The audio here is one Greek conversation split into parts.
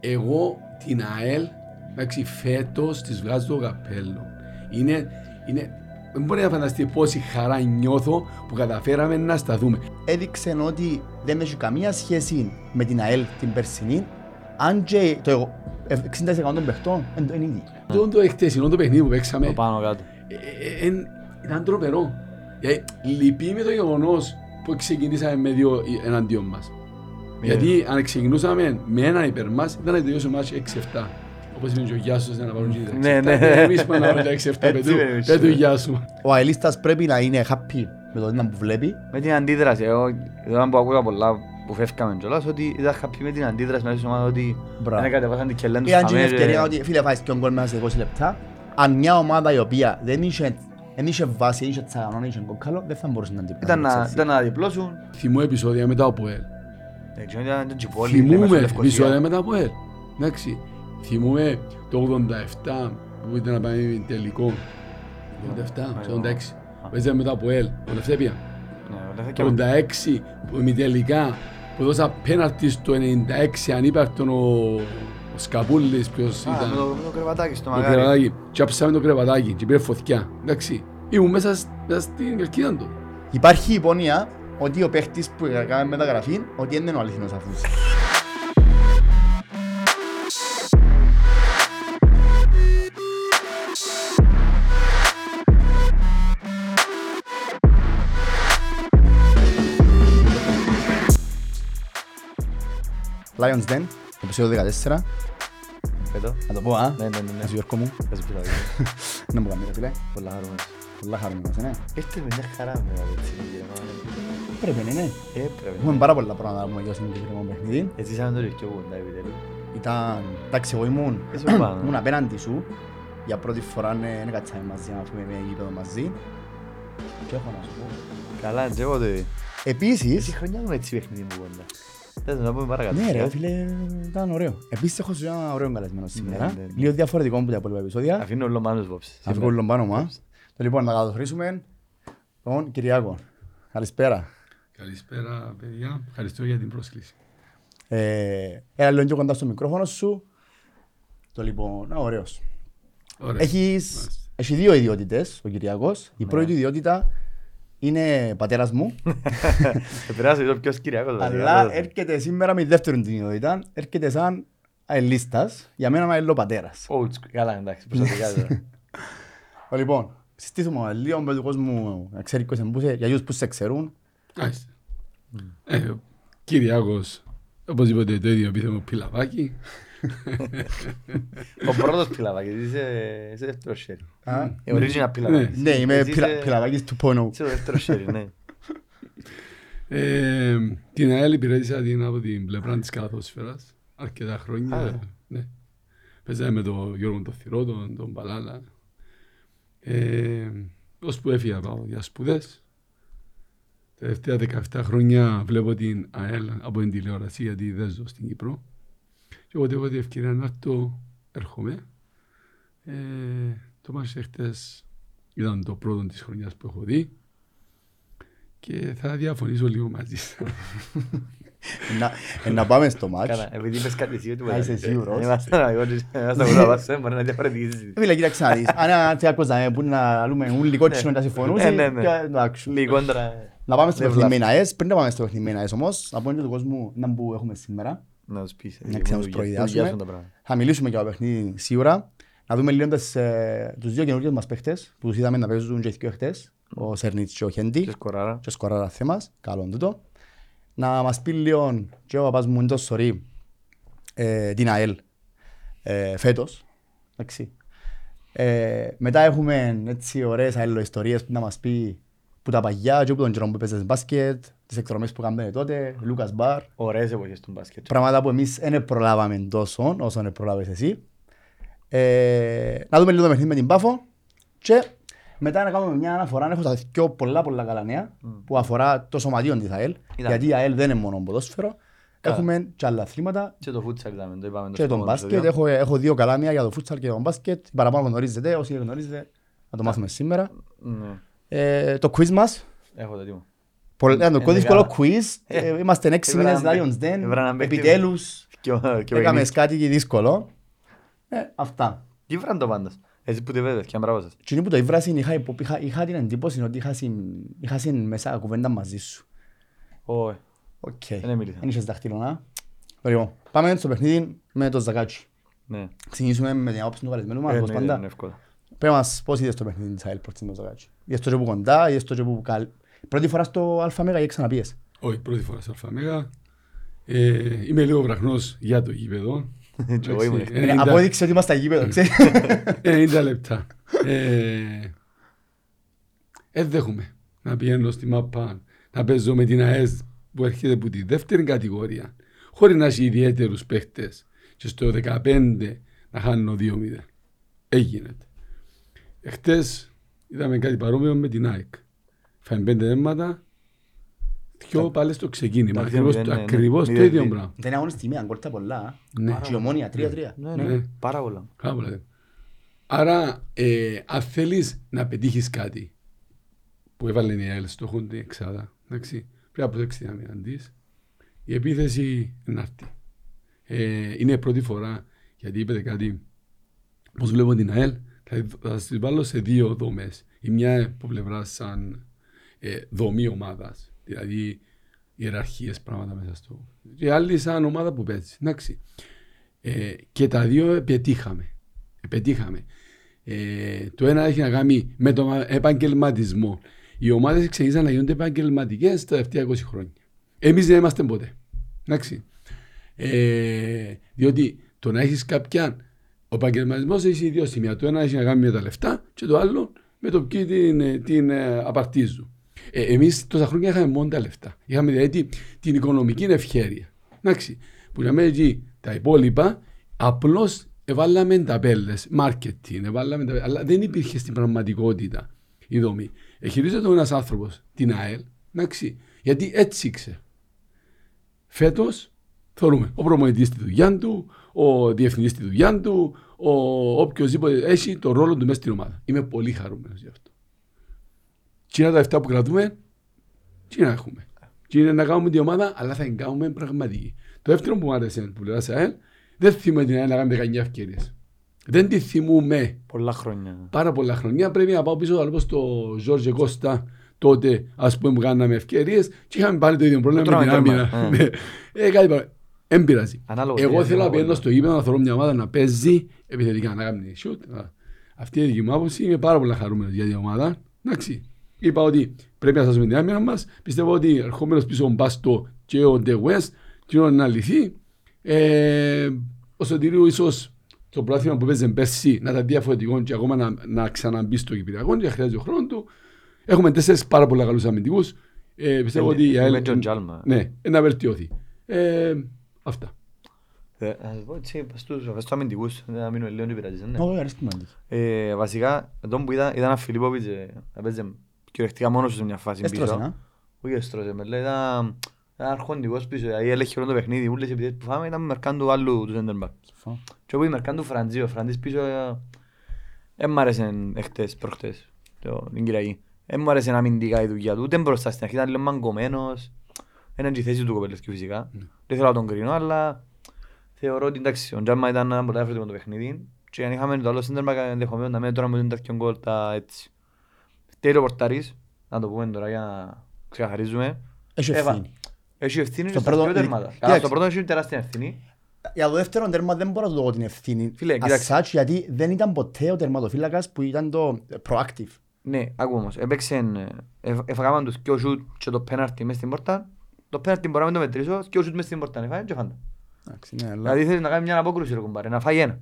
εγώ την ΑΕΛ, εντάξει, φέτος της βγάζω το καπέλο. Είναι, είναι, δεν μπορεί να φανταστεί πόση χαρά νιώθω που καταφέραμε να σταθούμε. Έδειξε ότι δεν έχει καμία σχέση με την ΑΕΛ την περσινή, αν και το ε, 60% των παιχτών εν το είναι Τον το εχθεσινό το παιχνίδι που παίξαμε, Το πάνω κάτω. ε, ε, ε, ήταν τρομερό. Ε, λυπεί με το γεγονός που ξεκινήσαμε με δύο ε, εναντίον μας. Ε. Γιατί αν ξεκινούσαμε με έναν υπέρ μα, ήταν να τελειώσει ο μάτς 6-7. Όπω είναι και ο Γιάσος να πάρουν και τα 6-7. Ναι, ναι. Εμείς πάμε να πάρουμε τα 6-7. Έτσι είναι, πετού- έτσι Πέτου είναι. Γιάσου. Ο αελίστας πρέπει να είναι happy με το ένα που βλέπει. Με την αντίδραση, εγώ τώρα που ακούγα πολλά που φεύγαμε κιόλας, ότι ήταν χαπή με την αντίδραση μέσα στην ομάδας ότι Μπράβο. δεν κατεβάσαν την κελέν τους ε, Ήταν και χαμέ, μια ρε. ευκαιρία ότι φίλε φάεις και γκολ μέσα σε 20 λεπτά. Αν μια ομάδα η οποία δεν είχε, δεν είχε βάση, δεν είχε τσαγανόν, δεν είχε κόκκαλο, δεν θα μπορούσε να την Ήταν να την να- εξελίξει. ήταν να διπλώσουν, Θυμώ επεισόδια μετά από ελ. δεν ξέρω, ήταν το Τζιπόλι, λέμε, στο Θυμούμε Λευκοσία. επεισόδια μετά από ελ. Εντάξει. Θυμούμε το 87 που ήταν να πάμε τελικό. Το 87, το 86. Παίζαμε μετά από ελ. Ο Λευτέπια. Ναι, όλα αυτά και- Το 86 που με τελικά που δώσα πέναρτη στο 96 ανύπαρτον ο, ο Σκαπούλης ποιος Α, με το- ήταν με το κρεβατάκι στο το μαγάρι. κρεβατάκι και άψαμε το κρεβατάκι και πήρε φωτιά εντάξει ήμουν μέσα, σ- μέσα στην κερκίδα του Υπάρχει υπονοία ότι ο παίχτης που έκανε μεταγραφή, ότι δεν είναι ο αληθινός αφούς. Lions Den, επεισόδιο 14, Πέτω. να το πω, α, Ναι, ναι, ναι, ναι. να σου γιορκώ μου, Πες μου, δηλαδή. να μου κάνετε, φίλε, Πολλά χαρούμενος. πολλά χαρούμενος, ναι, Ήρθε με μια χαρά με δηλαδή, έτσι, κύριε Μάνο. πρέπει να είναι, Έπρεπε. έχουμε πάρα πολλά πράγματα να πούμε για το συγκεκριμένο παιχνίδι, Έτσι σαν το ρίχνω εγώ, εντάξει, επιτέλους. Ήταν, εντάξει, εγώ ήμουν, Ήσουν πάνω. ήμουν απέναντι σου. Για πρώτη φορά ναι, δεν κάτσαμε μαζί, να πούμε, με γήπεδο μαζί. Και έχω να σου πω. Καλά, και εγώ το είδα. Εσύ Επίσης, χρονιά μου έτσι παιχνίδι μου κοντά. Θέλω να πούμε παρακάτω. Ε, ναι ρε φίλε, ήταν ωραίο. Επίσης έχω σου ένα ωραίο καλεσμένο σήμερα. ναι, ναι. Λίγο διαφορετικό από τα υπόλοιπα επεισόδια. Αφήνω όλο μάνος υπόψη. Αφού κολλούν πάνω μας. Το Λοιπόν, να καλωσορίσουμε τον Κυριάκο. Καλησπέρα. Καλησπέρα παιδιά, ευχαριστώ για την πρόσκληση Ε, Έλα λίγο πιο κοντά στο μικρόφωνο σου. Το λοιπόν, α, ωραίος. Ωραία. Έχεις, Μάλιστα. έχει δύο ιδιότητες ο Κυριακός. Ναι. Η πρώτη του ιδιότητα είναι πατέρας μου, Επηρεάζει το ποιος Κυριακός. δηλαδή, αλλά κατάλαβα. έρχεται σήμερα με τη δεύτερη του ιδιότητα. Έρχεται σαν αελίστας, για μένα αελό πατέρας. Old school. Καλά, εντάξει, προσωπικά τώρα. Λοιπόν, συστήσουμε λίγο με τον κόσμο να ξέρει ποιος εμπούσε, για ποιους που σε ξέρουν. Μάλιστα. Ε, ο Κυριάκος οπωσδήποτε το ίδιο επίθεμο πιλαβάκι Ο πρώτος πιλαβάκης, είσαι είσαι δεύτερος χέρι. Α, Ε, original πιλαβάκης. Ναι, είμαι Εσύ πυλα- είσαι- πυλαβάκης του πόνο. Είσαι το δεύτερο χέρι, ναι. Ε, την ΑΕΛ υπηρέτησα την από την πλευρά της καλαθόσφαιρας αρκετά χρόνια. Α. Ναι. Παίζαμε με τον Γιώργο τον Θηρό, τον, τον Παλάλα. Ε, ως που έφυγα πάω για σπουδές. Τα τελευταία 17 χρόνια βλέπω την ΑΕΛ από την τηλεόραση γιατί δεν ζω στην Κύπρο. Και όποτε έχω την ευκαιρία να έρθω, έρχομαι. Ε, το μάτς εχθές ήταν το πρώτο της χρονιάς που έχω δει και θα διαφωνήσω λίγο μαζί σας. Να- ε, Να πάμε στο μάτς. Καλά, επειδή είπες κάτι εσύ, ότι Α, είσαι μπορεί να- σίγουρος. Είμαστε να εγώ, είμαστε να κουραβάσαι, μπορεί να διαφορετήσεις. Ε, Φίλε, κοίταξε να δεις. Αν ένα τσιάκος να είναι, που να λέμε ούλοι κότσινο να συμφωνούσε, Ναι, ναι, ναι. και ε, εντάξει. Λιγότερα. Να πάμε στο Δεν παιχνίδι με βλάπτει. ΑΕΣ. Πριν να πάμε στο παιχνίδι με ΑΕΣ όμως, να πούμε και του κόσμου να που έχουμε σήμερα. Να τους πεις. Να ε, ξανά μου τους βγει- προειδιάσουμε. μου βγιάζουν τα πράγματα. Θα μιλήσουμε για το παιχνίδι σίγουρα. Να δούμε λίγο τις, ε, τους δύο καινούργιους μας παίχτες που τους είδαμε να παίζουν και οι δύο χτες. Ο Σερνίτς και ο Χέντι. Και σκοράρα. Και σκοράρα θέμας. Καλό τούτο. Να μας πει λίγο και ο παπάς μου εντός σωρή ε, την ΑΕΛ ε, φέτος. Εντάξει. Ε, μετά έχουμε έτσι ωραίες αελοϊστορίες που να μας πει που τα παγιά και που τον καιρό που παίζες μπάσκετ, τις εκδρομές που κάνουμε τότε, Λούκας Μπαρ, Ωραίες εποχές του μπάσκετ. πράγματα που εμείς δεν προλάβαμε τόσο όσο δεν προλάβες εσύ. Ε, να δούμε λίγο το παιχνίδι με την Πάφο και μετά να κάνουμε μια αναφορά. Έχω τα πιο πολλά πολλά καλά νέα που αφορά το σωματείο της ΑΕΛ. Ήταν. Γιατί η ΑΕΛ δεν είναι μόνο ποδόσφαιρο. Καλά. Έχουμε και άλλα αθλήματα Και το φούτσαλ είδαμε, το είπαμε. το και τον επόμενο μπάσκετ. επεισόδιο. Έχω, έχω δύο καλά νέα για το φούτσαλ και τον μπάσκετ. Παραπάνω γνωρίζετε, όσοι δεν γνωρίζετε, να το μάθουμε σήμερα. Ναι, Ε, το quiz μας έχω το έτοιμο. Πολύ- Ήταν το πιο Ενδεκάδα. δύσκολο quiz. Ε, Είμαστε έξι μήνες Έβραναν Lions παίκτη- Den. έβραναν παίκτη- Επιτέλους Και ο- και ο έκαμε Ινής. κάτι δύσκολο. Ε, Αυτά. Γύβραν το πάντως. Έτσι που τη βέβαια, και αν μπράβο σας. Τι που το ήβρασιν είχα, υπο- είχα, είχα την εντύπωση ότι είχα, συν, είχα συν μέσα κουβέντα μαζί σου. Όχι. Οκ. Δεν Ε, ναι, μίλησα. Δεν είχες δάχτυλο, να. Λοιπόν, πάμε στο παιχνίδι με το Ζακάτσι. Ναι. Ξεκινήσουμε με την άποψη του καλεσμένου μας, Ε, όπως ναι, Είναι πάντα. εύκολο. Πες μας πώς είδες το παιχνίδι της ΑΕΛ προς την Ζακάτσι. Είδες το και που κοντά, είδες το και που καλ... Πρώτη φορά στο ΑΜΕΓΑ ή ξαναπίες. Όχι, πρώτη φορά σε ΑΜΕΓΑ. Ε, είμαι λίγο βραχνός για το γήπεδο. Και εγώ ήμουν. Εντάξει, Ε, 90 Απόδειξε ότι είμαστε γήπεδο, ξέρεις. 90 λεπτά. Ε, εν δέχομαι να πηγαίνω στη ΜΑΠΑ να παίζω με την ΑΕΣ που έρχεται από τη δεύτερη κατηγορία χωρίς να έχει ιδιαίτερους παίχτες και στο 15 να χάνω 2-0. Έγινε. Εχθές είδαμε κάτι παρόμοιο με την ΑΕΚ. Φάμε πέντε αίματα, δυο πάλι στο ξεκίνημα. Τα δύο Ακριβώς, μηδέν, ναι, ναι. ακριβώς το Μηδέν ίδιο δύο. πράγμα. Δεν αγωνιστική μία, γκολ τα πολλά. Ναι. Και η ομόνια, 3-3. Ναι, Ναι. ναι. Πάρα πολλά. Κάπου λέτε. Άρα, ε, αν θέλεις να πετύχεις κάτι που έβαλε η ΑΕΛ στο την εξάδα, εντάξει, πρέπει να προσέξεις την άμυνα της. Η επίθεση είναι αυτή. Ε, είναι πρώτη φορά γιατί είπατε κάτι. Πώς βλέπω την ΑΕΛ, θα, θα σας βάλω σε δύο δομές. Η μια από πλευρά σαν ε, δομή ομάδας, δηλαδή ιεραρχίες πράγματα μέσα στο. Η άλλη σαν ομάδα που παίζει. Εντάξει. Ε, και τα δύο πετύχαμε. Ε, πετύχαμε. Ε, το ένα έχει να κάνει με τον επαγγελματισμό. Οι ομάδες ξεκίνησαν να γίνονται επαγγελματικές τα τελευταία 20 χρόνια. Εμείς δεν είμαστε ποτέ. Εντάξει. Ε, διότι το να έχεις κάποια. Ο επαγγελματισμός έχει δύο σημεία. Το ένα έχει να κάνει με τα λεφτά και το άλλο με το ποιοι την, ε, την ε, απαρτίζουν. Ε, Εμείς τόσα χρόνια είχαμε μόνο τα λεφτά. Είχαμε δηλαδή την- την οικονομική ευχέρεια. Εντάξει. Που για μένα εκεί τα υπόλοιπα απλώς εβάλαμε ταπέλε, marketing, εβάλαμε ταπέλες, αλλά δεν υπήρχε στην πραγματικότητα η δομή. Ε, Εχειρίζεται ένας άνθρωπος την ΑΕΛ, εντάξει, γιατί έτσι ήξερε. Φέτος θεωρούμε ο προμονητή τη δουλειά του, ο διευθυντής τη δουλειά του, ο οποιοδήποτε έχει το ρόλο του μέσα στην ομάδα. Είμαι πολύ χαρούμενος γι' αυτό. Τι είναι τα λεφτά που κρατούμε, τι να έχουμε. Τι είναι να κάνουμε την ομάδα, αλλά θα την κάνουμε πραγματική. Το δεύτερο που μου άρεσε που λέω σε ΑΕΛ, δεν θυμούμε την ΑΕΛ να κάνει 19 ευκαιρίες. Δεν τη θυμούμε Πολλά χρόνια. πάρα πολλά χρόνια. Πρέπει να πάω πίσω όπω στο Ζόρζε Κώστα τότε, ας πούμε, που κάναμε ευκαιρίες και είχαμε πάλι το ίδιο Το πρόβλημα με την τρώμε άμυνα. τέρμα, Ναι. Ε, κάτι παρα- Εν πειράζει. Ανάλογα, Εγώ τι θέλω να ανάλογα. πηγαίνω στο γήπεδο να θεωρώ μια ομάδα να παίζει επιθετικά, να κάνει σιούτ. Αυτή η δική μου άποψη είμαι πάρα πολύ χαρούμενος για την ομάδα. Εντάξει. Είπα ότι πρέπει να σας την άμυνα μας. Πιστεύω ότι ερχόμενος πίσω ο Μπάστο και ο Ντε West, τι να λυθεί. Ε, ο Σωτηρίου ίσως το πρόθυμα που παίζει πέρσι να ήταν διαφορετικό και ακόμα να, να ξαναμπεί στο Κυπριακό και χρειάζεται ο χρόνος του. Έχουμε τέσσερις πάρα πολύ καλούς αμυντικούς. Ε, πιστεύω Ε, ότι η με ΑΕΛ. τον Τζάλμα. Ναι, ε, να βελτιωθεί. Ε, αυτά. Ε, Να σας πω έτσι, στους στους αμυντικούς, ε, να μείνουμε λίγο, δεν πειράζει. ναι. Όχι, αρέσκει μου αντί. Ε, Βασικά, τον που είδα, ήταν ο Φιλίπποβιτς, ε, να παίζει κυριολεκτικά μόνος του σε μια φάση Έστρωσε, ναι. πίσω. να. Όχι έστρωσε, με λέει, ήταν ήταν αρχοντικός πίσω, δηλαδή έλεγχε όλο το παιχνίδι, όλες οι επιθέσεις που φάμε ήταν μερκάν του άλλου του center back. Σοφό. Και όπου η μερκάν του Φραντζή, ο Φραντζής πίσω, ε, εν μ' άρεσε εχθές, προχτές, το- την Κυριακή. Εν μου άρεσε αμυντικά η δουλειά του, ούτε μπροστά στην αρχή, ήταν λίγο μαγκωμένος. Είναι και η θέση του κοπελεύκιου φυσικά. Ναι. Δεν θέλω να τον κρίνω, αλλά θεωρώ ότι εντάξει, ο Τζάρμα ήταν ένα πολύ διαφορετικό το παιχνίδι. Και αν είχαμε το άλλο σύντερμα, ενδεχομένως να μένει τώρα με τον τέτοιο γκολ τα έτσι. Φταίει ο πορταρίς, να το πούμε τώρα για να ξεκαθαρίζουμε. Έχει Έβα- ευθύνη. Έχει ευθύνη Στο και στα πρώτο- δύο τέρματα. Καλά, Κοίταξε. στο πρώτο έχει τεράστια ευθύνη. Για το δεύτερο τέρμα δεν μπορώ να του δω την ευθύνη. Φίλε, As κοίταξε. such, γιατί δεν ήταν ποτέ ο τερματοφύλακας που ήταν το ε, proactive. Ναι, άκου όμως, έπαιξεν, ε, ε, έφαγαμε τους και ο σούτ και το πέναρτι μες στην πόρτα. Το πέναρτι μπορώ να μην το μετρήσω και ο σούτ μες στην πόρτα, έφαγε και φάντα. Εντάξει, ναι, αλλά- Δηλαδή θέλεις να κάνεις μια απόκρουση ρε κουμπάρε, να φάει ένα.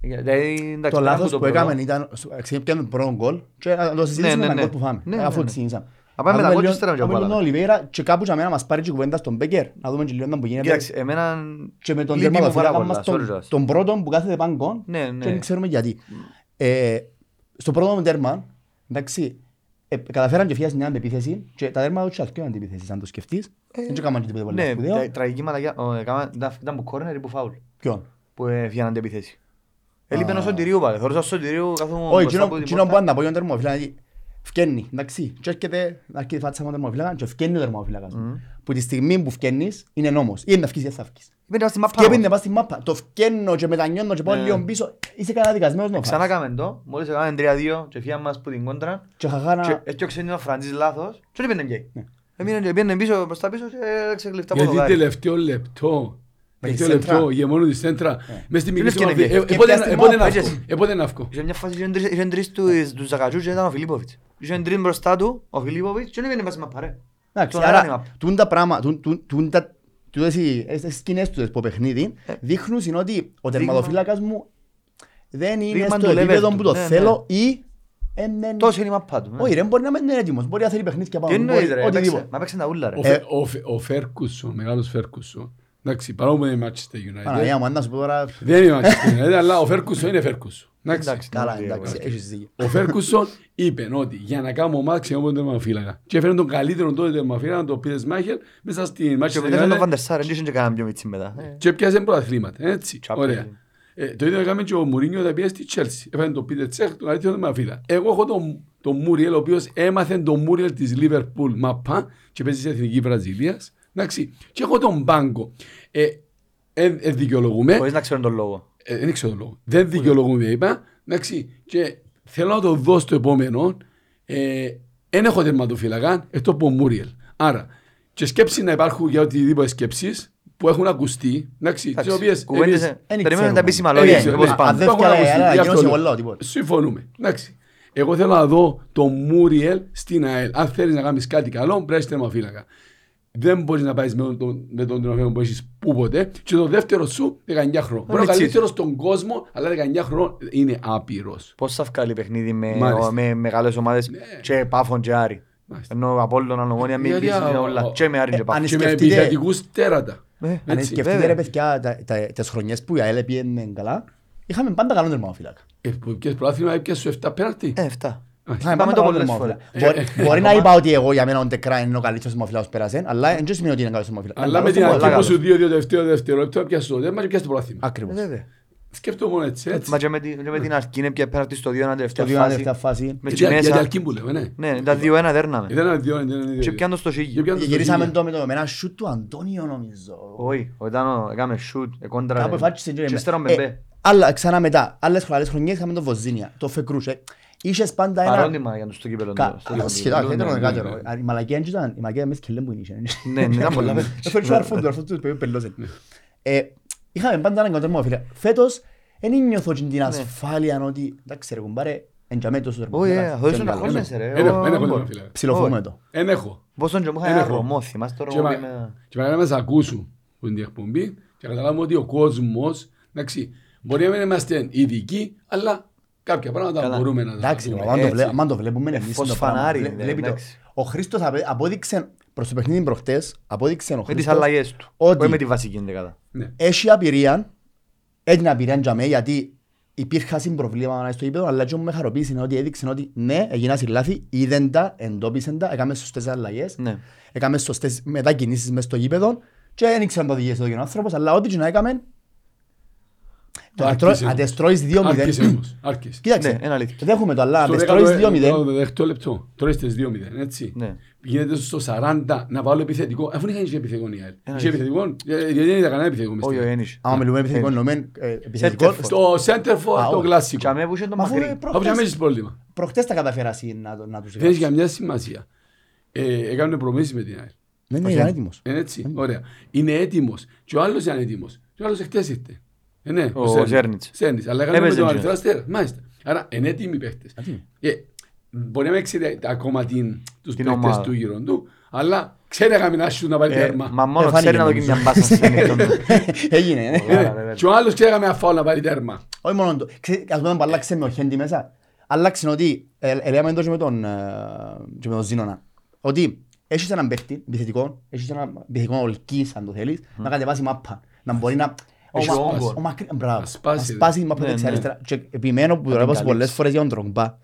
Δηλαδή, εντάξει, Το πέρα από λάθος που πρώτο. έκαμε ήταν, ξεκινήσαμε τον πρώτο γκολ και να το συζητήσουμε ναι, με τον ναι. γκολ που φάμε, ε, Ναι, ναι, αφού ναι. ξεκινήσαμε. Να πάμε με τα δούμε γκολ και λίγο- ύστερα να να πούμε λίγο βάλαμε. τον Ολιβέρα και κάπου για μένα μας πάρει και κουβέντα στον Μπέκερ, να δούμε και λίγο να που γίνεται. Κοίταξε, εμένα Και με τον λείπει μου πάρα τερματοφύλακα πολλά, μας, sorry, τον, Ρας. τον πρώτο που κάθεται πάγκον Ναι, και ναι. δεν ξέρουμε γιατί. Ε, στο πρώτο μου τέρμα, εντάξει, ε, καταφέραν και φύγασαν μια αντεπίθεση και τα τέρμα τους αρκεύουν αντεπίθεσεις, αν το σκεφτείς. Δεν και έκαναν και τίποτε πολύ Ναι, σπουδαίο. τρα- τραγική μαλακιά, ο, έκαμα- ήταν- ήταν που κόρνερ ή που φάουλ Ποιον. που ε, έφυγαν αντεπιθέση. Έλειπε ο Σωτηρίου πάλι, θεωρούσα ο Σωτηρίου καθόμουν Όχι, μπροστά από την εκείνο πόρτα. που να πω για τον τερμόφιλα, Φκένει, εντάξει. Και έρχεται, έρχεται η φάτσα μου τερμοφυλάκα και φκένει ο τερμοφυλάκας μου. Που τη στιγμή που φκένεις είναι νόμος. Ή είναι να φκείς ή δεν θα φκείς. Είπε να στη μαπά Και μας. πίντε πας στη μάπα. Το φκένω και μετανιώνω και πάω Ναι. λίγο πίσω. Είσαι καταδικασμένος να Ξανά φας. κάμεν το, μόλις έκαναν 3-2 και φύγαν μας που την κόντρα Και χαχάνα... και έφτιαξε ένα Φραντζής λάθος και δεν πήγαινε γκέι. Ναι. Έμεινε και πήγαινε πίσω προς τα πίσω και έλεξε κλειφτά από το Γιατί δάρι. τελευταίο λεπτό. Με τη Τελευταίο λεπτό, σέντρα. γεμόνο της σέντρα. Μες στη μικρή Λες και σου μαύρη. είναι Ε, και επότε- πιάστη επότε μάπα, να βγω. έτσι. Επότε να βγω. Είχε μια φάση είχε τρεις- είχε τρεις τους- τους Ζαγατζούς και ήταν ο Φιλίπποβιτς. Είχε τρεις μπροστά του, ο Φιλίπποβιτς και δεν πήγαινε πάση μαπά ρε. Εντάξει, Τον άρανε η άρα μάπα. τούν τα πράγματα, τούν- τούν- τούν τα- τούτες οι ε, στις σκηνές του που παιχνίδι Ε, δείχνουν είναι ότι ο τερματοφύλακας μου δεν είναι Δείγμα στο του level επίπεδο του. που το Ναι, ναι. θέλω ή ε, δεν- Τόσο είναι η μαπά του. ναι. Όχι ρε, μπορεί να μην είναι έτοιμος, μπορεί να θέλει παιχνίδια Τι πάνω, εννοείς μπορεί ρε, έπαιξε- οτιδήποτε. μα παίξαν τα ούλα ρε. Ε, Ο Φε- ο Φε- Ο Φέρκουσον, ο μεγάλος Φέρκουσον. Εντάξει, παρόλο που δεν είναι Manchester United. Παναγία μου, αν ε, να σου πω τώρα, Δεν είναι Manchester United, αλλά ο Φέρκουσον είναι Φέρκουσον. Εντάξει. Εντάξει. καλά Ναι, εντάξει, ναι. έχεις δίκιο. Ο Φέρκουσον είπε ότι για να κάνω ομάδα ξέρω τον τερμαφύλακα. Και έφερε τον καλύτερο τότε τερμαφύλακα, τον Πίτερ Μάχελ, μέσα στην Και Manchester μετά τον United Βαντερσάρ, δεν είχε και κανέναν πιο μίτσι μετά. Ε, και πιάσε πρωταθλήματα. Έτσι. Champions Ωραία. League. Ε, το ίδιο έκαμε και ο Μουρίνιο όταν πήγε στη Τσέλσι. Έφερε τον Πίτερ Τσέχ, τον καλύτερο τερμαφύλακα. Εγώ έχω τον, τον Μούριελ, ο οποίος έμαθε τον Μούριελ της Λίβερπουλ μαπά και παίζει σε εθνική Βραζιλίας. Εντάξει. Και έχω τον Μπάγκο. Ε, ε, ε, δικαιολογούμε. Χωρίς να ξέρουν τον λόγο. Ε, δεν ξέρω τον λόγο. Δεν δικαιολογούν, είπα. Εντάξει, και θέλω να το δω στο επόμενο. Ε, δεν έχω τερματοφύλακα, εκτό από ο Μούριελ. Άρα, και σκέψεις να υπάρχουν για οτιδήποτε σκέψεις που έχουν ακουστεί, εντάξει, τις Εντάξει, οποίες. κουβέντες, ε, δεν Περιμένουμε τα ξέρουμε. επίσημα Ε, λόγια. ναι, όπως ναι. πάντα. Αν δεν φτιάχνει, αλλά ανακοίνωσε εγώ λέω τίποτα. Συμφωνούμε. Εντάξει. Εγώ θέλω να δω το Μούριελ στην ΑΕΛ. Αν θέλεις να κάνεις κάτι καλό, πρέπει να είσαι τερματοφύλακα. Δεν μπορείς να πάεις με τον, με τον τροφέο που έχεις πού ποτέ. Και το δεύτερο σου 19 χρόνια. Μπορεί να είναι Μιτσής. καλύτερος στον κόσμο, αλλά 19 χρόνια είναι άπειρος. Πώς θα βγάλει παιχνίδι με, Μάλιστα. ο, με μεγάλες ομάδες και πάφων και άρι. Μάλιστα. Ενώ Απόλλωνα, Ομόνια, μην Γιατί, πεις α, όλα. ο- Και με άρι και ε, πάφων. αν Και με σκεφτείτε- επιθετικούς τέρατα. Ε, Αν Έτσι. σκεφτείτε βέβαια. ρε παιδιά, τα- τα- τις χρονιές που η ΑΕΛ πήγαινε καλά, είχαμε πάντα καλό τερματοφύλακα. Ε, που- και πρόθυμα έπιασε σου 7 πέραντι. Ε, φτά. Μάλιστα. Είχαμε Πάμε πάντα το Ε, καλό πολλές τερμοφύλακα. φορές. Μπορεί- Μπορεί να είπα ότι εγώ για μένα ο Ντεκρά είναι ο καλύτερος τερμοφύλακας που πέρασε, αλλά δεν σημαίνει ότι είναι καλός τερμοφύλακας. Αλλά Είναι με την καλός αρχή που τερμοφύλακας. σου δύο δύο τελευταίο δευτερόλεπτο έπιασε το δέρμα και έπιασε το πρόθυμα. Ε, Ακριβώς. βέβαια. Σκέφτομαι μόνο έτσι. έτσι. Μα και με την- και με την αρκή είναι πια πέναρτη στο 2-1 Το τελευταία δύο είναι φάση. τελευταία φάση. Ε, Με Ε, στη για- Για την μέσα. αρχή που λέμε, ναι. Ναι, τα 2-1 δέρναμε. Ήταν ένα δύο, ήταν ένα δύο. Και πιάνω το στο Και σίγιο. πιάνω το στο Γυρίσαμε χίλιο. το με το με ένα σούτ του Αντώνιο νομίζω. Όχι, όταν έκαμε σούτ, κόντρα. Κάπου φάτσισε και Και ύστερα ο εμένα. Μπεμπέ. Ε, άλλα- Ξανά μετά, άλλες χρο- άλλες χρονιές είχαμε το Βοζίνια, το Φεκρούσε. Είχες πάντα ένα... Παρόνιμα για τους στο κύπελλο. Κα- στο κύπελλο. Σχεδόν, ναι, χαίρετο ναι, είναι ναι, κάτω. ναι. Η μαλακία δεν ήταν, η μαλακία μέσα σκελέ που είναι. Ναι, ναι, ήταν πολλά. Έφερε και ο αρφόν του, ο αρφόν του είπε πελώσε. Ε, Είχαμε πάντα έναν κατόρμο φίλε. Φέτος, δεν νιώθω την ασφάλεια ότι, εντάξει ρε κουμπάρε, εν τζαμέ τόσο Όχι, ε, τερμοφύλακας, χωρίς τζαμέ να καλά. χώνεσαι, ρε. Ένα- Ο- Ναι, ένα κόλλημα, φίλε. Ψιλοφοβούμαι το. Εν έχω. Πόσον και μου Ε, είχα Ένα ένα χρόνο. ρομμό, θυμάσαι το Και ρομμό που μα- είμαι- και πρέπει να μας ακούσουν που είναι την εκπομπή και καταλάβουμε ότι ο κόσμος, εντάξει, μπορεί να μην είμαστε ειδικοί, αλλά κάποια πράγματα Καλά. μπορούμε να τα Ε, Εντάξει, δούμε. ρε, αν το Έτσι. βλέ- αν το βλέπουμε εμείς φως το πράγμα, φανάρι, βλέ- δηλαδή, βλέπει το. εντάξει. Ο Χρήστος απε- απέδειξε προς το παιχνίδι προχτές, απέδειξε ο Με τις Χρήστος αλλαγές του. ότι- Όχι με τη βασική ενδεκάδα. Ναι. έχει απειρία, έγινε απειρία για μέ, γιατί υπήρχα συμπροβλήμα στο γήπεδο, αλλά και μου με χαροποίησε είναι ότι έδειξε ότι ναι, έγινα σε λάθη, είδαν τα, εντόπισαν τα, έκαμε σωστές αλλαγές, Ναι. έκαμε σωστές μετακινήσεις μες στο γήπεδο και δεν ήξερα να το οδηγήσει ο άνθρωπος, αλλά ό,τι και να έκαμε, το Άρχισε ατρώ- όμως. αντεστρώεις 2-0. Άρχισε όμως, άρχισε. Κοίταξε, Ναι, είναι αλήθεια. το δέχομαι το, αλλά Στο αντεστρώεις 2-0. 18 λεπτό. Τώρα είστε 2-0, έτσι. Ναι. Γίνεται στο 40 να βάλω επιθετικό. Αφού είχαν και επιθετικό η ΑΕΛ. Ένα Και επιθετικό, ε, γιατί δεν ήταν κανένα επιθετικό. μες Όχι, ο στην ΑΕΛ. Ένις. Άμα μιλούμε επιθετικό, Ε, εννοούμε ε, επιθετικό. Center στο- Στο center Α, for το όχι. Και κλασικό. αμέ που είχε το Αφού ε, μακρύ. Αφού και προχτές- αμέσως έχεις πρόβλημα. Προχτές τα καταφέρα εσύ να, το- να τους Δεν έχει γράψεις. καμιά σημασία. Ε, Έκανε προμήθειες με την ΑΕΛ. Δεν Ναι, είναι έτοιμος. Είναι έτσι, ωραία. Είναι έτοιμος. Και ο άλλος είναι έτοιμος. Και ο άλλος εχθέ ήρθε. Ε, ναι, Ο Ζέρνιτς. Σέρνιτ. Αλλά έκανε με Έπαιζε τον και. αριθμό αστέρα. Μάλιστα. Άρα είναι έτοιμοι οι παίχτες. Μπορεί να μην ξέρει ακόμα την, τους Την παίχτες ομάδα. του γύρω του, αλλά ξέρει αγάπη να σου να πάρει Ε, τέρμα. Μα μόνο Ε, φάνηκε ξέρει να δοκιμάσει νομίζω. μια μπάσα στην εκτό. Έγινε, ναι. Ε, ναι. Άρα, ρε, ρε. Και ο άλλος ξέρει αγάπη να φάω να πάρει τέρμα. Όχι μόνο το. Ξέ- Ας πούμε που αλλάξε με ο Χέντι μέσα. Αλλάξε ότι, ε, ε, λέμε το και με τον, ε, και με τον Ζήνονα, ότι έχεις έναν παίχτη επιθετικό, έχεις έναν επιθετικό ολκής αν το θέλεις, να κατεβάσει μάπα, να μπορεί να... Ο, Έχει μα- όγκο. ο μακρύ- μπράβο, Να σπάσει, να ρε. σπάσει η μάπα Ναι, δεξιά ναι. αριστερά. Και επιμένω που το είπα πολλές καλύψει. φορές για τον Τρογκμπά.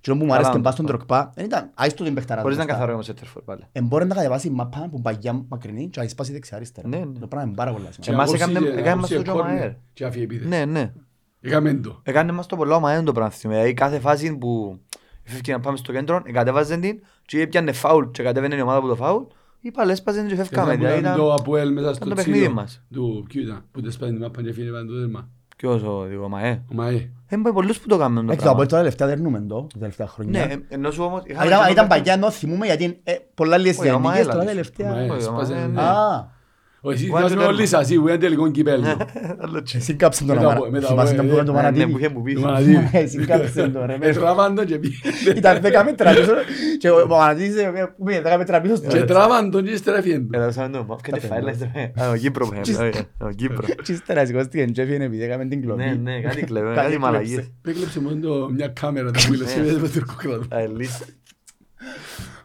Και που μου Καλά, άρεσε ο μπας τον Ντρογκμπά. Τρογκμπά, δεν ήταν άιστο την παιχταρά. Χωρίς του να μπροστά. καθαρώ είμαστε τερφόρ πάλι. Ε, Μπορεί να κατεβάσει μάπα που παγιά μακρινή και να σπάσει δεξιά αριστερά. Ναι, ναι. Το πράγμα είναι πάρα πολύ σημαντικό. Και Εμάς απόψη- έκαμνε- απόψη έκαμε μας το κόρνερ Τζο Μαέρ. Και Ε, αφή επίθεση. Ναι, ναι. Έκαμε το. Έκανε μας το πολλά ομαέν το πράγμα. θυμάμαι. Δηλαδή κάθε φάση που Φεύγει να πάμε στο κέντρο, κατέβαζε την και έπιανε φάουλ και κατέβαινε η ομάδα που το φάουλ. Είπα λες παζε την και φεύγαμε. Ήταν Δηλαδή, το Ήταν Αποέλ μέσα ήταν στο το παιχνίδι τσίλο μας. του, ποιου ήταν, που τεσπάνε τη μάπα και φύγει πάνω το δέρμα. Ποιος ο Δικό Μαέ. Ο Μαέ. Έμπα ε. πολλούς που το κάνουν το Εντάξει, το Απόελ πράγμα. τώρα τελευταία δερνούμε το, τα τελευταία Ναι, χρόνια. ε, ενώ σου όμως... είχαμε Α, και Ήταν ένα ήταν παιχνίδι. παγιά, ενώ θυμούμε γιατί ε, πολλά λίγες Όχι, ο διανοικές, Μαέλ, τώρα Ο αλήθεια. τελευταία. Μαέ, ο σπάσε, Μαέ, ναι. ναι. Α, Ο, Εσείς Βάζει το θυμάσαι όλοι τέρμα. σας, ή, που ήταν τελικό κυπέλλο. Άλλο τσι. εσύ κάψε τον Μετά από- Αμαρα. μετά Θυμάσαι από- να μπούγαν ε, τον ναι, Ναι, ναι, Μανατίδη. που είχε που πεις. Το Μαναδίδη. Εσύ κάψε τον ρε. Ε, μέσα. Τραβάν τον ε, και πήγαινε. Ήταν δέκα μέτρα πίσω και ο Μανατίδης ε, πήγε δέκα μέτρα πίσω στο- Και τραβάν τον και στρέφιεν τον. Έλα, σαν να το Τα Κάντε φάιλ, φαινόμενα. λέτε. ε. Α, ο Κύπρο, παιδιά, Τσις. όχι, ο Κύπρο. Και ύστερα σηκώστηκαν και έφυγαν επειδή έκαμε την κλοπή. Ναι, ναι, κάτι κλεβέ, Κάτι κάτι μαλαγίες. κλέψε. Έκλεψε μόνο το- μια κάμερα τα που ήλωσε Ναι. με το τουρκοκράτο. Α, ελίτ.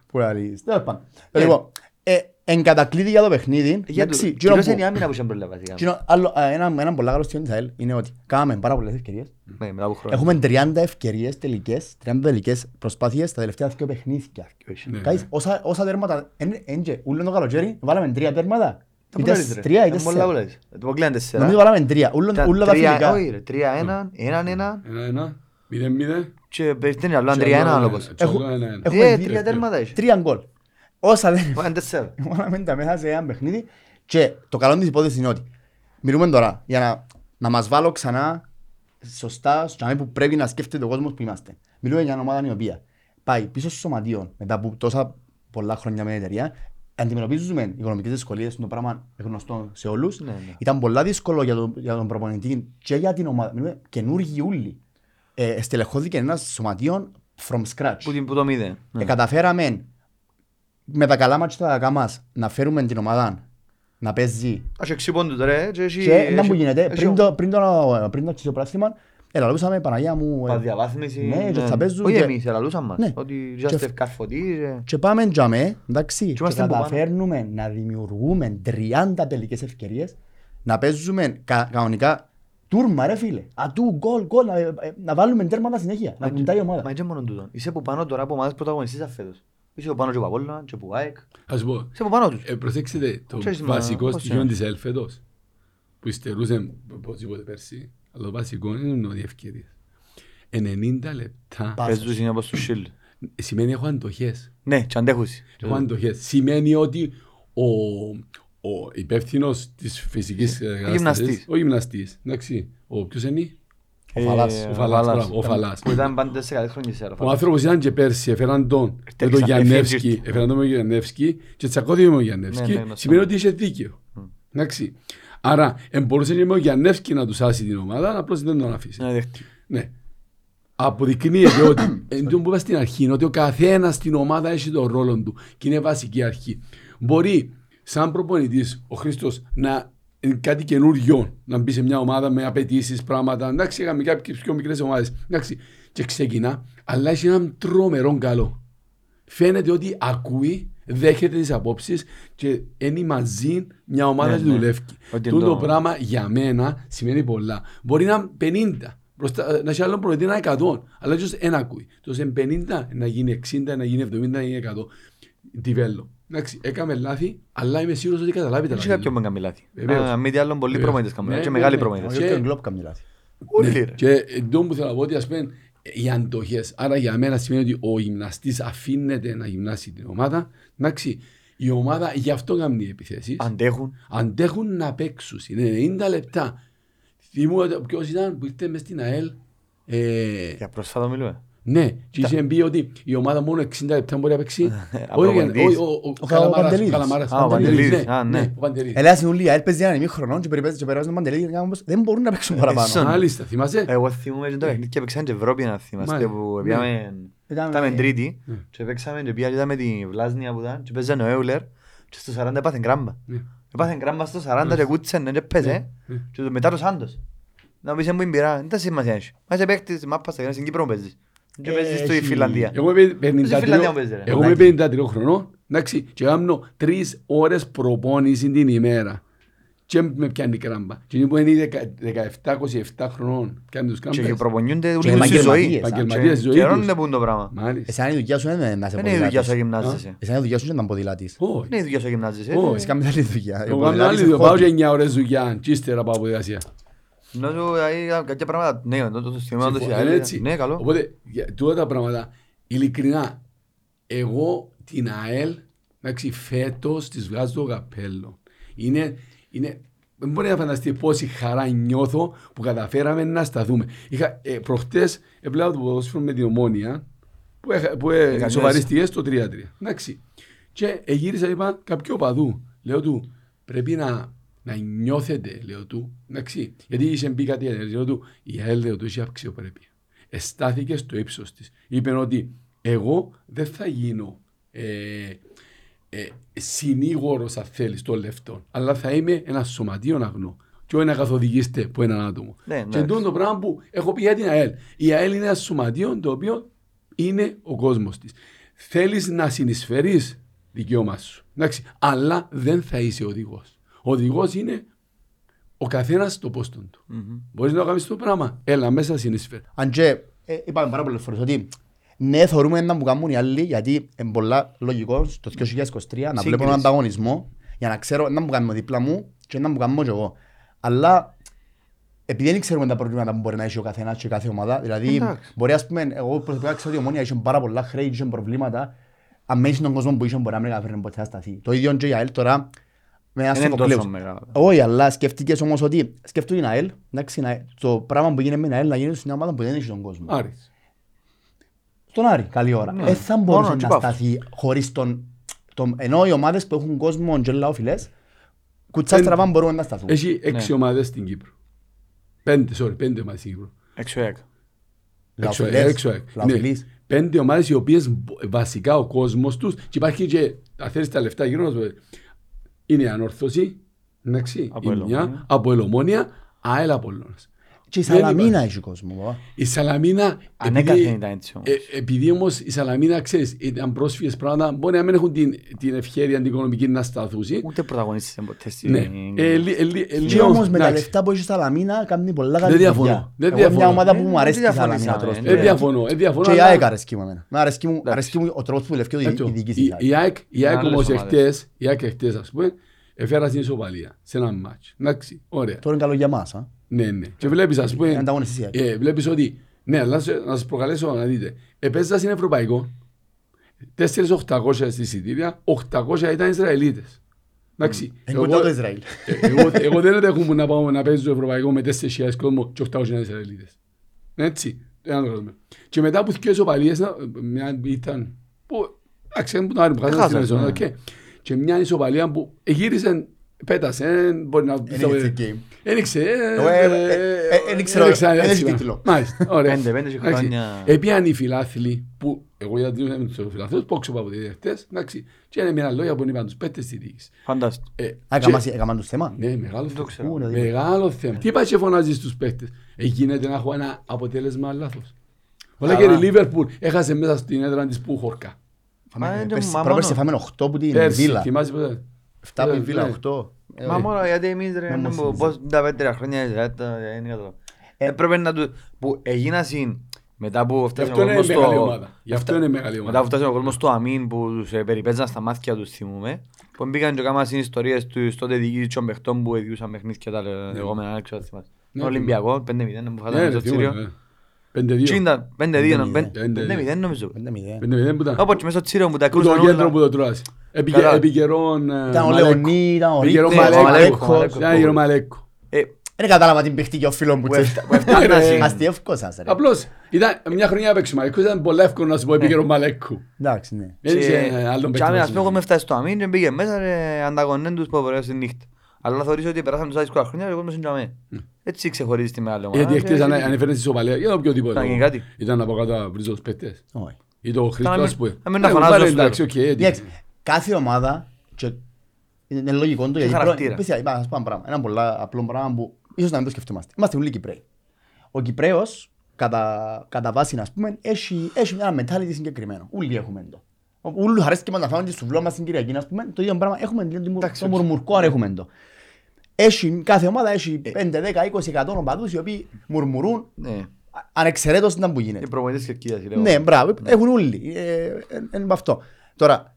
Που να λύσεις. Τέλος πάντων. Λοιπόν, ε, εν κατακλείδη Ε, για το παιχνίδι, Για εντάξει, το- εκείνο κυρίως που- είναι η άμυνα που είχε μπροστά, βασικά. εκείνο- άλλο- α, ένα- Ένα πολύ καλό στοιχείο της ΑΕΛ είναι ότι κάναμε πάρα πολλές ευκαιρίες. Ναι, μετά από χρόνια. Έχουμε 30 ευκαιρίες τελικές, 30 τελικές προσπάθειες στα τελευταία δύο παιχνίδια. Όχι. Ναι. Guys, όσα, όσα τέρματα, εν- εν και, ούλον το καλοκαίρι, βάλαμε τρία τέρματα. Τα Ή πολλά τεσ- ρε, τρία ή τα πολλά τέσσερα. πολλά. Τα πολλά είναι τέσσερα. Νομίζω βάλαμε τρία, ούλον- Τα ούλα τα τρία- φιλικά. Ναι. όχι, ρε, τρία έναν, έναν έναν Ένα, ένα. Μηδέν, μηδέν. και παίρνει άλλο Και τρία άλλο έναν ένα, όπως. και άλλο Έχω- ένα, ένα. έχω- Ε, δει- τρία τέρματα είχε. Τρία γκολ. Όσα δεν Βάλαν τέσσερα. Βάλαμε τα μέσα σε ένα παιχνίδι και το καλό της υπόθεσης είναι ότι μιλούμε τώρα για να, να μας βάλω ξανά σωστά στο σημείο που πρέπει να σκέφτεται ο κόσμος που είμαστε. Μιλούμε για μια ομάδα η οποία πάει πίσω στο σωματείο μετά από τόσα πολλά χρόνια με την εταιρεία αντιμετωπίζουμε οικονομικές δυσκολίες, το πράγμα γνωστό σε όλους. Ναι, ναι. Ήταν πολύ δύσκολο για τον, για τον προπονητή και για την ομάδα. Μιλούμε καινούργιοι ούλοι. Ε, στελεχώθηκε ένα σωματείο from scratch. Που την- που το μηδέν. Ναι. Ε, καταφέραμε με τα καλά μάτια και τα κακά μας να φέρουμε την ομάδα να παίζει. Ας έξι πόντους τώρα, ε, και έχει- Και ένα έχει- που γίνεται, έχει πριν το, πριν το, πριν το αξιοπράθλημα, ελαλούσαμε Παναγία μου. ε, Παδιαβάθμιση. Ναι, και θα παίζουν Όχι και- εμείς, ελαλούσαμε Ναι. μας. Ότι Και- just ευκαρφωτή, ε. Και πάμε τζαμέ, εντάξει, και είμαστε που πάμε. καταφέρνουμε να δημιουργούμε 30 τελικές ευκαιρίες, να παίζουμε κα, κανονικά τούρμα ρε φίλε, ατού, γκολ, γκολ, να, ε, ε, να βάλουμε τέρματα συνέχεια, να Μα- κουντάει η ομάδα. Μα και μόνο τούτο. Είσαι που πάνω τώρα από ομάδες πρωταγωνιστής αφέτος. Είσαι που πάνω και από Απόλλωνα και από ΑΕΚ. Ας πω, Είσαι που πάνω τους. ε, προσέξτε το Ξέρεις, μα, βασικό πώς στοιχείο είναι. της ΕΛ φέτος, που υστερούσε οπωσδήποτε πέρσι, αλλά το βασικό είναι ότι ευκαιρίες. 90 λεπτά Πα- Πες τους είναι όπως τους shield. σημαίνει έχω αντοχές. Ναι, και αντέχουσι. Έχω αντοχές. Σημαίνει ότι ο, ο υπεύθυνος της φυσικής γυμναστής. ο γυμναστής, εντάξει, ο ποιος είναι, Ο Φαλάς. Ε, Ο Φαλάς, μπράβο, ο Φαλάς. Που ήταν πάντα σε καλές χρόνιες σε Ο άνθρωπος ήταν και πέρσι, έφεραν τον με τον Έφυγε, Γιαννεύσκη, έφυγε. έφεραν τον με τον Γιαννεύσκη και τσακώθηκε με τον Ναι, ναι, Γιαννεύσκη. ναι, Σημαίνει ναι. ότι είχε δίκαιο. Εντάξει. Άρα, εν μπορούσε και με τον Γιαννεύσκη να τους άσει την ομάδα, απλώς δεν τον αφήσει. Ναι, δέχτη. Ναι. Αποδεικνύεται ότι, εν τω που είπα στην αρχή, είναι ότι ο καθένας στην ομάδα έχει τον ρόλο του και είναι βασική αρχή. Μπορεί, σαν προπονητής, ο Χρήστος να είναι κάτι καινούριο, να μπει σε μια ομάδα με απαιτήσεις, πράγματα. Εντάξει, είχαμε κάποιες πιο μικρές ομάδες. Εντάξει, και ξεκινά, αλλά έχει έναν τρομερό καλό. Φαίνεται ότι ακούει, δέχεται τις απόψεις και είναι μαζί μια ομάδα Ναι, και ναι. δουλεύει. Ότι Τούτο το- πράγμα πράγμα για μένα σημαίνει πολλά. Μπορεί να είναι 50, μπροστά, να έχει άλλον προεδρή να είναι 100, αλλά ίσω ένα ακούει. Το σε 50 να γίνει 60, να γίνει 70, να γίνει 100. Τιβέλο. Εντάξει, έκαμε λάθη, αλλά είμαι σίγουρος ότι καταλάβει τα Δεν είχε λάθη. κάποιον που έκανε λάθη. Βεβαίως. Α, Μη τι άλλον πολλοί Βεβαίως. προμονητές κάνουν. Ναι, Και ναι, μεγάλοι ναι. Ο προμονητές. Όχι, Γιώργο και- Γκλόπ κάνει λάθη. Ναι. Όλοι ρε. Και εντός που θέλω να πω ότι ας πούμε οι αντοχές. Άρα για μένα σημαίνει ότι ο γυμναστής αφήνεται να γυμνάσει την ομάδα. Εντάξει, η ομάδα γι' αυτό κάνει επιθέσεις Αντέχουν. αντέχουν να παίξουν. Είναι 90 λεπτά. Θυμούμαι ποιος ήταν που ήρθε μες στην ΑΕΛ. Ε, Για πρόσφατα μιλούμε. ναι, και είχε πει ότι η ομάδα μόνο 60 λεπτά μπορεί να Ε, παίξει. Όχι, Απροπαντής. όχι, ο- ο- ο Ο Καλαμάρας. Ο Παντελίδης. Καλαμάρας. Α, ο Παντελίδης, Παντελίδης. ναι, Α, ναι. ναι, ο Παντελίδης. Ελέας είναι ούλοι, παίζει έναν ημίχρονο και περιπέζει και περάζει τον Παντελίδη και κάνουμε πως δεν μπορούν να Ε, παίξουν παραπάνω. Εσόν. Μάλιστα, θυμάσαι. Εγώ θυμούμαι και το παιχνίδι και παίξαμε και Ευρώπη να θυμάστε Μάλιστα. που Ναι. πήγαμε Ήταν- ήταν τρίτη Ναι. και παίξαμε και πήγαμε με τη Βλάσνια που ήταν και παίζανε ο Έουλερ και στο 40 έπαθεν κράμπα. Ναι. Έπαθεν κράμπα στο 40 και κούτσανε και παίζε και το- μετά το Σάντος. Να πεις έμπου εμπειρά, δεν τα σημασία έχει. Μα είσαι παίκτης, μα πας στην Κύπρο παίζεις. Και παίζεις στη Έχει- Φιλανδία. Ε, Εγώ είμαι Φιλανδία 53 παίζεις, ρε. εγώ είμαι 53 χρονών. Εντάξει, και κάνω τρεις ώρες προπόνησης την ημέρα. Και με πιάνει κράμπα. Και είναι που είναι οι 17-27 χρονών. Πιάνει τους Και κράμπες. προπονιούνται Και όλη τους η ζωή. επαγγελματίες, α. Και Επαγγελματίες ζωής τους. καιρώνονται που είναι το πράγμα. Μάλιστα. Εσένα η δουλειά σου είναι να σε Δεν είναι η δουλειά σου να ποδηλάτης. γυμνάζεσαι. Εσένα η δουλειά σου είναι να ποδηλάτης. Όχι. Δεν είναι η δουλειά σου να γυμνάζεσαι. Όχι. Εσύ κάνεις άλλη δουλειά. Εγώ Ο κάνω ποδηλάτης άλλη είναι δουλειά. Πάω χόμπι. και 9 ώρες δουλειά και ύστερα πάω από διασία. Να σου, δηλαδή, κάποια πράγματα, ναι, το- το- το συστημά, όντως, η Είναι αλήθεια. ε, έτσι. Ναι, καλό. Οπότε, για- τούτα τα πράγματα Ειλικρινά, εγώ την ΑΕΛ, εντάξει, φέτος της βγάζω το καπέλο. Είναι, είναι, δεν μπορεί να φανταστεί πόση χαρά νιώθω που καταφέραμε να σταθούμε. Είχα, ε, προχτές έβλεπα το ποδόσφαιρο με την ομόνια που, έχα- που ε, Έκανε. σοβαρίστηκε στο 3-3. Εντάξει. Και ε, γύρισα, είπα, κάποιο παδού. Λέω του, πρέπει να, να νιώθετε, λέω του. Εντάξει. Γιατί είχε μπει κάτι, άλλο. λέω του, η ΑΕΛ, λέω του, είχε αξιοπρέπεια. Εστάθηκε στο ύψος της. Είπε ότι εγώ δεν θα γίνω ε, ε, συνήγορος, αν θέλεις, των λεφτών. Αλλά θα είμαι ένα σωματείο αγνό. Και όχι να καθοδηγήσετε από έναν άτομο. Ναι, και εντάξει. εντούτον το πράγμα που έχω πει για την ΑΕΛ. Η ΑΕΛ είναι ένα σωματείο το οποίο είναι ο κόσμος της. Θέλεις να συνεισφέρεις δικαίωμά σου. Εντάξει. Αλλά δεν θα είσαι οδηγός. Ο οδηγός είναι ο καθένας στο πόστο του. Μμμ. Μπορείς να το κάνεις το πράγμα. Έλα μέσα συνεισφέρει. Αν και ε, είπαμε πάρα πολλές φορές ότι ναι, θεωρούμε να μου κάνουν οι άλλοι, γιατί είναι πολλά λογικό στο 2023 να βλέπω Σύγκριση. έναν ανταγωνισμό για να ξέρω να μου κάνουν δίπλα μου και να μου κάνουν κι εγώ. Αλλά επειδή δεν ξέρουμε τα προβλήματα που μπορεί να έχει ο καθένας και η κάθε ομάδα, δηλαδή Εντάξει. μπορεί ας πούμε, εγώ προσωπικά ξέρω ότι η ομόνια είχε πάρα πολλά χρέη, είχε προβλήματα, αν μέσα στον κόσμο που είχε μπορεί να μην καταφέρνει ποτέ να σταθεί. Το ίδιο και η ΑΕΛ τώρα με ένα Δεν είναι Σοφοκλέους. τόσο μεγάλο. Όχι, αλλά σκεφτήκες όμως ότι σκεφτούν την ΑΕΛ, εντάξει, να- το πράγμα που γίνεται με την ΑΕΛ να γίνει σε μια ομάδα που δεν έχει τον κόσμο. Άρης. Στον Άρη, καλή ώρα. Ναι. Δεν θα Μόνο μπορούσε ο να Τσιπάφος. σταθεί χωρίς τον... τον- Ενώ οι ομάδες που έχουν κόσμο και λαόφιλες, κουτσά στραβά μπορούν να σταθούν. Ε, Έχει Ναι. έξι ομάδες στην Κύπρο. Πέντε, sorry, πέντε ομάδες στην Κύπρο. Έξω έκ. Έξω, Λαόφιλες, έξω, έξω. λαόφιλείς. Ναι. Πέντε ομάδες οι οποίες βασικά ο κόσμος τους και υπάρχει και τα θέλεις τα λεφτά γύρω μας. Είναι η ανόρθωση, εντάξει, Από η Ελωμόνια. μια, από ελομόνια, ΑΕΛ Απολλώνας. Και η Δεν Σαλαμίνα υπάρχει. έχει κόσμο. ε. βα. Η Σαλαμίνα, Ανέκαθεν ήταν έτσι όμως. ε, επειδή όμως η Σαλαμίνα, ξέρεις, ήταν πρόσφυγες πράγματα, μπορεί να μην έχουν την, την ευχαίρεια την οικονομική να σταθούσει. Ούτε πρωταγωνίστησε ποτέ στην... Ναι. Ε, λι- ε, λι- ε, Και λίγο, όμως με τα εντάξει. λεφτά που έχει η Σαλαμίνα κάνει πολλά καλή Δεν διαφωνώ. δουλειά. Δεν Εγώ είναι μια διαφωνώ. ομάδα που Ε, μου δεν αρέσει η Σαλαμίνα διαφωνήσαμε, να τρώει. ε, Ε, διαφωνώ, ε, διαφωνώ. Και η αλλά- ΑΕΚ αρέσκει μου εμένα. Μ' αρέσκει μου- αρέσκει μου ο τρόπος που λευκεί Έτσι, η διοίκηση δηλαδή. η- της Η ΑΕΚ, ΑΕΚ. η Να ΑΕΚ άλλες όμως ομάδες. εχθές, η ΑΕΚ εχθές ας πούμε, έφερα στην ισοπαλία σε ένα μάτς. Εντάξει, ωραία. Τώρα είναι καλό για μας. α. Ναι, ναι. Και βλέπεις ας Είναι πούμε, ανταγωνιστής η ΑΕΚ. ε, βλέπεις ότι, ναι, αλλά να σε- να σας προκαλέσω να δείτε. Επέζησα στην Ευρωπαϊκό, 4.800 στη Σιτήρια, 800 ήταν Ισραηλίτες. Εντάξει. Είναι κοντά το Ισραήλ. ε, εγώ- Εγώ δεν έχουμε να πάω να παίζω Ευρωπαϊκό με 4.000 κόσμο και 800 Ισραηλίτες. Έτσι. ένα το κρατούμε. Και μετά που θυκιώσω πάλι, μια ήταν. Που, εντάξει, που το άρεμα, χάσανε στην Χάσανε, Αριζόνα, ναι. οκ. Και μια ισοπαλία που γύρισε, πέτασε, δεν μπορεί να Εν ήξερε τι game. Δεν ήξερε. Εγώ, ε, ε, ε, εν ήξερα, αν εν έχει έτσι, τίτλο. Μάλιστα, ωραία. Πέντε, πέντε και Εντάξει. χρόνια. Επίαν οι φιλάθλοι που εγώ γιατί δεν είμαι τους φιλάθλους, πόξω από τις διευθές, εντάξει. Και είναι μια λόγια που είπαν τους πέτες στη διοίκηση. Φαντάστο. Ε, Α, και- έκαμας- έκαμαν τους θέμα. ναι, μεγάλο το ξέρω. θέμα. Μεγάλο θέμα. Τι πάει και φωνάζεις στους παίχτες. Ε, γίνεται να έχω ένα αποτέλεσμα λάθος. Όλα και η Καλά. Λίβερπουλ έχασε μέσα στην έδρα της που χορκά. Μα Φάμε- είναι πέρσι- μα Πρόπερσι μόνο- φάμε 8 που την Πέρσι, Βίλα. θυμάσαι πότε. 7 που την Ε, Βίλα, ναι. 8. Ε, Μα ε, μόνο γιατί εμείς ρε, μου ναι, μπο- θυμίζει. πώς τα πέντε χρόνια η Ζάτα, ε, είναι κατάλαβα. Ε, Έπρεπε να του... που έγινα συν μετά που Γι' φτάσαμε αυτό ο είναι κόσμος μεγάλη στο... ομάδα. Γι' αυτό είναι μεγάλη Μετά που ομάδα. φτάσαμε ο κόσμος στο αμήν που τους ε, περιπέζαν στα μάτια τους θυμούμε που μπήκαν και κάμα συν ιστορίες τους τότε διοικητής των παιχτών που εδιούσαν παιχνίδια και τα λεγόμενα έξω αν θυμάσαι. Ναι, Ολυμπιακό 5-0 που Ναι, φάγαμε ρε, το θυμούμαι, τσίριο. ναι. Πέντε-δύο. 5-2, 5-2. 5-0 νομίζω. 5-0. Πέντε-μηδέν που ήταν. Όπως και μέσα στο τσίριο που τα Που το κρούσαν κέντρο που όλα. το τρώασε. Επί- Καλά. επί καιρόν, ε, Ήταν ο Μαλέκο. Λεωνί, ήταν ο Επί καιρόν Ρίτε, Μαλέκο, ο Μαλέκο, Μαλέκος. Μαλέκο. Ήταν γύρω Μαλέκο. Ε, Δεν κατάλαβα την παιχτήκε ο φίλος μου. τσέ. που έφτανα Ρε. συν- Αστιεύκος σας ρε. Απλώς, ήταν μια χρονιά παίξει ο Μαλέκος, ήταν πολύ εύκολο να σου πω επί καιρόν Μαλέκου. Εντάξει, ναι. Δεν είχε Και- ε, άλλον και παίκτη άμενα, να ας πούμε, εγώ συμμετέχει. με φτάσει στο αμήν και μπήκε μέσα ρε, ανταγωνέν τους που απορρέω στη νύχτα. Αλλά θεωρείς ότι περάσαμε τους δύσκολα χρόνια και ο κόσμος είναι τζαμέ. Έτσι ξεχωρίζεις τη μεγάλη ομάδα. Γιατί χτες Και- αν ανέφερες τη σοβαλία, για το οποιοδήποτε. Ήταν και ε, κάτι. Ήταν από κάτω να βρίζω τους παίκτες. Όχι. Ή το Χρήστο, να μην- ας πούμε. να μην να Ε, φωνάζω βάλε, στο εντάξει, φλερ. οκ, έτσι. Εντάξει, Κάθε ομάδα και είναι λογικό το γιατί χαρακτήρα. πρέπει- είπα, να σας πω ένα πράγμα, ένα πολλά απλό πράγμα που ίσως να μην το σκεφτόμαστε. Είμαστε όλοι Κυπρέοι. Ο Κυπρέος κατά, κατά βάση ας πούμε έχει, έχει μια mentality συγκεκριμένο. Όλοι έχουμε το. Όλοι αρέσκει μας να φάμε τη σουβλό μας στην Κυριακή ας πούμε. Το ίδιο πράγμα έχουμε το, το μουρμουρκό αν έχουμε το. Έχει, κάθε ομάδα έχει 5, 10, 20, 100 οπαδούς οι οποίοι μουρμουρούν Ναι, α- ανεξαιρέτως ήταν που γίνεται. οι προπονητές της Κερκίδας, λέω. Ναι, μπράβο, έχουν όλοι. Ε, ε, εν- εν με αυτό. Τώρα,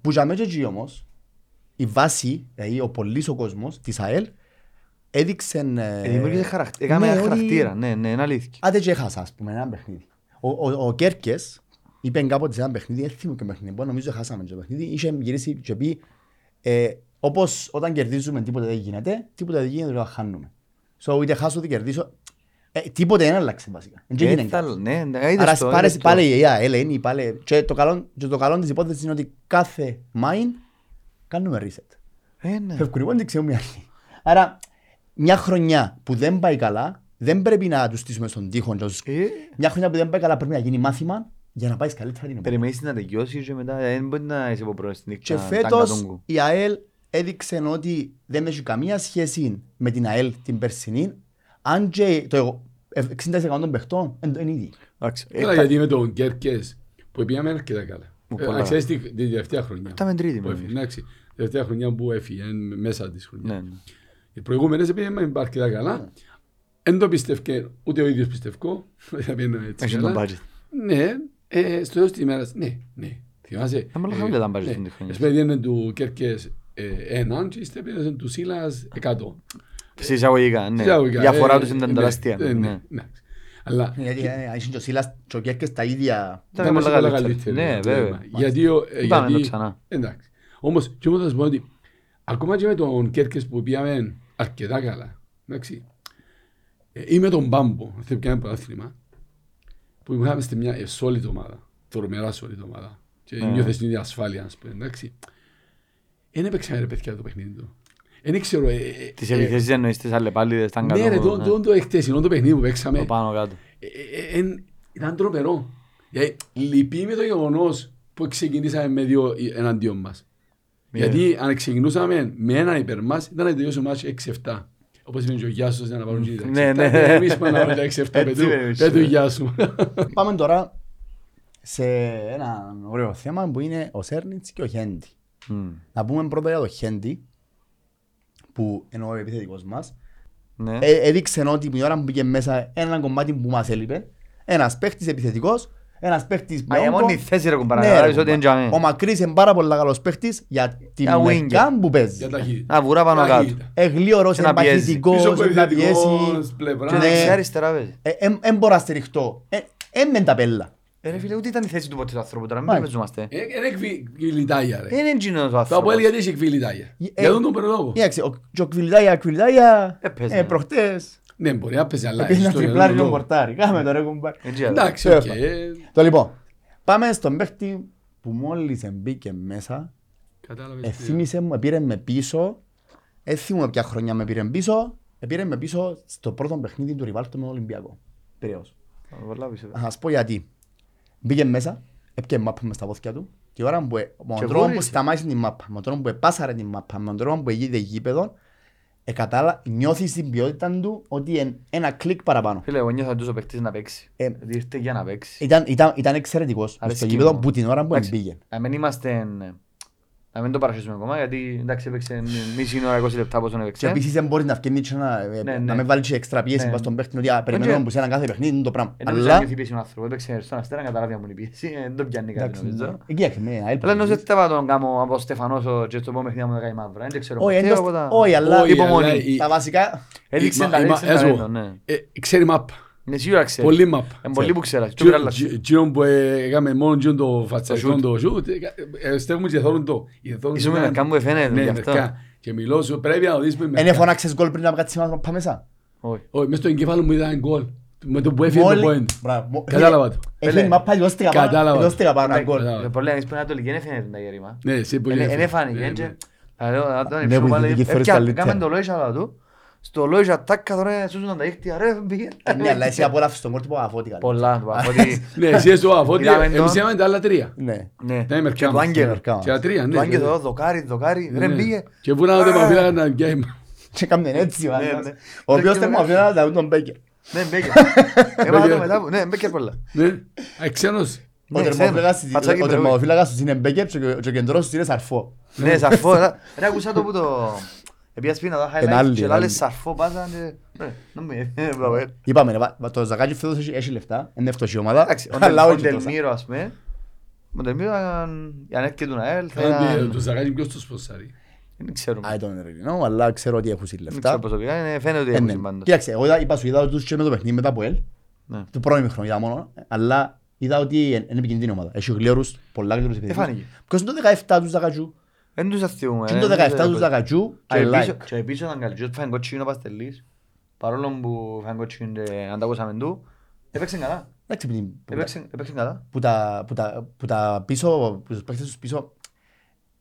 που για μένα και εκεί όμως, η βάση, δηλαδή ο πολλής ο κόσμος της ΑΕΛ, έδειξε... Ε, δημιούργησε χαρακ- έκαμε ναι, ένα ότι- χαρακτήρα, ναι, ναι, είναι αλήθεια. Άντε και έχασα, ας πούμε, ένα παιχνίδι. Ο, ο, ο Κέρκες, είπε κάποτε σε ένα παιχνίδι, δεν θυμούμαι και παιχνίδι, μπορεί, νομίζω χάσαμε το παιχνίδι, είχε γυρίσει και πει ε, όπως όταν κερδίζουμε τίποτα δεν γίνεται, τίποτα δεν γίνεται όταν χάνουμε. So, είτε χάσω είτε κερδίσω, ε, τίποτα δεν άλλαξε βασικά. Δεν έγινε Ε, κάτι. θα- ναι, ναι, είδες Άρα το, πάρε είδες το. πάλι η ΑΕΑ, Ελένη, πάλι. Και το καλό, και το καλό της υπόθεσης είναι ότι κάθε μάιν κάνουμε reset. Ε, ναι. Φευκουριμόν την ξέρουμε αρχή. Άρα μια χρονιά που δεν πάει καλά, δεν πρέπει να τους στήσουμε στον τοίχο. να τους- Ε, Μια χρονιά που δεν πάει καλά πρέπει να γίνει μάθημα για να πάει καλύτερα την επόμενη. Περιμένεις να τελειώσεις και μετά ε, δεν μπορεί να είσαι από πρώτη στην Και νύχτα, τάγκα φέτος τόγκου. η ΑΕΛ έδειξε ότι δεν έχει καμία σχέση με την ΑΕΛ την περσινή, αν και το 60% των παιχτών εν- εν ίδιοι. Εντάξει, ε, Καλά, τα- γιατί με τον Κέρκες που πήγαμε αρκετά καλά. Που Ε, πολλά. να Ξέρεις την την τελευταία χρονιά. Φτάμε τρίτη, που με έφυγε. εμείς. Εντάξει, την τελευταία χρονιά που έφυγε, εν- μέσα της χρονιάς. Ναι, ναι. Οι προηγούμενες πήγαμε αρκετά καλά. Δεν το πιστεύκε, ούτε ο ίδιος πιστεύκω. Δεν πήγαινε έτσι Έχεις καλά. τον budget. Ναι, ε, στο τέλος της ημέρας, ναι, ναι. Θυμάσαι. Ε, μάλλον ε, χαμηλά τα μπάζες ναι. στην τεχνία. Ας πούμε, έδιανε του Κέρκες ε, έναν και είστε πήγαινε του Σίλας εκατό. Σε εισαγωγικά, ναι. Εισαγωγικά, Η αφορά ε, τους ε, ήταν ναι, τεράστια. ε, ναι, ναι. εντάξει. Αλλά Γιατί ε, είσαι και ο Σίλας και ο Κέρκες τα ίδια. ήταν πολύ καλύτερη. Ναι, βέβαια. Γιατί, ο- ε, Πάμε το γιατί- ξανά. Εντάξει. Όμως, και εγώ θα σας πω ότι ακόμα και με τον Κέρκες που πήγαμε αρκετά καλά, εντάξει, ε, ή με τον Μπάμπο, αυτό πήγαμε πρωτάθλημα, που είχαμε σε μια ε, solid ομάδα, τρομερά solid ομάδα, και Ναι. νιώθες την ίδια ασφάλεια, ας πούμε, εντάξει. Δεν έπαιξαμε ρε παιδιά το παιχνίδι του. Δεν ξέρω... ε, ε, Τις ε, επιθέσεις εννοείς τις αλλεπάλληλες, τα Ναι ρε, κάτω, το- ναι. το- το εκτεσινό το παιχνίδι που παίξαμε, Το πάνω κάτω. ε, ε, εν- ήταν τρομερό. Δηλαδή, λυπεί με το γεγονός που ξεκινήσαμε με δύο ε, εναντίον μας. Ναι. Μηδέν. Ε, Γιατί αν ξεκινούσαμε με έναν υπέρ μας, ήταν να τελειώσει ο μάτς 6-7. Όπως είπε και ο Γιάσος να πάρουν και τα 6-7. Ναι, ναι. Εμείς πάμε να πάρουμε τα 6-7 Έτσι είναι, πέτου έτσι. Γιάσου. Πάμε τώρα σε ένα ωραίο θέμα που είναι ο Σέρνιτς και ο Χέντι. Ναι. Μμ. Να πούμε πρώτα για το Χέντι, που είναι ο επιθετικός μας. Ναι. Ε, έδειξε ότι την ώρα που πήγε μέσα ένα κομμάτι που μας έλειπε, ένας παίχτης επιθετικός, ένας παίχτης Α, η πλέον. μόνη θέση ρε κουμπάρα, Ναι, να ρε, δεις ότι κουμπά. είναι τζαμί. Ο Μακρύς είναι πάρα πολύ καλός παίχτης για την Για winger. μερικά που παίζει. Για ταχύτητα. Α, βουρά πάνω Για κάτω. ταχύτητα. Εγλίωρος, Και να είναι πιέζει. παχητικός, Πίσω από να επιθετικός, πιέσει. πλευρά. Ε, Και Ναι. δεξιά αριστερά παίζει. Δεν μπορώ να στηριχτώ. Δεν με τα πέλα. Ε, ρε φίλε, ούτε ήταν η θέση του ποτέ του ανθρώπου τώρα, μην Μάλιστα. παίζομαστε. Ε, Είναι εκβιλιτάγια ρε. Δεν είναι τζινός Το ο Αποέλ άνθρωπος. γιατί έχει εκβιλιτάγια. Ε, Για τον τον προλόγο. Εντάξει, ο και ο Κβιλιτάγια, Κβιλιτάγια, Ε, παίζει, ε, ναι. προχτές. Ναι μπορεί να παίζει αλλά. Επίσης έχεις να το για τον τριπλάρει τον προλόγο. πορτάρι. Κάμε το ρε κουμπάρι. Δεν ξέρω. Εντάξει, Ε, οκ. ε, ε, Το λοιπόν, πάμε στον παίχτη που μόλις μπήκε μέσα. Κατάλαβες. τι. Εθύμησε μου, πήρε με πίσω. Δεν θυμούμαι ποια χρονιά με πήρε πίσω. Ε, Πήρε με πίσω στο πρώτο παιχνίδι του Ριβάλτο με τον Ολυμπιακό. Πειραιώς. Θα το βολάβεις, ε. Να σας πω γιατί. Μπήκε μέσα, έπιε μάπα μες στα πόθηκια του και η ώρα που, ε- με τον Και τρόπο που βούρισε. σταμάτησε την μάπα, με τον τρόπο που επάσαρε την μάπα, με τον τρόπο που έγινε γήπεδο, ε, κατάλα, νιώθει στην ποιότητα του ότι εν, ένα κλικ παραπάνω. Φίλε, εγώ νιώθω ότι ο παίκτης να παίξει. Ε, Δηλαδή, Ήρθε για να παίξει. Ήταν, ήταν, ήταν εξαιρετικός μες στο Αρέσκει γήπεδο μου. που την ώρα που Εντάξει, Ε. μπήκε. Να μην είμαστε... Να μην το παραχωρήσουμε ακόμα, γιατί εντάξει έπαιξε μισή ώρα 20 λεπτά πόσο Και έπαιξε. επίσης δεν μπορείς να βγαίνεις και να, ε, Ναι, να ναι. με βάλεις και έξτρα πίεση Ναι. πας στον παίχτη ότι «Α, περιμένουμε και- που σε έναν κάθε παιχνίδι είναι το πράγμα. Δεν Ε, νομίζω να Αλλά νιώθει πίεση ο άνθρωπος. Έπαιξε στον αστέρα, καταλάβει αν μου είναι πίεση. ε, Δεν το πιάνει κάτι εντάξει, ναι. Ε, νομίζω. εκεί έχει μια έλπη. Αλλά νομίζω ότι θα πάω να τον κάνω από Στεφανός ο- και στο πω παιχνίδι μου να κάνει μαύρα. Δεν ξέρω Όχι, ποτέ, εντός- οπότε- όχι, αλλά Όχι, αλλά υπομονή. η- τα βασικά... Έδειξε Μα- τα μα- έδειξε τα έσβο. ταλέντο, ναι. Ε, Ξέρει μάπα. Ναι, σίγουρα ξέρει. Πολύ μάπα. Ε, Πολύ που ξέρεις. Τι ώρα Εκείνο που ε, έκαμε μόνο εκείνο το φατσαρικό Το το ε, σούτ, στέγουμε και θόρουν το. Οι θόρουν Ήσουν με ήταν- μερικά μου, εφαίνεται, Ναι, γι' αυτό. μερικά. Και μιλώ σου, πρέπει να το δεις με Ναι. Είναι μερικά. φωνάξες γκολ πριν να βγάλεις σήμερα πάμε μέσα. Όχι. Όχι, μες στο εγκέφαλο μου ήταν γκολ. Με το που έφυγε το Μόλι- point. Μπράβο. Μο- Κατάλαβα Φίλε, το. Έχει Έλε. η μάπα λιώστηκα πάνω- Κατάλαβα. λιώστηκα πάνω Εντάξει, γκολ. Κατάλαβα. Το πρόβλημα είναι που είναι Ανατολική, δεν φαίνεται τα γερήμα. Ναι, εσύ πολύ Δεν εύκολα. φάνηκε, Ναι, έτσι. ναι. Θα λέω, να τον Ναι, ρίξω που πάλι. ειδική φορές Έπια- καλύτερα. κάμεν το Λόισα αλλά του. Στο Λόισα τάκ καθόρα σούζουν τα δίχτυα, ρε, πήγε. Ναι, αλλά εσύ απόλαυσες τον κόρτο που αγαφώτηκα. Πολλά, το πάω, ότι- Ναι, εσύ είσαι ο αφώτη, Είδαμε το. εμείς είχαμε τα άλλα τρία. Ναι. Ναι, Τα είναι και μερικά του μας. Άγγελ. μερικά μας. Και τα τρία, ναι. Του Άγγελ ναι. εδώ, δοκάρι, δοκάρι, ρε, Ναι. πήγε. Ε. Και πού να το Α. παπίλα να γκέιμα. Και έκαμε έτσι, ο άλλος. ναι. Ο οποίος Και δεν μου μετά- αφήνει να δαούν τον Μπέκερ. Ναι, μπέκερ. Έμαθα το μετά, που- ναι, μπέκερ πολλά. Ναι, Ε, ξένος. Ο Ναι, τερμοφύλακας- ξέρω. Πατσάκι ο πρέπει. τερμοφύλακας τους είναι Μπέκερ και ο- και ο κεντρός τους είναι Σαρφό. Ναι, σαρφό. Ρε, ρε, άκουσα το που το... Επειδή σπίνα τα Εν highlights άλλη, και εν λάλε άλλη. σαρφό πάσα... ναι, ναι, νομίζω, ε, μπράβο, ε. Είπαμε, ρε, βα- το Ζακάκι φέτος έχει- έχει λεφτά, είναι φτωχή ομάδα, Εντάξει, ο αλλά Ντελ- ο όχι τόσα. Ντελμύρο ας πούμε. Ο Ντελμύρο αν- η ανέκτη του ΑΕΛ θα Κάνατε ήταν... το Ζαγάκι ποιος το σπονσάρει. Δεν ξέρουμε. Ε, Α, τον Ερηνό, αλλά ξέρω ότι έχουν Δεν ξέρω λεφτά. προσωπικά, είναι- φαίνεται ότι Ε, έχουν ναι. πάντως. Κοίταξε, εγώ είδα- είπα σου, είδα τους και με το παιχνίδι μετά από ελ, Ναι. του πρώην χρονιά μόνο, αλλά είδα ότι είναι επικίνδυνη ομάδα. Έχει γλιόρους, πολλά γλιόρους Ε, φάνηκε. Ε, επιθετικούς. Ποιος είναι το 17 τους Δακατζού. Δεν τους αθιούμε. Και είναι το 17 τους Δακατζού, I like. ναι, Και πίσω ήταν καλός. Φάνε κοτσίνο παστελής. Παρόλο που φάνε κοτσίνο και αντακούσαμε του. Έπαιξε καλά. Εντάξει, που την- που τα- Έπαιξε έπαιξε καλά. που τα- που τα- που τα πίσω, που τους παίχτες τους πίσω,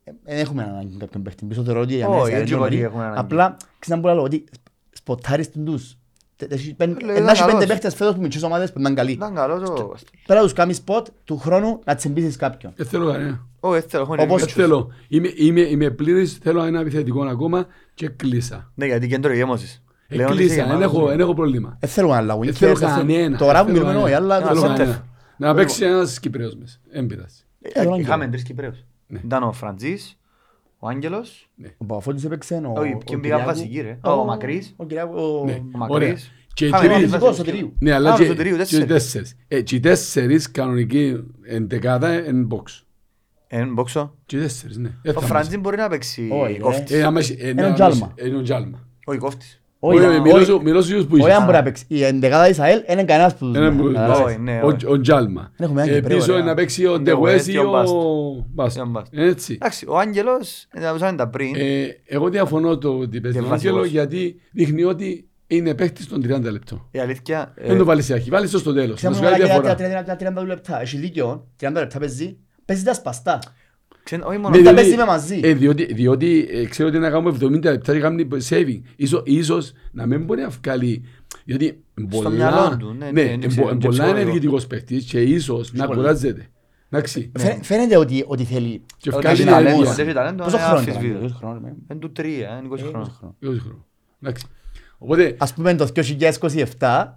ε, δεν έχουμε ανάγκη κάποιον παίχτη πίσω, θεωρώ ότι για μένα Όχι, είναι δεν αρκετό θεωρώ ότι παιδί. έχουμε ανάγκη. Απλά, ξέρεις να μπορώ να λέω ότι σποτάρεις την τους. Τε- τε- έχει πεν- Λέω, ε, ήταν να έχει καλός. πέντε παίχτες φέτος που μικρές ομάδες που ήταν καλοί. Ήταν καλός ο... Πέρα τους κάνεις σποτ του χρόνου να τσιμπήσεις κάποιον. Δεν θέλω κανένα. Ω, έτσι θέλω. έχω Όπως Δεν ενεργειούς. θέλω. Είμαι, είμαι, είμαι πλήρης, θέλω ένα επιθετικό ακόμα και κλείσα. Ναι, γιατί κέντρο γεμώσεις. Λέω, είσαι Εκλείσα, δεν γεμάτος, έχω, γεμάτος. Ε, δεν έχω πρόβλημα. Δεν θέλουμε άλλα wingers, Δεν θέλω δεν θέλω- κανένα. Τώρα που Δεν θέλω μιλούμε όλοι, κανένα. αλλά Δεν Ένα θέλω center. κανένα. Να παίξει ένας Κυπρέος μέσα. Εν πειράζει. Ε, τον Είχαμε Άγγελο. τρεις Κυπρέους. Ναι. Ήταν ο Φραντζής, ο Άγγελος. Ο Παπαφώτης έπαιξε, ο- Όχι, ο ποιον πήγα Κυριάκου. βασική, ρε. Ο- Ο Μακρύς. ο Κυριάκου, ο- Ναι. ο Ωραία. Μακρύς. Και οι Είχαμε τρεις- βασικούς βασικός, ο Κυπρέους. Τρίου. Ναι, αλλά Άρα, και, στο τρίο, και οι τέσσερις. τέσσερις. Ε, και οι τέσσερις κανονικοί εντεκάδα εν box. Εν μπόξο. Και οι τέσσερις, ναι. Ο Φραντζή μπορεί να παίξει Όχι, ρε. κόφτης. Ε, άμα έχει- ε, ναι, Έναν άμα τζάλμα. έχει- ε, Είναι ο τζάλμα. ε, Όχι κόφτης. Όχι, Όχι, όχι, μιλώ σου- μιλώ σου γιους που όχι, αν είσαι. μπορεί να παίξει. Η εντεκάδα της ΑΕΛ είναι κανένας που τους Ένα να- που- να- ναι. Όχι, ναι, Ο- όχι. Ναι, Ο Τζάλμα. Δεν έχουμε έναν Ε, Κυπρέο, πίσω ρε. να παίξει ο Ο Ντεγουές ή Ντεγουές και ο ο Μπάστο. Και ο Μπάστο. Έτσι. Εντάξει, ο Άγγελος, ε, τα πούσαμε τα πριν. Ε, Εγώ διαφωνώ το ότι παίζει τον Διαβάζεις Άγγελο εγώ. γιατί δείχνει ότι είναι παίχτης των 30 λεπτών. Η αλήθεια... ε, Δεν το βάλεις σε αρχή, βάλεις το στο τέλος. Να Ξέρουμε σου όλα κάνει και τα διαφορά. 30 λεπτά. Έχει δίκιο, 30 λεπτά παίζει. Παίζει τα σπαστά. ξεν- Όχι Ναι, μόνο... τα διότι- παίζουμε μαζί. ε, διότι, διότι ε, ξέρω ότι να κάνουμε 70 λεπτά και κάνουμε saving. Ίσο, ίσως να μην μπορεί να βγάλει. Διότι πολλά, μυαλό του, ναι, ναι, ναι, ναι, εμπο- ξέρω, εμπολά ξέρω εγώ. ενεργητικός παίχτης και ίσως να πολύ. κουράζεται. Εντάξει. Φαι- Φαίνεται ότι, ότι θέλει. Και Ότι βγάζει έχει την ταλέντο, ενέργεια. έχει ταλέντο, Πόσο ε, χρόνο ήταν, αμφισβήτητο. 20 χρόνων, ε, Εν του τρία, εν 20 20 χρόνια. χρόνων. 20 χρόνια. Εντάξει. Οπότε, Ας πούμε το 2027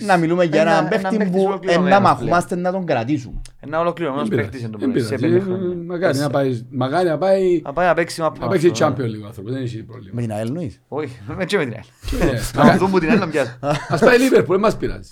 να μιλούμε για Ένα- έναν ένα παίχτη παίχτη που ολοκληρωμένο, να φίλε. μαχούμαστε να τον κρατήσουμε. Ένα ολοκληρωμένος δεν παίκτης πειράζει. εν το Δεν πρωί, σε πειράζει. πέντε Ε, χρόνια. Μακάρι να πάει- μακάρι να πάει Να πάει να παίξει μάπα. να παίξει αυτό, Champions ε. League ο άνθρωπος. Δεν έχει πρόβλημα. Με την ΑΕΛ νοείς. Όχι, με και με την άλλη. Ναι, Να μακάρι. δουν που την άλλη να πιάσει. Ναι, Ας πάει η Liverpool, δεν μας πειράζει.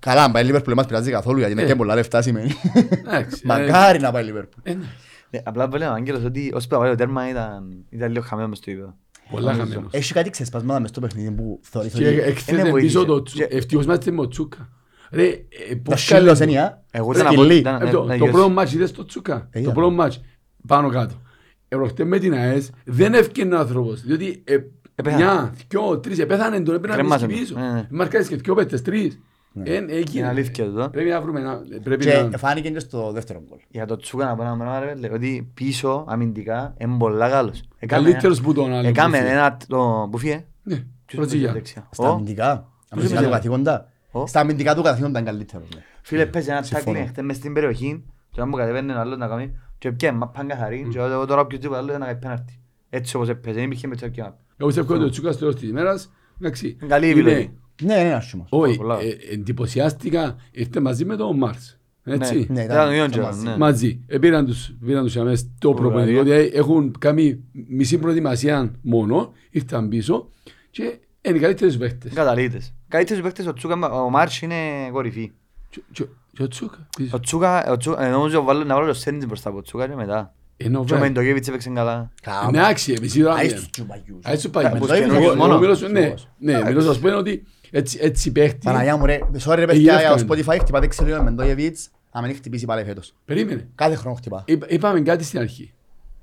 Καλά, αν πάει η Λίβερπουλ μας πειράζει καθόλου γιατί είναι Ε. και πολλά λεφτά σημαίνει. Εντάξει. Μακάρι να πάει η Λίβερπουλ. Ε, ναι. Ναι, Απλά βλέπει ο Άγγελος ότι ως που τα βάλει το τέρμα ήταν ήταν λίγο χαμένος μες στο γήπεδο. Πολλά χαμένος. Έχει κάτι ξεσπασμάτα μες στο παιχνίδι που Ε, θεωρείς Και ε, ότι εκθέτει πίσω Είναι ναι, βοήθησε. το Τσου- Και- Ευτυχώς είμαστε με ο Τσούκα. Ρε, ε, πώς τα καλέ- σύλλος είναι η Α. Εγώ Ρε, ήταν από- σκυλί. ήταν- Ε, Το ναι, το ναι, πρώτο μάτς είδες το Τσούκα. Ε, Το είδα. πρώτο μάτς. Πάνω κάτω. Ερχεται με την ΑΕΣ. Δεν έφυγε ο άνθρωπος. Διότι ε, Επέθανε. μια, δυο, τρεις. Επέθανε τον. Έπρεπε να Κρεμάζανε. βγεις πίσω. Ναι, ναι. Μαρκάρεις και δυο πέτες, τρεις. Ε, Εν, έγινε. Είναι αλήθεια τούτο. Πρέπει να βρούμε ένα- Πρέπει Και να... φάνηκε και στο δεύτερο γκολ. Για το Τσούκα να πω ένα πράγμα, ρε, λέει ότι πίσω αμυντικά είναι πολλά καλός. Έκαμε- Καλύτερος που τον άλλο. Ε, Έκαμε που φύγε. ένα το που φύγε. Ναι, Ποιος Ροτζιγιά. παίζει δεξιά. Στα Ο, αμυντικά. αμυντικά είπε του να- καθήκοντα. Ο. Στα αμυντικά του καθήκοντα είναι καλύτερος. ναι. Φίλε παίζει ένα Συμφωνώ. τάκλινγκ χτες μες στην περιοχή και όταν μου κατεβαίνει ένα άλλος να κάνει και πια μα πάνε καθαρή και εγώ τώρα όποιος τίποτα άλλο ήταν να κάνει πέναρτη. Έτσι όπως έπαιζε, δεν υπήρχε με τσάκια. Εγώ σε ευχαριστώ, ο Τσούκας τέλος της ημέρας. Εντάξει. Είναι καλή η Είναι- επιλογή. Ναι, ναι, ας πούμε. Όχι, πολλά. ε, εντυπωσιάστηκα, ήρθε μαζί με τον Μάρς. Έτσι. Ναι, Ναι, ήταν- ήταν ο Ιόντζερ, ήταν μαζί. ναι. Μαζί. Ε, πήραν τους, πήραν τους αμέσως το προπονητικό. Βουλγαρία. Δηλαδή έχουν κάνει μισή προετοιμασία μόνο, ήρθαν πίσω και είναι οι καλύτερες παίχτες. Καταλήτες. Καλύτερος παίκτης ο Τσούκα, ο Μάρς είναι κορυφή. Και- και- Και ο Τσούκα Ο πίσω. Τσούκα, ο Τσούκα, ε, νόμιζα βάλω- να βάλω το Σέρντζιν μπροστά από τον Τσούκα και Ναι. μετά. Ενώ Και ο βέβαια. Μεντογέβιτς έπαιξε καλά. Κα- Ναι, άξιε, εμείς είδαμε. Άι στους τσουμπαγιούς. Άι σου Ε, πάει. με Εγώ- το ίδιο εγώ μόνος. μιλώ σου- Ναι, Σίγουρος. ναι, μιλώ σου, ας πούμε ότι έτσι- έτσι παίχτη. Παναγιά μου ρε, sorry ρε γεύκαμε. παιδιά, για το Spotify χτυπάτε ξύλο με Ντόγεβιτς, άμα μην χτυπήσει πάλι φέτος. Περίμενε. Κάθε χρόνο χτυπά. Είπα- Είπαμε κάτι στην αρχή.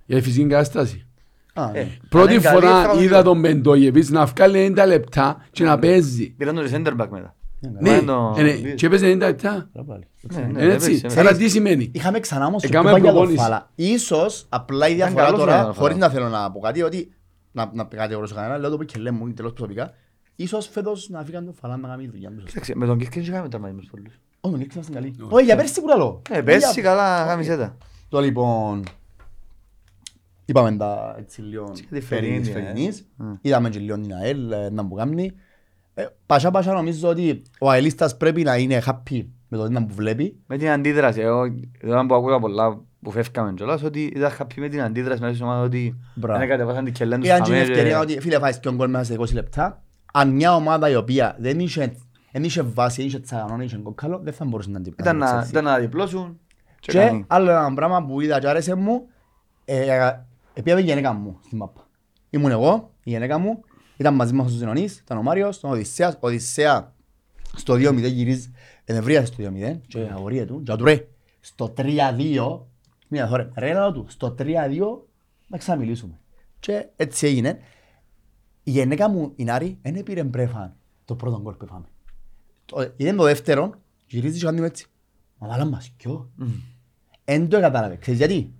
Για τη φυσική κατάσταση. Α, ναι. Ε, αν Πρώτη είναι καλή, φορά θα είδα βάλω. τον Μεντόγεβιτς να βγάλει 90 λεπτά και να παίζει. Πήραν τον center back μετά. Ναι, βάλει τον- ε, ναι, και παίζει 90 λεπτά. Καλά πάλι. Ναι, ναι, Είναι έτσι. έπαιξε. Άρα τι σημαίνει. Είχαμε ξανά όμως το Έκαμε κουμπάκι από προπόνηση. φάλα. Ίσως απλά η διαφορά καλός ο τώρα, Ιωάννης χωρίς Φάλα. να θέλω να πω κάτι, ότι να, να κατηγορήσω κανένα, λέω το που και λέμε μου, τελώς προσωπικά, ίσως φέτος να φύγαν τον φαλά να κάνει δουλειά μου. Κοίταξε, με τον Κίσκιν είχαμε τερματισμούς πολλούς. Όχι, δεν είμαστε καλοί. Ναι. Όχι, για πέρσι που λέω. Ε, πέρσι καλά, γάμισέτα. Το λοιπόν, είπαμε τα έτσι λίγο τη φερινής, Φερίνια, ε. φερινής. Mm. Είδαμε και λίγο την ΑΕΛ, ε, να μου κάνει. Ε, Πασά πασά νομίζω ότι ο ΑΕΛίστας πρέπει να είναι happy με το τι που βλέπει. Με την αντίδραση, εγώ τώρα που ακούγα πολλά που φεύγαμε κιόλας, ότι ήταν happy με την αντίδραση μέσα στην ομάδα ότι Μπράβο. δεν κατεβάσαν την κελέν τους Ήταν και η χαμές, ευκαιρία ε. ότι φίλε φάεις ποιον γκολ μέσα σε 20 λεπτά. Αν μια ομάδα η οποία δεν είχε, δεν είχε βάση, δεν είχε τσαγανόν, δεν είχε κόκκαλο, δεν θα μπορούσε να την Ήταν να- εξελιχθεί. ήταν να διπλώσουν και Και κάνει. άλλο ένα πράγμα που είδα και άρεσε μου, ε, επειδή η γενέκα μου στην μάπα. Ήμουν εγώ, η γενέκα μου, ήταν μαζί μας ο Ζηνονής, ήταν ο Μάριος, ήταν ο Οδυσσέας. Ο Οδυσσέα στο 2-0 γυρίζει, Ενευρίασε το 2-0 και η αγορία του. Και του ρε, στο 3-2, μία θόρε, ρε λαό του, στο 3-2 να ξαμιλήσουμε. Και έτσι έγινε. Η γενέκα μου, η Νάρη, δεν πήρε μπρέφαν το πρώτο γκολ που φάμε. Το- Είδε το δεύτερο, γυρίζει και κάνει μου έτσι. Μα βάλα μας κιό. Εν το κατάλαβε. Ξέρεις γιατί.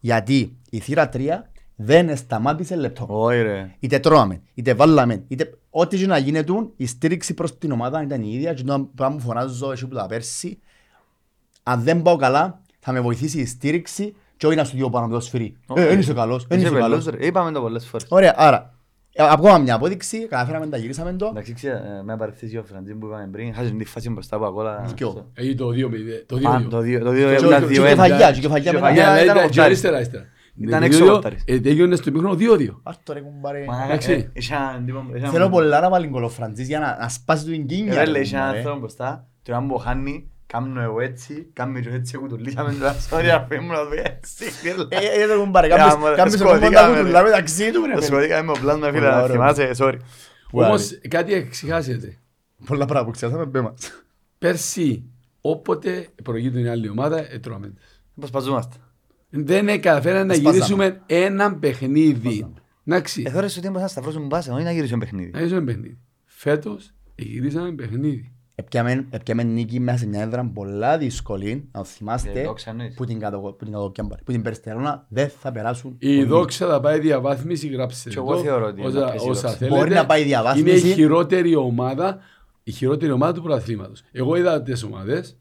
Γιατί η θύρα 3 δεν σταμάτησε λεπτό. Όχι ρε. Είτε τρώαμε, είτε βάλαμε, είτε ό,τι και να γίνεται, η στήριξη προς την ομάδα ήταν η ίδια και το πράγμα που φωνάζω εσύ που τα πέρσι, αν δεν πάω καλά, θα με βοηθήσει η στήριξη και όχι να σου δύο πάνω από το σφυρί. Όχι. Ε, δεν είσαι καλός, δεν Είσαι είσαι πελός, καλός. ρε. Είπαμε το πολλές φορές. Ωραία, άρα, ε, ακόμα μια απόδειξη, καταφέραμε να τα γυρίσαμε το. Εντάξει, ξέ- ε, με παρεθείς ο Φραντζίν που είπαμε πριν, χάζουν τη φάση μπροστά από ακόλα. Δικαιό. στο- Έγινε το 2-0. Το Α, 2-2. Το δύο, το δύο, Και- ήταν και- δύο και ένα. κεφαλιά, και κεφαλιά μετά. Κεφαλιά, Ναι, ήταν ήταν και οχτάρι. αριστερά, αριστερά. Ήταν Ναι, έξω δύο-δύο. οχτάρις. Ε, Έγινε στο μικρό 2-2. Ας το ρε κουμπάρε. Μα, Εντάξει. ε, είχε έναν τύπο- είχε έναν- Θέλω πολλά να βάλει γκολ ο Φραντζής για να, να σπάσει την Ε, κίνια. ρε, ρε, λέει, είχε έναν κουμπάρε. άνθρωπο μπροστά, του έναν που χάνει, κάμνω εγώ έτσι, κάμνω εγώ έτσι, εγώ του λύσαμε τώρα, sorry, αφού ήμουν εδώ έτσι, γελά. Ε, ε, ρε κουμπάρε, Ε, κάποιος- άμα, ρε, κάποιος σκοτήκαμε, κομμάτα που ρε. τουλά μεταξύ του, ρε, Το φίλε. σκοτήκαμε με ο πλάσμα, φίλε, Ωραία, να ωραία. θυμάσαι, sorry. Όμως κάτι εξηγάσετε. Πολλά πράγματα που ξεχάσαμε, μπε μας. Πέρσι, όποτε προηγείται η άλλη ομάδα, ε, τρώμε τις. Προσπαζούμαστε. Δεν ε, καταφέραμε να Σπάσαμε. γυρίσουμε ένα παιχνίδι. Εντάξει. Ε, θεωρείς ότι μπορείς να σταυρώσουν μπάσα, όχι να γυρίσουν Να παιχνίδι. γυρίσουμε παιχνίδι. Φέτος, ε, γυρίσαμε παιχνίδι. Επιάμε, επιάμε νίκη μέσα σε μια έδρα πολλά δύσκολη, να το Ε, θυμάστε, δόξα νοείς. που την κατοχ- που την κατοχιάμπαρε, που την Περιστερώνα δεν θα περάσουν. Η πολύ. δόξα θα πάει διαβάθμιση, γράψτε Κι το, εγώ θεωρώ ότι όσα- είναι απλής η όσα δόξα. θέλετε. Μπορεί να πάει διαβάθμιση. Είναι η χειρότερη ομάδα, η χειρότερη ομάδα του πρωταθλήματος. Εγώ είδα τις ομάδες,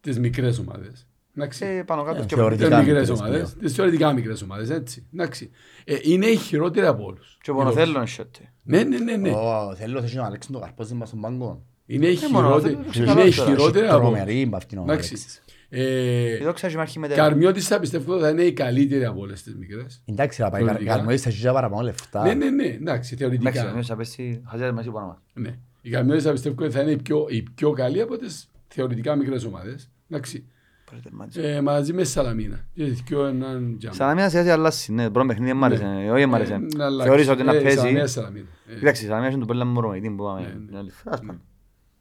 τις μικρές ομάδες. Εντάξει. Ε, πάνω κάτω Ε, και θεωρητικά. τις ο- μικρές μικρές πλέον. ομάδες, τις θεωρητικά μικρές ομάδες, έτσι. Εντάξει. Ε, είναι η χειρότερη από όλους. και ο Η Πονοτέλος δόξα. είναι σιώτη. Ναι, ναι, ναι, ναι. Ω, θέλω να Αλέξη τον καρπόζι μας στον πάγκο. Είναι η Ε, μόνο, χειρότερη, δεν ξέρω είναι η τώρα. χειρότερη Έχει από τρομερή μπαυτή ο Εντάξει. Αλέξης. Ε, Η δόξα έχει μάρχει με τέρα. Καρμιώτης θα πιστεύω θα είναι η καλύτερη από όλες τις μικρές. Εντάξει, θα πάει καρ- Θεωρητικά. καρμοίς θα ζητά παραπάνω λεφτά. Ναι, ναι, ναι, εντάξει, Εντάξει, ναι, θεωρητικά. ο Μιος θα πέσει, χαζεύει μέσα πάνω μας. Ναι. Οι Καμιόνες θα πιστεύω ότι θα είναι οι πιο, οι πιο καλοί από τις θεωρητικά μικρές ομάδες. Εντάξει. Πάρε τερμάτισε. Ε, μαζί με Σαλαμίνα. Και οι δυο έναν τζάμπα. Σαλαμίνα σιγά σιγά αλλάζει. Ναι, πρώτο παιχνίδι δεν μ' άρεσε. Ναι. Όχι, δεν μ' άρεσε. Ε, να αλλάξει. Θεώρησα ότι να Ε, παίζει. Σαλαμίνα, Σαλαμίνα. Ε, Εντάξει, η Σαλαμίνα είναι το πολύ λαμπόρο μαγητή που Ναι, πάμε. ναι. Την άλλη φορά, ας πούμε.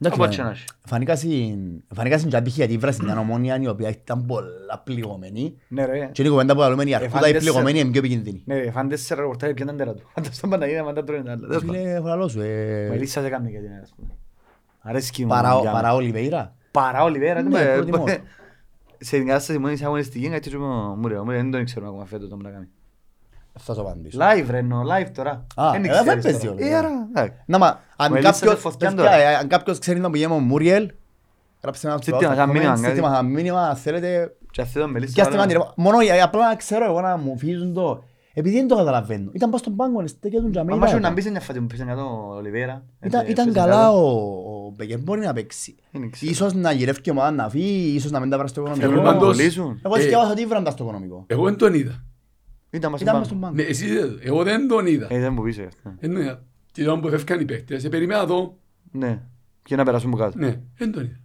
Εντάξει, Από φαν- έτσι να έχει. φανήκα στην- Φανήκα στην Τζαμπίχη γιατί βράσει μια ομόνια η οποία ήταν πολλά πληγωμένη. Ναι, ρε. Και είναι η κουβέντα που λέμε, η αρκούδα η φαντέσαι. πληγωμένη είναι πιο επικίνδυνη. Ναι, ρε, φάνε τέσσερα ροπορτάρια και ήταν τέρα του. Φάνε στον Παναγίδα, μετά τρώνε τα άλλα. Τέλος πάντων. Φίλε, φοραλό σου, ε, Ο Ελίσσας έκανε και την άλλη, ας πούμε. Αρέσκει μου, παρά- για μένα. παρά Ολιβέηρα. Παρά Ολιβέρα, Ναι, τι πάει, προτιμώ. πάει. Σε την κατάσταση που είναι σε αγωνιστική, κάτι του είπαμε, μου ρε, μου ρε, δεν τον ήξερουμε ακόμα φέτος το που να κάνει. Θα σου απαντήσω. Live ρε, εννοώ, live τώρα. Α, Δεν ε, δεν ξέρεις παίζει τώρα. όλο, Ε, ναι. άρα, εντάξει. Να μα, αν Ο Ελίσσας κάποιος, σε φωτιά παιδιά, τώρα. ε, αν κάποιος ξέρει να πηγαίνει ο Μούριελ, γράψτε ένα Στείλτε ψηλό μας ένα comment, μήνυμα, στείλτε κάτι. μας ένα μήνυμα, αν θέλετε, Και αυτό τον Μελίσσα, πιάστε όλα. με άντυρα. Μόνο για- απλά να ξέρω εγώ να μου φύγουν το, επειδή δεν το καταλαβαίνω. Ήταν πας στον πάγκο, στέκια τον Άμα Τζαμίλα. σου να μπεις σε μια φάτη που πες κάτω ο Ολιβέρα. Ήταν, έτσι, ήταν ε, πες καλά κάτω. ο, ο Μπέκερ, μπορεί να παίξει. Δεν ξέρω. Ίσως να γυρεύει και η ομάδα να φύγει, ίσως να μην τα βράσει στο Θέλω Θέλω να πάντως- οικονομικό. κολλήσουν. Εγώ Ε. σκέφασα ότι βράντα στο οικονομικό. Εγώ δεν τον είδα. Ήταν μας Ήταν Ναι. πάνω. μες στον Ναι, πάγκο. εσείς είδατε το. Εγώ δεν τον είδα. Ε, ήταν που πίσω γι' αυτό. Δεν τον είδα. Την ώρα που φεύγαν οι παίχτες, ε, περίμενα εδώ. Ναι. Και να περάσουν που κάτω. Ναι, δεν τον είδα.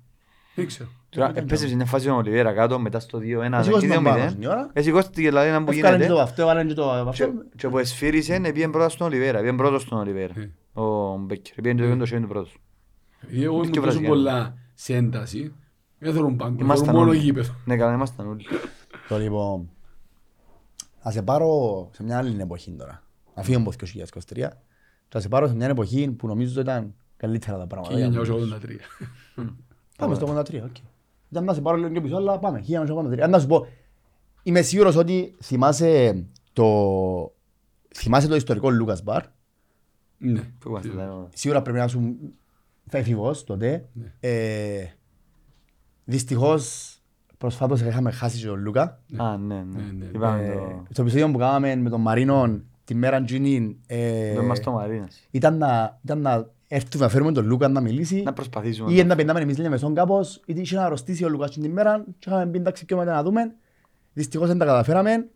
Δεν ξέρω. Τώρα Ήταν έπεσε σε μια φάση ο Ολιβέρα κάτω, μετά στο 2-1, Εσύ κόσμος εκεί 2-0. πάνω στην ώρα. Ε, σηκώστηκε, δηλαδή, να μου Έφκανε γίνεται. το αυτό, έβαλε και το Και- αυτό. Και που εσφύρισε, πήγαινε πρώτα στον Ολιβέρα, πήγαινε πρώτος στον Ολιβέρα. Ε. Ο Μπέκερ, πήγαινε το κέντρο του πρώτος. Επειδή Ε, εγώ ήμουν Και τόσο βραζιλιάνος. πολλά σε ένταση, δεν θέλω μπάγκο, θέλω Ήμασταν μόνο όλοι. γήπεδο. Ναι, καλά, ήμασταν όλοι. Το λοιπόν, θα σε πάρω σε μια άλλη εποχή τώρα. Να φύγουμε από το 2023. και Θα σε πάρω σε μια εποχή που νομίζω ήταν καλύτερα τα πράγματα. για μένα. 1983. Πάμε στο 83, οκ. Ήταν να σε πάρω λίγο πιο πίσω, αλλά πάμε. 1983. Αν να σου πω, είμαι σίγουρος ότι θυμάσαι το, θυμάσαι το ιστορικό Λούκας Μπαρ. Ναι. Πού είμαστε, λέω. Σίγουρα πρέπει να σου θα εφηβός τότε. Ναι. Ε, δυστυχώς προσφάτως είχαμε χάσει και τον Λούκα. Α, ναι, ναι. Ναι, ναι. Είπαμε Ε, το... το επεισόδιο που κάναμε με τον Μαρίνον τη μέρα Τζινίν ε, Το είμαστε στο Μαρίνας. ήταν να, ήταν να έρθουμε να φέρουμε τον Λούκα να μιλήσει Να προσπαθήσουμε. ή να πεντάμε εμείς λέμε στον κάπως ή είχε να αρρωστήσει ο Λούκας την ημέρα και είχαμε πει εντάξει και μετά να δούμε δυστυχώς δεν τα καταφέραμε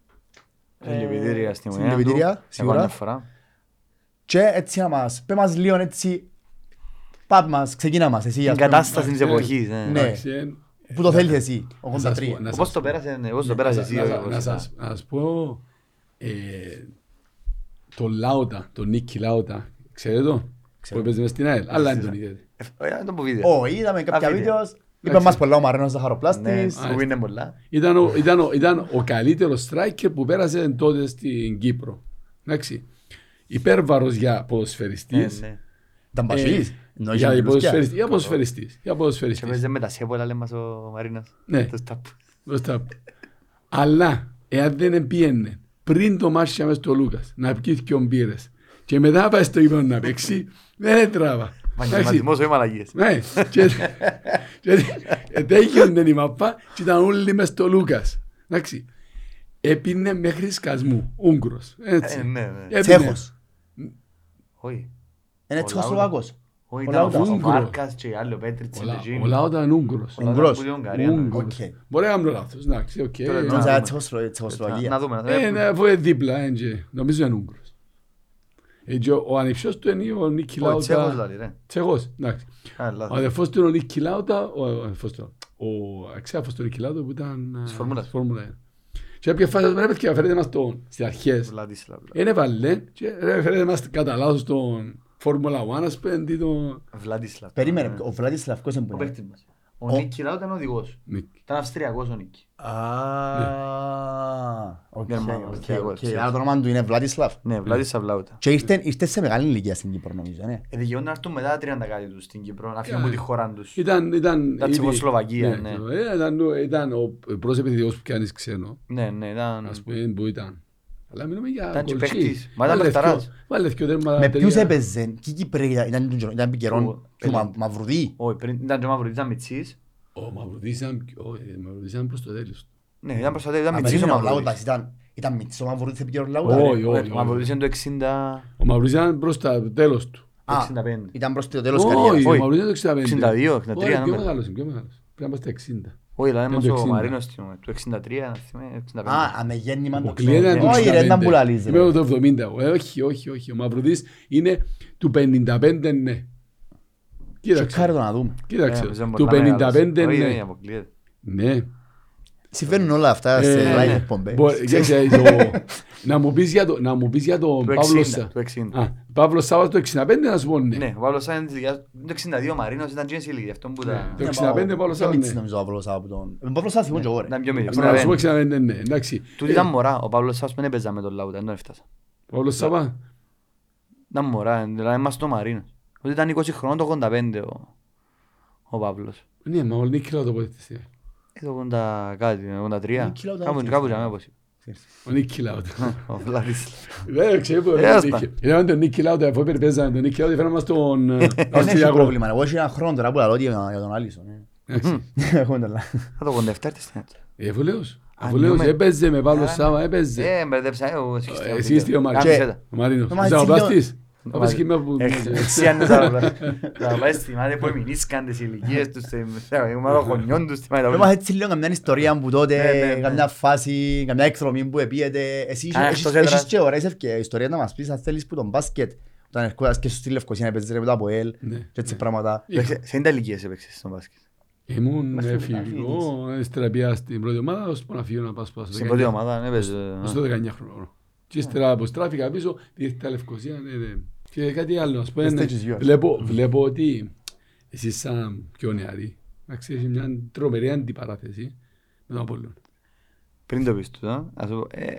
Συλληπιτήρια στην Ε, ουρένα του. συλληπιτήρια, Εγώ σίγουρα. αναφορά. και έτσι να μας πέ μας λίγο έτσι πάμε μας ξεκίνα μας εσύ Την ας πούμε, κατάσταση της Ναι. εποχής. ναι. Ναι. Εντάξει, ε, που το θέλεις εσύ να σας πω, 83 να σας Πώς το πέρασε, ναι, πώς το πέρασε εσύ. Να- ο- να- ο- Να σας- να σας πω, ε, το Λάουτα, τον Νίκη Λάουτα, Ναι, ξέρετε το, που έπαιζε μες στην ΑΕΛ, αλλά δεν τον είδατε. Ε, ε, το που βίντεο. Ω, είδαμε Τα κάποια βίντεο. βίντεο Είπε μας πολλά ο Μαρένος Ζαχαροπλάστης. Ναι. που είναι πολλά. Ήταν ο, ήταν ο, ήταν ο καλύτερος striker που πέρασε τότε στην Κύπρο. Εντάξει. Υπέρβαρος για ποδοσφαιριστής. Ναι, ναι. Ήταν πασίλης. Ενώ είχε Ε, Για Ε, μπλουζιά. ποδοσφαιριστή. Για ποδοσφαιριστής, Για Και ποδοσφαιριστής. παίζε με τα σέπολα λέει μας ο Μαρίνας. Ναι. Το σταπ. Μπροστά. Αλλά εάν δεν πήγαινε πριν το μάτσο μέσα στο Λούκας να πιει και μπύρες και μετά πάει στο ύπνο να παίξει, δεν έτραβα. Μαγνηματισμός, όχι μαλαγίες. Ναι, και και- και τέγιονταν η μαπά και ήταν όλοι μες στο Λούκας. Εντάξει. Έπινε μέχρι σκασμού, Ούγκρος. Ε, Έτσι. ναι, ναι. Έπινε. Τσέχος. Όχι. Είναι Ο τσεχοσλοβάκος. Όχι, Ο ήταν ο Λάουτας. Βούγκρο. Ούγγρος. Μάρκας και οι άλλοι, ο Πέτριτς, Ο ο Λα- Ντεζίνι. Ο Λαό ήταν Ούγκρος. Ο Λάουτας Ούγγρος. που είναι Ουγγαρία, ναι. Ούγκρος. Οκ. Μπορεί να κάνω λάθος, εντάξει, οκ. Τώρα Ε, να- Νόμιζα δούμε. Τσεχοσλο- Να Τσεχοσλοβακία. δούμε. να δούμε. Ε, ναι, αφού είναι δίπλα, ε, και νομίζω είναι Ούγκρος. Ε, και Ο ο ανιψιός του είναι ο Νίκη Ο Τσέχος Λάουτα. λέει, ρε. Τσεχός, εντάξει. Α, Ο λάθος. αδερφός του είναι ο Νίκη Λάουτα, ο ο αδερφός του, ο αξιάφος του Νίκη Λάουτα που ήταν... ε, Της Φόρμουλας. της Φόρμουλας ένα. Και έπιε φάση, ρε παιδιά, φέρετε μας τον, στις αρχές. Βλαντισλάβ, λέ. Είναι βαλέ και ρε, φέρετε μας κατά λάθος τον Φόρμουλα 1 ας πούμε, αντί τον Βλαντισλάβ. Περίμενε, Ναι. ο Βλαντισλαβκός δεν Ο μπορεί. παίκτης μας. Ο Νίκη Λάου ήταν οδηγός. Νίκη. Ήταν Αυστριακός ο Νίκη. Ναι. Α, οκ, Γερμανός, οκ, Τσέχος, οκ. Τσέχος. Άρα το όνομα του είναι Βλαντισλαβ. Ναι, Βλαντισλάβ Λάουτα. Και ήρθε, ήρθε σε μεγάλη ηλικία στην Κύπρο νομίζω, ναι. Ε, δικαιούνται να έρθουν μετά τα 30 κάτι τους στην Κύπρο, να φύγουν Ε. από τη χώρα τους. Ήταν, ήταν, Ήταν ήδη- Τσεχοσλοβακία, ναι. ε, ήταν, ο- ήταν ο πρώτος επιδητικός που πιάνεις ξένο, Ναι, ναι, ήταν... ας πούμε, που ήταν. Ε, Αλλά μιλούμε για Ήταν και κορτσί. παίκτης. Μα ήταν Βάλες παιχταράς. δυο- Βάλε δυο τέρματα Με ποιους τελεία. έπαιζε, ποιοι Κύπροι ήταν, ήταν, ήταν, ήταν Ο- επικαιρόν, του Μα- Ελλην- Μαυρουδί. Όχι, πριν ήταν και ο Μαυρουδής, ήταν Μιτσής. Ο Μαυρουδής ήταν πιο- ο, ε, Μαυρουδής ήταν προς το τέλος. Ναι, ήταν προστατεύει, ήταν Α, Μιτσής ο περίμενε, ο Μαυρουδής. Λάουτας ήταν, ήταν Μιτσής ο Μαυρουδής επικαιρόν Ο- Λάουτας. όχι, Ο όχι, Μαυρουδής είναι το 60... Ο Μαυρουδής ήταν προς το τέλος του. Α, 65. ήταν προς το τέλος Όχι, καριέρας. ο Όχι. Μαυρουδής ήταν το 65. 62, 63, Όχι, ε, πιο νούμερα. μεγάλος, είναι, πιο μεγάλος. Πρέπει να είμαστε 60. Όχι, αλλά το έμασε ο 60. Μαρίνος θυμούμαι, του 63, θυμούμαι, 65. Α, αμεγέννημα το Αποκλείεται να ξέρω. του Όχι ρε, 65. να μπουλαλίζει. Είμαι το 70. Ε, Όχι, όχι, όχι. Ο Μαυρουδής είναι του 55, ναι. Κάρε Κοίταξε, το να δούμε. Ε, κοίταξε. έπαιζε Του πολλά μεγάλος. 55, Όχι, όχι, ναι. αποκλείεται. Ναι. Συμβαίνουν όλα αυτά σε Ε, live ναι. εκπομπές. Μπο- ξέρεις, το- Να μου πεις για το- να μου πεις για τον Του Παύλο 60, Σα- του 60. Α, Παύλο Σάββας το 65 να σου πω ναι. Ναι, ο Παύλος Σάιν της ηλικιάς- το 62, ο Μαρίνος ήταν τζίνης ηλικία, αυτόν που τα- το 65 Παύλος Ήταν Σάββας, Μιτσής ναι. νομίζω ο Παύλος Σάββας από τον- τον Παύλο Σάββας θυμούν και εγώ, ρε. ήταν πιο μικρή. Να σου πω 65 ναι, εντάξει. Τούτη ήταν μωρά, ο Παύλος Σάιν δεν έπαιζε με τον Λάουτα, δεν τον έφτασα. Παύλος Σάββα, Ήταν μωρά, δηλαδή είμαστε ο Μαρίνος. Ότι ήταν 20 χρόνων το 85 ο, ο Παύλος. ναι, μα ο Νίκηλα το ποδητής. Ε, το 80 κάτι, το 83. Νίκη Λαούτα, Κάπου όχι. κάπου ήταν όπως είπε. Ο Νίκηλα. Ο Βλάδης. Δεν ξέρω που Ε, είναι ας ο τα. Νίκη. Είδαμε τον Νίκη Λάουτα, αφού περιπέζαμε τον Νίκη Λάουτα, φέραμε μας τον ε, Δεν έχει Αυστριακό. πρόβλημα, εγώ έχει ένα χρόνο τώρα που λαλώ ότι για για τον Άλισον. ε. Εντάξει. Έχουμε τον λα- Α, το 87 έρθες στην έτσι. Ε, Αφού λέως. Αφού Αν λέως, νιώμε- έπαιζε με Παύλο Ε, Σάβα, έπαιζε. Ε, μπερδέψα, ε, ο Σιχιστέο. Ε, εσύ είστε ο Μαρίνος. Κάμισε τα. Ο Μαρίνος. Το Ο μαζί Ζαοπλάστης. Ο Όπως και με που... Ε, Εσύ αν θα θυμάται που εμεινίσκαν τις ηλικίες τους, ε, τα ομάδα γονιών τους, θυμάται τα Είμαστε όλα. έτσι λίγο καμιά ιστορία που Ναι, ναι, τότε, ναι. καμιά φάση, καμιά εκδρομή που επίεται. Εσύ Α, έχεις- εκτός έχεις έδρας. και ωραίες ευκαι- ιστορίες να μας πεις αν θέλεις που τον μπάσκετ. Όταν ερχόντας και σου στη Λευκοσία να παίζεις ρε μετά από ελ Ναι. και έτσι πράγματα. Εντάξει, Σε τι ηλικίες έπαιξες στον μπάσκετ. Ήμουν Είμαστε εφηβικό, στραπιά στην πρώτη ομάδα, ώσπου να φύγω να πάω σπουδάσω. Στην 19 πρώτη ομάδα, ναι, παίζε, ε. Στο 19 χρόνο. Και ύστερα αποστράφηκα πίσω, διέθετα Λευκοσία, ναι, ναι. Και κάτι άλλο, ας πούμε, The ναι. stage is yours. βλέπω, βλέπω ότι εσείς σαν πιο νεαροί, να ξέρεις μια τρομερή αντιπαράθεση με τον Απόλλων. Πριν το πεις του, α, ας πω, ε,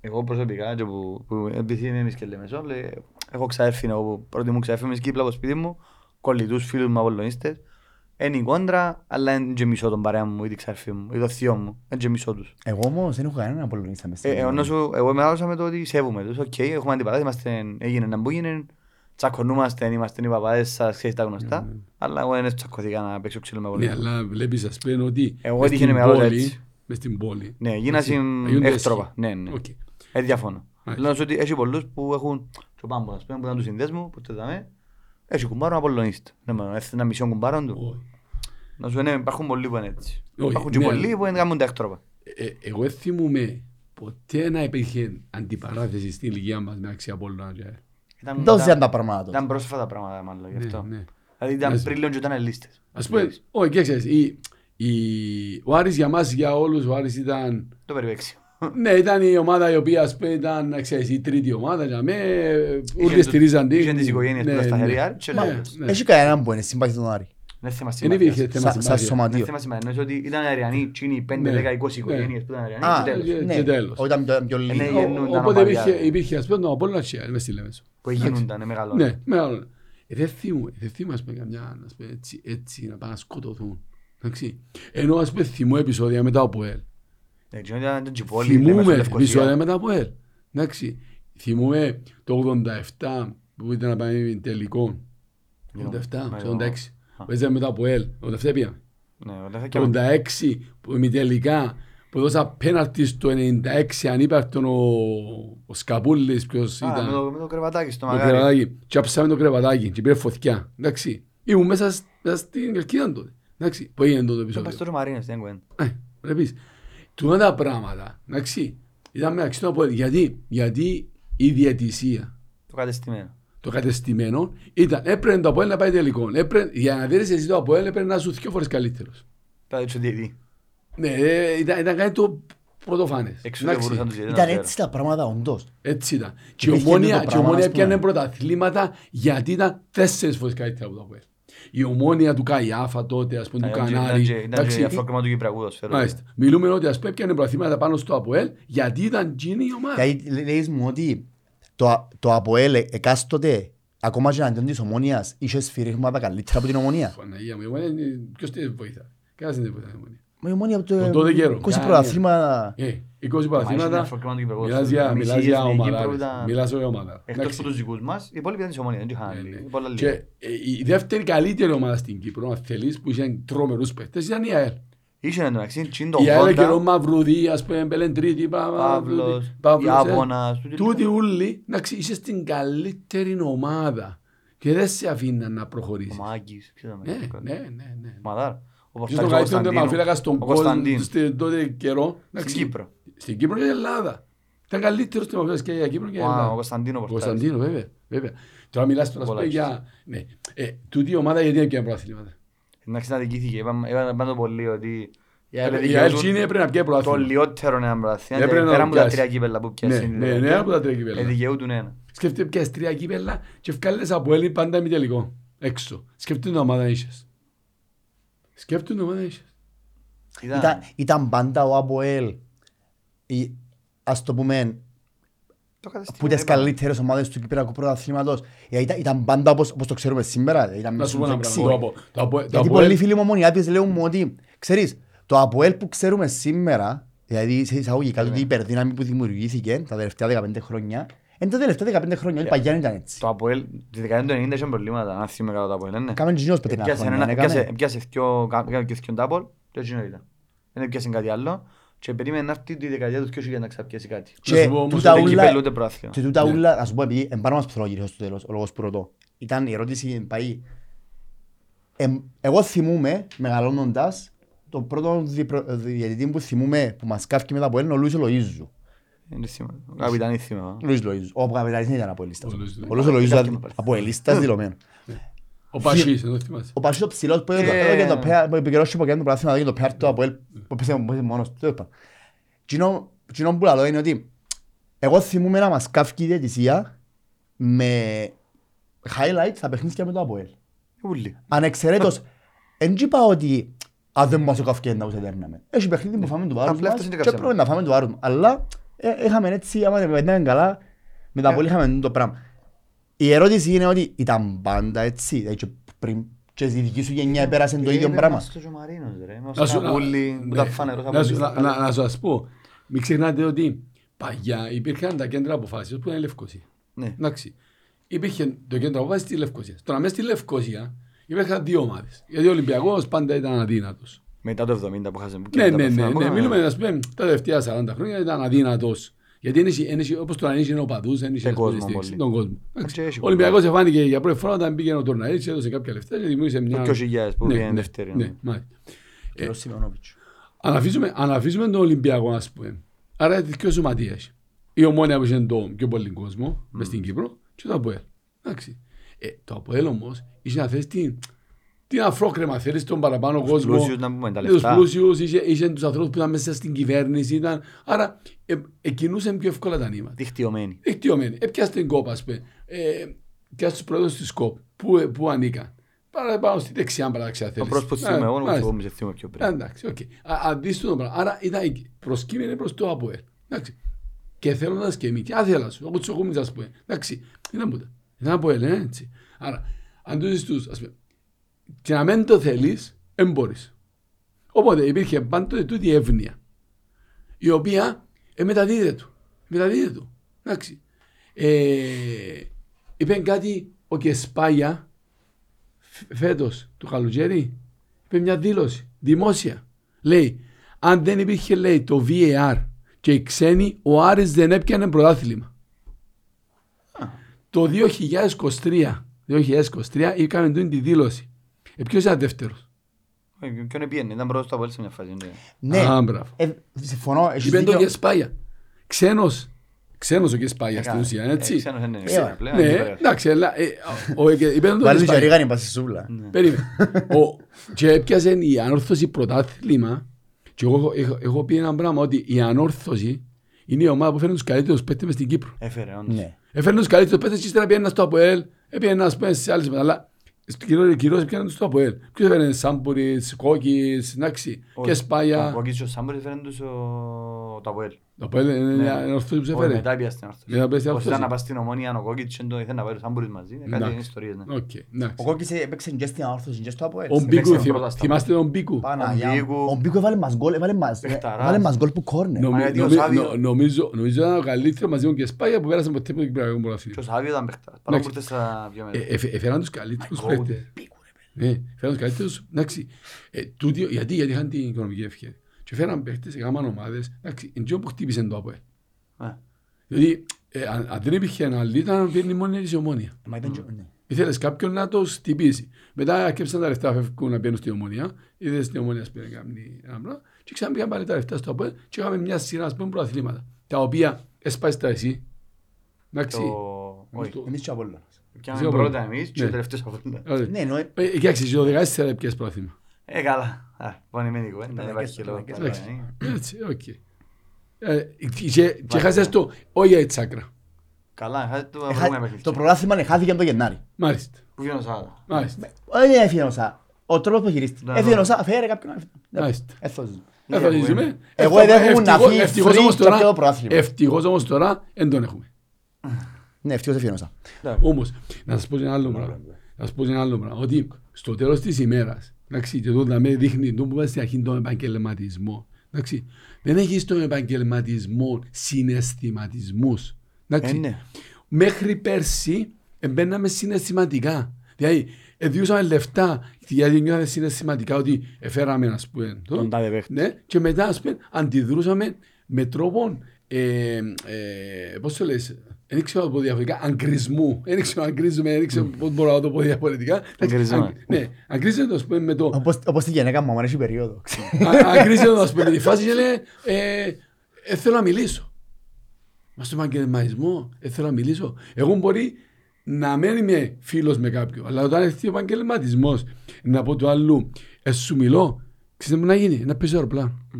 εγώ προσωπικά, και που, που επειδή είμαι εμείς και λέμε σόλ, ε, έχω ξαέρφη, εγώ πρώτη μου ξαέρφη είμαι σκύπλα από το σπίτι μου, κολλητούς φίλους μου απολωνίστες, είναι η κόντρα, αλλά είναι και μισό τον παρέα μου ή την ξαέρφη μου ή το θείο μου, είναι και μισό τους. Εγώ όμως δεν έχω κανέναν απολωνίστα μες. Ε, ε, ενώ σου- εγώ μεγάλωσα με το ότι σέβομαι τους. Οκ, έχουμε αντιπαράθεση, είμαστε, έγινε να μπούγινε, τσακωνούμαστε, είμαστε οι παπάδες σας, ξέρεις τα γνωστά. Αλλά εγώ δεν τσακωθήκα να παίξω ξύλο με Ναι, πολύ. αλλά βλέπεις ας πούμε ότι Εγώ μες έτυχε στην να μεγάλωσα πόλη- έτσι. μες στην πόλη. Ναι, γίνα έτσι, συμ- αγιούνται έκτροπα. έσχοι. Ναι, ναι. Οκ. Ε, διαφωνώ. Μάλιστα. Λέω σου ότι έχει πολλούς που έχουν το πάμπο, ας πούμε, που ήταν τους συνδέσμους, που το είδαμε, έχει κουμπάρο Απολλωνίστα. Ναι, μα, έθεσε ένα μισό κουμπάρο του. Όχι. Να σου ναι, υπάρχουν πολλοί που είναι έτσι. Όχι, Υπάρχουν και ναι. πολλοί που είναι κάνουν τα έκτροπα. Ε, ε, Εγώ δεν θυμούμαι ποτέ να υπήρχε αντιπαράθεση στην ηλικία μας μεταξύ Απόλλωνα και ΑΕΛ. Ήταν- Δώσε ήταν- τα πράγματα. Ήταν πρόσφατα πράγματα μάλλον γι' Ναι, αυτό. ναι. Δηλαδή ήταν Μάλιστα. πριν λέω και ήταν λίστες. Ας πούμε, όχι, και ξέρεις, η- η- ο Άρης για μας, για όλους, ο Άρης ήταν Το περιπέξιο. Ναι, ήταν η ομάδα η οποία ας πούμε, ήταν ξέρεις, η τρίτη ομάδα για μέ, ούτε το- στηρίζαν την. είχε τις οικογένειες Ναι, που τα στα ναι. χέρια, και Ναι, λέει, ναι. Έχει κανέναν που είναι συμπάθει τον Άρη. Είναι θέμα Δεν συμπάθειας. υπήρχε θέμα Σα- Σαν συμπάθειας. Είναι σωματείο. θέμα συμπάθειας. Εννοείς ότι ήταν αριανοί, τσίνοι, 5, Ναι. 10, 20 Ναι. οικογένειες που ήταν αριανοί. Α, και τέλος. Ε, ναι, ναι. Ναι, και τέλος. Όταν ήταν πιο Είναι λίγο. γεν- Ο- γεννούνταν Οπότε ομαδιά. υπήρχε, υπήρχε ας πούμε, το Απόλλωνα Σιά, μες στη Λέμεσο. Που γίνονταν, μεγάλο. Ναι, μεγάλο. Ε, δεν θυμούμε, δεν θυμούμε, ας πούμε, καμιά, ας πούμε, έτσι, έτσι, να πάνε να σκοτωθούν. Εντάξει. Ενώ, ας πούμε, θυμώ επεισόδια μετά από ελ. Εκείνο Ναι, ήταν τον Τζιπόλι, λέμε, Θυμούμε στο επεισόδια Λευκοσία. μετά από ελ. Εντάξει. Θυμούμε το 87 που ήταν να πάμε τελικό. Το 87, Ναι, το 86. Α. Παίζαμε μετά από ελ. Το 87 πήγαμε. Ναι, όλα Το θα κάνουμε. 86 που με τελικά που δώσα πέναρτη στο 96 ανύπαρτον ο, ο Σκαπούλης ποιος Α, με ήταν. το- με το κρεβατάκι στο Το μαγάρι. κρεβατάκι. Και άψαμε το κρεβατάκι και πήρε φωτιά. Εντάξει. Ήμουν μέσα, σ- μέσα στην κερκίδα τότε. Εντάξει. Που έγινε τότε το Το πας επεισόδιο. στους Μαρίνες, δεν κουέν. Ε, βλέπεις. Τούτα τα πράγματα. Εντάξει. Ήταν μεταξύ των απο- Γιατί, γιατί η διαιτησία Το κατεστημένο. το κατεστημένο ήταν έπρεπε το Αποέλ να πάει τελικό. Έπρεπε, για να δεις εσύ το Αποέλ έπρεπε να σου δυο φορές καλύτερος. Πάει στον διαιτή. Ναι, ε, ήταν, ήταν κάτι το πρωτοφάνες. Εξού δεν Εντάξει. μπορούσαν τους διαιτητές να Ήταν το έτσι τα πράγματα όντως. Έτσι ήταν. Και η Υπήρχε ομόνια, τούτο και η πράγμα, ομόνια ας πούμε. πιάνε πρωταθλήματα γιατί ήταν τέσσερις φορές καλύτερα από το ΑΠΟΕΛ. Η ομόνια του Καϊάφα τότε, ας πούμε, κάνουν. του Ήταν και- Κανάρη. ήταν και- Ήταν και Εντάξει, ε, αφρόκρεμα του Κυπριακού ποδοσφαίρου. Μάλιστα. Μιλούμε ότι ας πούμε πιάνε πρωταθλήματα πάνω στο ΑΠΟΕΛ γιατί ήταν γίνει η ομάδα. Δηλαδή λέεις μου ότι το, το ΑΠΟΕΛ εκάστοτε ακόμα και αντίον της ομόνιας είχε σφυρίγματα καλύτερα από την ομόνια. Παναγία μου, η ομόνια είναι- ποιος τη βοηθά. Κανένας δεν τη βοηθά η ομόνια. Μα η ομόνια από Τον τότε καιρό. το 20 Κάνει. προαθλήματα Ε, 20 Μα ήσουν πρωταθλήματα, αφρόκρεμα του Κυπριακού μιλάς ποδοσφαίρου. για- Εμείς μιλάς οι για εθνικοί ομαδάρες. πρώτα- Μιλάς για ομαδάρες. Εκτός Εντάξει. από τους δικούς μας, οι υπόλοιποι ήταν της Ομόνιας, δεν είχαν Ναι, άλλη. ναι. Πολλά λίγα. Και ε, η δεύτερη καλύτερη ομάδα στην Κύπρο, αν θέλεις, που είχε τρομερούς παίχτες, ήταν η ΑΕΛ. Ήσουν εντωμεταξύ τσιν το Η ΑΕΛ 80, καιρό Μαυρουδί, ας πούμε, Μπελεντρίτη, Παύλος, ε, Ιάπωνας, τούτοι Τούτοι λίγο. ούλοι, να ξέρεις, είσαι στην καλύτερη ομάδα και δεν σε αφήναν να ο προχωρήσεις. Μάκης, ξέρω Ναι, με ναι, το κάτι. ναι, ναι, ναι. Μαδάρ, ο Ποιος τον Πορτάρης, ο καλύτερο τερματοφύλακα Κωνσταντίνου, στον ο κόσμο Κωνσταντίν, στην τότε καιρό. να στην ξέρεις, Κύπρο. Στην Κύπρο και η Ελλάδα. Ήταν καλύτερος τερματοφύλακας και για Κύπρο και για Wow, ο Ελλάδα. Κωνσταντίνο Ο Πορτάρης. Κωνσταντίνο, βέβαια. βέβαια. Τώρα μιλάς τώρα ας πούμε, για... ναι. Ε, Τούτη η ομάδα γιατί έπιανε πρωταθλήματα. Εντάξει, να δικήθηκε. Είπαμε είπαμε το πολύ ότι η Ε, Η ΑΕΛ ΑΕΛ δικαιούτουν Τζίνη έπρεπε να πιάνει το πρωταθλήματα. λιότερο να μπραθει. Έπρεπε να Πέρα από τα πιάσει. τρία κύπελα που Ναι, πιάσει. ναι, ναι, από τα τρία κύπελλα. Ε, Δικαιούτουν ένα. Σκέφτε πιες τρία κύπελα και βγάλες από Έλλη πάντα μη τελικό. Έξω. Σκέφτε την ομάδα είχες. Σκέφτε την ομάδα είχες. ήταν, ήταν πάντα ο ΑΠΟΕΛ η- ας το πούμε Το κατεστήμα, που τις είπαμε. καλύτερες ομάδες του Κυπριακού Πρωταθλήματος Ε, ήταν, ήταν πάντα όπως, όπως το ξέρουμε σήμερα ε, ήταν Να σου μέσα πω ένα στους πράγμα. Το δεξί. απο- το απο- το Γιατί Αποέλ- πολλοί φίλοι μου ομονιάτες λέουν μου ότι ξέρεις το ΑΠΟΕΛ που ξέρουμε σήμερα δηλαδή σε Ναι. εισαγωγικά τούτη η υπερδύναμη που δημιουργήθηκε τα τελευταία 15 χρόνια εν τα τελευταία 15 χρόνια Ναι. όλοι παγιάν ήταν έτσι Το Αποέλ, τη δεκαετία του 90 είχε προβλήματα, αν θυμάμαι καλά το Αποέλ, ναι. Κάμεν τους νιώσεις πετένα Έπιασε χρόνια ένα- ναι, έπιασε- κάμεν. έπιασε δυο- κα- κάμεν και δυο ντάπολ, το έτσι ήταν. Δεν έπιασε κάτι άλλο και περίμενε να έρθει τη δεκαετία του 2000 να ξαπιέσει κάτι. Να Και σου πω όμως τούτα ότι Ούτε ούλα- κύπελλο, ούτε πρωτάθλημα. Και τούτα Ναι. ούλα, να σου πω επειδή εμπάνω μας που θέλω να γυρίσω στο τέλος, ο λόγος που ρωτώ. Ήταν η ερώτηση πάει. Εμ, εγώ θυμούμαι, μεγαλώνοντας, το πρώτο διπρο- διαιτητή που θυμούμαι που μας κάφηκε μετά από είναι ο Λουίς Λοΐζου. Είναι θύμα. Κάποιοι ήταν θύμα. Λουίς Λοΐζου. Ο καπιταλής δεν ήταν από ελίστας. Ο Λουίς Λοΐζου. Ο Λουίς Λοΐζου Ήταν ήταν από ελίστας δηλωμένος. Ο Πασίς, δεν το θυμάσαι. Ο Πασίς ο ψηλός που Ε. έκανε το πέρα, που επικαιρώσει που έκανε το πράθυμα, έγινε το πέρα του από ελ, που έπαιζε μόνος του. τέλος πάντων. Τινό- τινό που λαλώ είναι ότι εγώ θυμούμαι να μας κάφηκε η διαιτησία με highlights τα παιχνίδια με το Αποέλ. Ούλοι. Ανεξαιρέτως, εν τζ' είπα ότι αν δεν μας το καυκέν να ουσετέρναμε. Έχει παιχνίδι που φάμε του βάρους Ναι. Απλά μας αυτός και είναι καυσένα. έπρεπε να φάμε του βάρους μας. Αλλά ε, είχαμε έτσι, άμα δεν πετάμε καλά, με Ναι. τα πολύ είχαμε το πράγμα. Η ερώτηση είναι ότι ήταν πάντα έτσι, δηλαδή και πριν και στη δική σου γενιά πέρασε το ίδιο Ε, πράγμα. είμαστε και ο Μαρίνος, ρε. Να σου- Είμαστε να- ούλοι που ναι. τα φανερώσαμε Να σου- εμείς τα να- να- Να σας πω, μην ξεχνάτε ότι παγιά υπήρχαν τα κέντρα αποφάσεως που ήταν η Λευκοσία. Ναι. Εντάξει. Υπήρχε το κέντρο αποφάσεως στη Λευκοσία. Τώρα μέσα στη Λευκοσία υπήρχαν δύο ομάδες. Γιατί ο Ολυμπιακός πάντα ήταν αδύνατος. Μετά το 70 που χάσαμε. Ναι, ναι, ναι, ναι. Μιλούμε, ας πούμε, τα τελευταία 40 χρόνια ήταν αδύνατος. Γιατί είναι, είναι, όπως το να είναι οπαδούς, δεν είχε Τον ας πούμε, κόσμο στήριξη, πολύ. τον κόσμο. και έχει Εντάξει, Ο κόσμο. Ολυμπιακός εφάνηκε για πρώτη φορά όταν πήγαινε ο Τουρναρίτσι, έδωσε κάποια λεφτά και δημιούργησε μια... Το 2000 που Ναι, πήγαινε ναι, δεύτερη, ναι, ναι. μάλιστα. Και Ε. ο Σιμεωνόβιτς. Αν αφήσουμε- αν αφήσουμε τον Ολυμπιακό, ας πούμε, άρα είναι δύο σωματείες. Η ομόνια που είχε τον πιο πολύ κόσμο, μες στην Κύπρο, και το Αποέλ. Εντάξει. Ε, το Αποέλ όμως, είχε να θέσει την, την αφρόκρεμα, θέλεις τον παραπάνω κόσμο. πλούσιους να πούμε, τα Ναι, λεφτά. Τους πλούσιους, είχε, είχε τους ανθρώπους που ήταν μέσα στην κυβέρνηση. Ήταν, άρα, ε, εκκινούσαν πιο εύκολα τα νήματα. Δικτυωμένοι. Δικτυωμένοι. Έπιασε την κόπα, ας πούμε. Ε, πιάσε τους πρόεδρους της κόπ. Πού, ε, πού ε, ανήκαν. Πάρα πάνω στη δεξιά παραδεξιά θέλεις. Το πρόσωπο της Ναι, θυμούμαι, εγώ μάλιστα. εγώ μου σε θυμούμαι πιο Ε, πριν. Εντάξει, οκ. Α- Αντίστοιχο πράγμα. Άρα ήταν προσκύμενε προς το ΑΠΟΕΛ. Εντάξει. Και θέλοντας και εμείς. Και άθελα σου. Εγώ τσοκούμεις ας πούμε. Εντάξει. Ήταν ποτέ. Ήταν ΑΠΟΕΛ, ε, έτσι. Άρα, αν το ζεις τους, ας πούμε, και να μην το θέλεις, δεν μπορείς. Οπότε υπήρχε πάντοτε τούτη η εύνοια. Η οποία ε, μεταδίδεται του. Μεταδίδεται του. Εντάξει. Ε, είπε κάτι ο Κεσπάγια φέτο του καλοκαίρι, είπε μια δήλωση δημόσια. Λέει, αν δεν υπήρχε λέει το VAR και οι ξένοι, ο Άρης δεν έπιανε πρωτάθλημα. Το 2023, 2023 είχαμε τούτη τη δήλωση. Ε, ποιος ήταν δεύτερος. Ε, Ποιον επίενε, ήταν πρώτος το Αποέλ σε μια φάση. ναι. Ναι, Α, μπράβο. ε, συμφωνώ, έχεις Είπε το δίκιο. Γεσπάγια. Ξένος. Ξένος ο Γεσπάγια στην Ε, ουσία, ε, έτσι. Ξένος δεν είναι. Ε, ξένος, ε, πλέον, Ναι, αντιπέρας. εντάξει, αλλά ε, ο- ο- είπε το Βάλει και Γεσπάγια. ρίγανη πάση σούβλα. Ναι. Περίμενε. Ο, και έπιασε η ανόρθωση πρωτάθλημα και εγώ έχω- έχω, έχω πει ένα πράγμα ότι η ανόρθωση είναι η ομάδα που φέρνει τους καλύτερους παίκτες μες στην Κύπρο. Έφερε, όντως. Ναι. Έφερνε τους καλύτερους παίκτες και ύστερα πήγαινε στο ΑΠΟΕΛ, έπαιρνε ας πούμε σε άλλες ομάδες, αλλά στο κυρίως, κυρίως πήγαινε στο ΑΠΟΕΛ. Ποιος έφερνε Σάμπουρης, Κόκκης, εντάξει, Ο- και Ο Σπάγια. Κόκκις και ο Σάμπορ έφερε τους ο- το Αποέλ. Το ΑΠΟΕΛ είναι Ναι. μια ανόρθωση που σε Όχι, έφερε. μετά πήγα στην Άρθρο. Μετά πήγε στην Όσοι Άρθρο. ήταν να πας στην Ομόνια, ο Κόκκιτς δεν το ήθελε να πάει ο Σάμπορης μαζί. Ε, Κάτι Εντάξει. είναι ιστορίες, ναι. Οκ, εντάξει. Ο Κόκκης ε, έπαιξε και στην Ανόρθωση και στο ΑΠΟΕΛ. Ο Μπίκου, παίξαμε θυμα- πρώτα στα θυμάστε τον Μπίκου. Παναγιά. Ο μου. Μπίκου. Ο Μπίκου έβαλε μας γκολ, έβαλε μας- Παιχταράς. έβαλε μας γκολ που κόρνερ. Νομι- γιατί ο νομι- Σάβιο- νο- νομίζω- Νομίζω ήταν ο καλύτερος μαζί μου και Σπάγια που πέρασε ποτέ από την Κυπριακή Πρωταθλήμα. Και ο Σάβιο ήταν παιχτάς. Πάνω Εντάξει. που ήρθε στα πιο Ε, μέτρα. ε, ε, Έφεραν τους καλύτερους Μα, παίκτες. Gold, Μπίκου, ρε, παιδί. Ναι, έφεραν τους καλύτερους. Εντάξει, ε, τούτοι- γιατί, γιατί είχαν την οικονομική ευχαίρεια. Και φέραν παίκτες, έκαναν ομάδες. Εντάξει, εν τω που χτύπησαν το ΑΠΟΕΛ. Ε, Δηλαδή, ε, αν, αν δεν υπήρχε ένα άλλη, ήταν να βγαίνει μόνο η ομόνια. Μα ήταν και- ναι. Ήθελες κάποιον να το χτυπήσει. Μετά αρκέψαν τα λεφτά, φεύγουν να μπαίνουν στην ομόνια. Είδες την ομόνια σπίτι να κάνει ένα πράγμα. Και ξανά πήγαν πάλι τα λεφτά στο ΑΠΟΕΛ και είχαμε μια σειρά, ας πούμε, προαθλήματα. Τα οποία έσπασε τα εσύ. Εντάξει. το- όχι. το- Εμείς και ο Απόλλωνας. Πιάνουμε Ξέρω πρώτα πρώτα. εμείς και Ναι. τελευταίος Αποέλ. Ωραία. Ναι, εννοώ- Ε, Κοιτάξτε, το 14 έπιασε προαθλήμα. Ε, καλά. Α, Πονημένη κουβέντα, Μαλακές, δεν υπάρχει λόγο. μαλακές, παραπάνω, μαλακές. ε. Ναι. Έτσι, οκ. Ε, και- Και χάσες το, όχι η τσάκρα. Καλά, Ε, χάσες το Εχα- προηγούμενο παιχνίδι. Το πρωτάθλημα εχάθηκε το Γενάρη. Μάλιστα. Πού βγαίνω Σάββατο. Μάλιστα. Όχι, δεν έφυγε ο Σά. Ο τρόπος που χειρίστηκε. Ναι, Έφυγε ο ναι. Σά, φέρε κάποιον. Μάλιστα. Έθωσε. Ε, θα ζήσουμε. Ναι, Εγώ Ευτυχώς- δεν ήμουν να ευτυχώς- φύγει ευτυχώς free όμως και τώρα- από το πρωτάθλημα. Ευτυχώς όμως τώρα δεν τον έχουμε. Ναι, ευτυχώς έφυγε ο Σά. Ναι. Όμως, να σας πω και ένα άλλο πράγμα. Ναι, Να σας πω και ένα άλλο πράγμα. Ότι στο τέλος της ημέρας, εντάξει, και εδώ με δείχνει το που είπα στην αρχή τον επαγγελματισμό. Εντάξει, δεν έχεις τον επαγγελματισμό συναισθηματισμούς. Ε, Εντάξει, ναι. μέχρι πέρσι μπαίναμε συναισθηματικά. Δηλαδή, διούσαμε λεφτά γιατί νιώθαμε συναισθηματικά ότι εφέραμε, ας πούμε, το. Τον τάδε παίχτη. ναι, και μετά, ας πούμε, αντιδρούσαμε με τρόπο, ε, ε, πώς το λες, δεν ξέρω να το πω διαφορετικά, αγκρισμού. Δεν ξέρω αν κρίζουμε, δεν ξέρω πώς μπορώ να το πω διαφορετικά. Εντάξει, Αγκρίζουμε. αγ- Ναι, αγκρίζεται, ας πούμε, με το... Όπως- Όπως τη γυναίκα μου, άμα έχει περίοδο. Α- Αγκρίζεται ας πούμε με τη φάση και λέει ε, ε, θέλω να μιλήσω. Μας στον επαγγελματισμό, ε, θέλω να μιλήσω. Εγώ μπορεί να μην είμαι φίλος με κάποιον, αλλά όταν έρθει ο επαγγελματισμός να πω του άλλου, ε, σου μιλώ, ξέρετε να γίνει, να πέσει αεροπλάνο. Mm.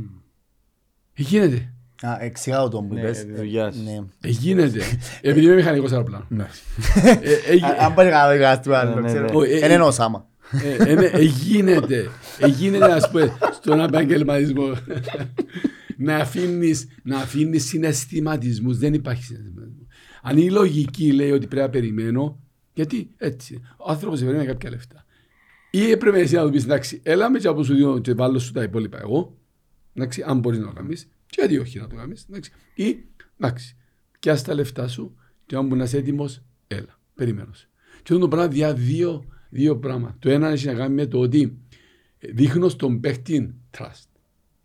Ε, γίνεται. Α, εξηγάω τον που Ναι, είπες. ε, δουλειάς. Ναι. Ε, γίνεται. Επειδή είμαι μηχανικός αεροπλάνο. Ε, ε, Ναι. Α- Αν πάει καλά καλά του Ναι, άλλου, ναι, ξέρω. ναι. Όχι, ε, Εν ε, εννοώ Σάμα. Ε, ε, ναι, ε, γίνεται. Ε, γίνεται, ας πούμε, στον επαγγελματισμό. να αφήνεις, να αφήνεις συναισθηματισμούς. Δεν υπάρχει συναισθηματισμό. Αν η λογική λέει ότι πρέπει να περιμένω, γιατί έτσι. Ο άνθρωπος περιμένει κάποια λεφτά. Ή έπρεπε εσύ να του πεις, εντάξει, έλα με και από σου δύο και βάλω σου τα υπόλοιπα εγώ. Εντάξει, αν μπορείς να το κάνεις. Και γιατί όχι να το κάνεις. Εντάξει. Ή, εντάξει, πιάσ' τα λεφτά σου και αν μπορεί να είσαι έτοιμος, έλα. Περιμένω σε. Και αυτό το πράγμα διά δύο, δύο πράγματα. Το ένα έχει να κάνει με το ότι ε, δείχνω στον παίχτη trust,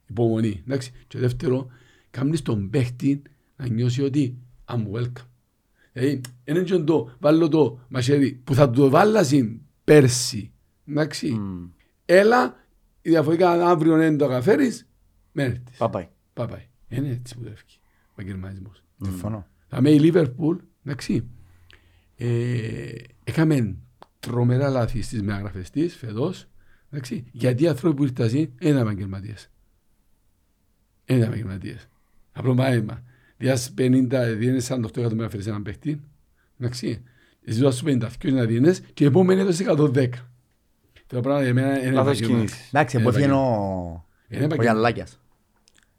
υπομονή. Εντάξει. Και δεύτερο, κάνεις τον παίχτη να νιώσει ότι I'm welcome. Δηλαδή, είναι και το, βάλω το μαχαίρι που θα το βάλασαι πέρσι. Εντάξει. Μμμ. Έλα, διαφορετικά αν αύριο δεν το καφέρεις, με έρθεις. Παπάει. Παπάει. Είναι έτσι που τρέφει ο επαγγελματισμός. Συμφωνώ. Θα με η Λίβερπουλ, εντάξει, ε, έκαμε τρομερά λάθη στις μεταγραφές της φέτος, εντάξει, γιατί οι άνθρωποι που ήρθαν δεν ήταν επαγγελματίες. Δεν ήταν επαγγελματίες. Απλό παράδειγμα, διάς 50, διένες 48 εκατομμύρια φέρεις έναν παίχτη, εντάξει, εσύ δώσεις 52 να διένες και η επόμενη έδωσε 110. Τα πράγματα για μένα είναι Λάθος επαγγελμα- κινήσεις. Εντάξει, είναι εγώ επαγγελμα- ο... Είναι Ο επαγγελμα- Γιαννάκιας.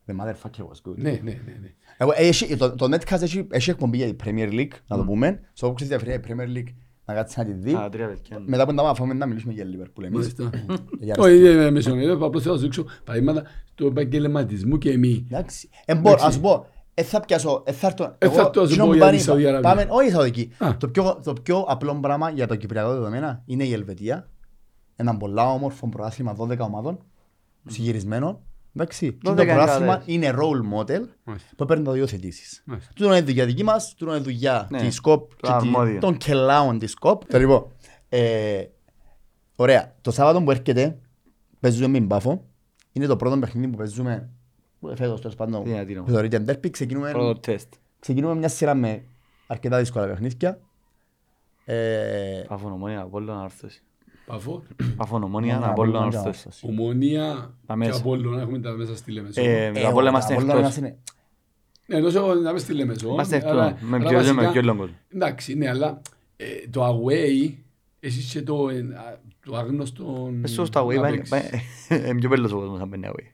The motherfucker was good. Ναι, ναι, ναι. ναι. Εγώ, έχει, το, το Netcast έχει, έχει εκπομπή για την Premier League, να το πούμε. Στο όποιος ξέρει η Premier League, να κάτσεις να τη δεις. Α, τρία παιδιά. ναι. Μετά που τα μάθαμε να μιλήσουμε για Liverpool εμείς. Μάλιστα. Για Όχι, αριστερά. δεν με συγχωρείτε, απλώς θέλω να σου δείξω παραδείγματα του επαγγελματισμού και εμείς. Εντάξει. Ε, μπο- Εντάξει. Ας σου πω, ε, θα πιάσω, ε, θα έρθω- Ε, θα εγώ, το σου εκείνο πω που για τη πάνε- Σαουδική Αραβία. πάμε- όχι η Σαουδική. Α. Το πιο- Το πιο απλό πράγμα για το κυπριακό δεδομένα είναι η Ελβετία. Ένα πολλά όμορφο προάθλημα 12 ομάδων, συγκυρισμένο. Εντάξει. Και 12 το προάθλημα καλές. είναι role model Μάλιστα. που παίρνουν τα δύο θετήσεις. Μάλιστα. Τούτο είναι δουλειά δική μας, τούτο είναι δουλειά Ναι, της ΚΟΠ το και τη- αρμόδιο. Ναι. των κελάων της ΚΟΠ. Το λοιπόν, ε, ωραία, το Σάββατο που έρχεται παίζουμε με την Πάφο. Είναι το πρώτο παιχνίδι που παίζουμε που φέτος τέλος πάντων Τι να δίνω. που θεωρείται ντέρπι. Ξεκινούμε, Πρώτο τεστ. ξεκινούμε μια σειρά με αρκετά δύσκολα παιχνίδια. Ε, Παφωνομόνια, Απόλλων, Άρθος. Παφό, Ναι, Παφωνομόνια, Απόλλων, Απόλλον, Απόλλων, Άρθος. Άρθος. ομονία Τα και μέσα. απόλλωνα έχουμε τα μέσα στη Λεμεσό. Ε, Ε, τα Απόλλων είμαστε Απόλλων εκτός. μας είναι- Ναι, Ενώ σε να είμαι στη Λεμεσό. Είμαστε άρα- εκτός. Με άρα ποιο με βασικά- ποιο λόγο. Εντάξει, ναι, αλλά ε, το away, εσείς και το, ε, α, το άγνωστο... Πες τα να way, παίξεις. είναι ε, πιο πέλος ο κόσμος αν παίρνει away.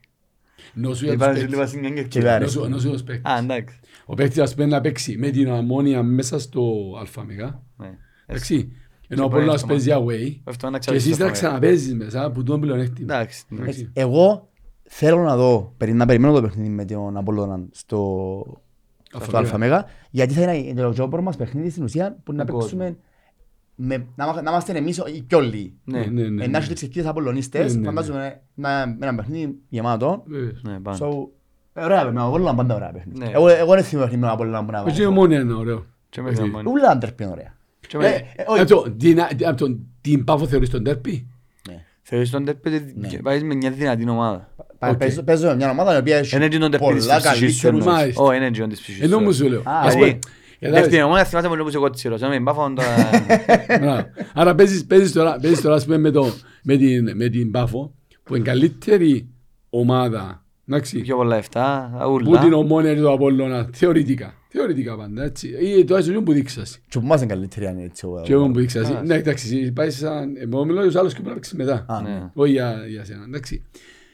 Νόσου για τους Λιβάζει- παίκτες. λιβάζει μια Κιλάρι. κερκίδα. Νόσου- νόσου για τους παίκτες. ε, Α, ναι. εντάξει. Ο παίκτης ας πούμε να παίξει με την αμμόνια μέσα στο αλφαμεγά. Ναι. Εντάξει, ενώ ο μπορεί Απόλλωνας να παίζει away Αυτό είναι και εσείς να αξιολογικό. ξαναπέζεις μέσα που τον πλεονέκτημα. Εντάξει. ναι. Εντάξει. Εγώ θέλω να δω, περι- να περιμένω το παιχνίδι με τον Απόλλωνα στο στο Αλφα-Μέγα. Αλφαμέγα, γιατί θα είναι το πρώτο μας παιχνίδι στην ουσία που να Τον παίξουμε με, να, μα- να είμαστε εμείς οι πιο λίγοι. Ναι, ναι, ναι. Ε, Να έχετε τις ευκαιρίες Ναι, Απόλλωνιστες, ναι, ναι. φαντάζομαι να- ένα παιχνίδι γεμάτο. Βέβαια. Ναι, πάμε. So, ε, Ωραία με τον Απόλλωνα, πάντα ωραία παιχνίδια. Ναι. Εγώ- Εγώ δεν θυμάμαι παιχνίδι με τον Απόλλωνα που να Όχι η βάλω. ομόνια είναι ωραίο. Και με την Ομόνια. Ούλα αντέρπι είναι ωραία. Και με- Ε, όχι. Απ' το- την- απ' τον- Την Πάφο θεωρείς τον τέρπι. Θεωρείς τον τέρπι ότι Ναι. βάζεις με μια δυνατή ομάδα. Πα- οκ. παίζω- Παίζω με μια ομάδα η οποία έχει Είναι τον τέρπι της πολλά ψυχής σου, ναι. καλύτερους. εννοείς. εννοείς. Ω, είναι τον της ψυχής σου. Ενώ μου σου λέω. Α, ε, Ας δηλαδή, πούμε, κατάλαβες. Δεύτερη ομάδα θυμάται πολύ όπως εγώ τσιρός. Να μην πάφω τα... Μπράβο. Άρα παίζεις, παίζεις τώρα, παίζεις τώρα ας πούμε, με, το, με, την, με την Πάφο που είναι καλύτερη ομάδα εντάξει, Πιο πολλά εφτά, που την ούλα. Ε, ομόνια και το Απόλλωνα θεωρητικά. Θεωρητικά πάντα έτσι. Ή το άσο που δείξασαι. Και που μας είναι καλύτερη αν είναι έτσι. ο- Και εγώ που δείξασαι. Α. Ναι εντάξει εσύ πάει σαν εγώ μιλώ για τους άλλους και πρέπει να παίξεις μετά. Α, ναι. Ναι. Όχι για, για σένα εντάξει.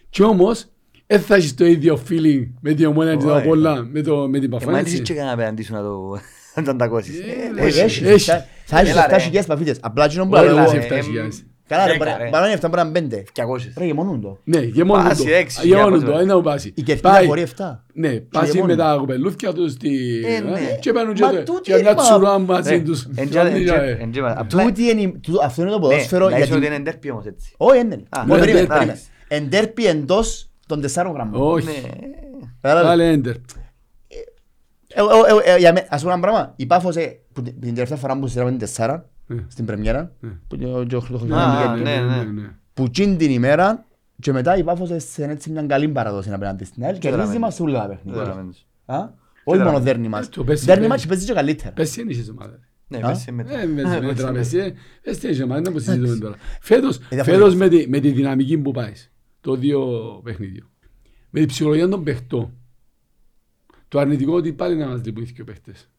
Και όμως δεν θα έχεις το ίδιο feeling με την ομόνια και το Όχι. Απόλλωνα με, το, με την Ε, Πάφο. μα έτσι. έτσι και κανένα απέναντί σου να το... να τον τακώσεις. Ε, Ε, ναι. Όχι, Έχει, έχει. έχει. Θα- Θα έχεις Έλα, ρε. 7.000 παφίτες. Απλά εκείνο που Όλα λέω εγώ- σε ε, εφτά ε, χιλιάδες. Καλά ρε, δέκα, παρά- ρε. παρά 7 παρά 5. 200. Ρε γεμονούν το. Ναι, γεμώνουν Πάση, το. έξι, Γεμώνουν το, διακόσια. ένα πάση. Η κερκίδα Πάει- χωρεί 7. Ναι, πάση με γεμώνουν. τα κοπελούθια τους στη... Ε, ναι. Και παίρνουν και, Μα το- τούτη και μια είναι μα- τσουρά μαζί Ρε, τους. Ε, εν τζα- εν τζα- Ε, εν τζα- απλά- Τούτη είναι η- του- Αυτό είναι το Ναι, ποδόσφαιρο να για είσαι ότι την... είναι ντέρπι όμως έτσι. Όχι, είναι. Α, Μα, ναι, περίμενε, εντάξει. περίμενε. Εντέρπι εντός των τεσσάρων γραμμών. Όχι, Ναι. Κατάλαβες. πάλι έντερ. Ε, ε, ε, ε, για μέ- Ας πούμε ένα πράγμα. Η Πάφος ε, που την- την τελευταία φορά που σειράμε την τεσσάρα Ναι. στην πρεμιέρα Ναι. που και ο- και ο Χρήστος Α, Χρήστος ναι, Μιγέλη, ναι. που εκείνη την ημέρα και μετά η Πάφος έστησε έτσι μια καλή παραδόση απέναντι στην ΑΕΛ και Καταλαβαίνω. ρίζει μας όλα τα Δεν παιχνίδια. καταλαβαίνεις. Α, Όχι μόνο δέρνει μας. Ε, το πέσει, Δέρνει πέσει. μας και παίζει και καλύτερα. Πες τι είναι η ομάδα. Ναι, Α? πες σε μετά. Ε, με- με Πες σε τραπέζι, ε, πες τι είναι η ομάδα, να πως συζητούμε τώρα. διαφορετικό. Φέτος- Φέτος με τη- με τη δυναμική που πάει, το δύο παιχνίδιο. Με την ψυχολογία των παιχτών. Το αρνητικό ότι πάλι να μας λείπουν οι δύο παίχτες.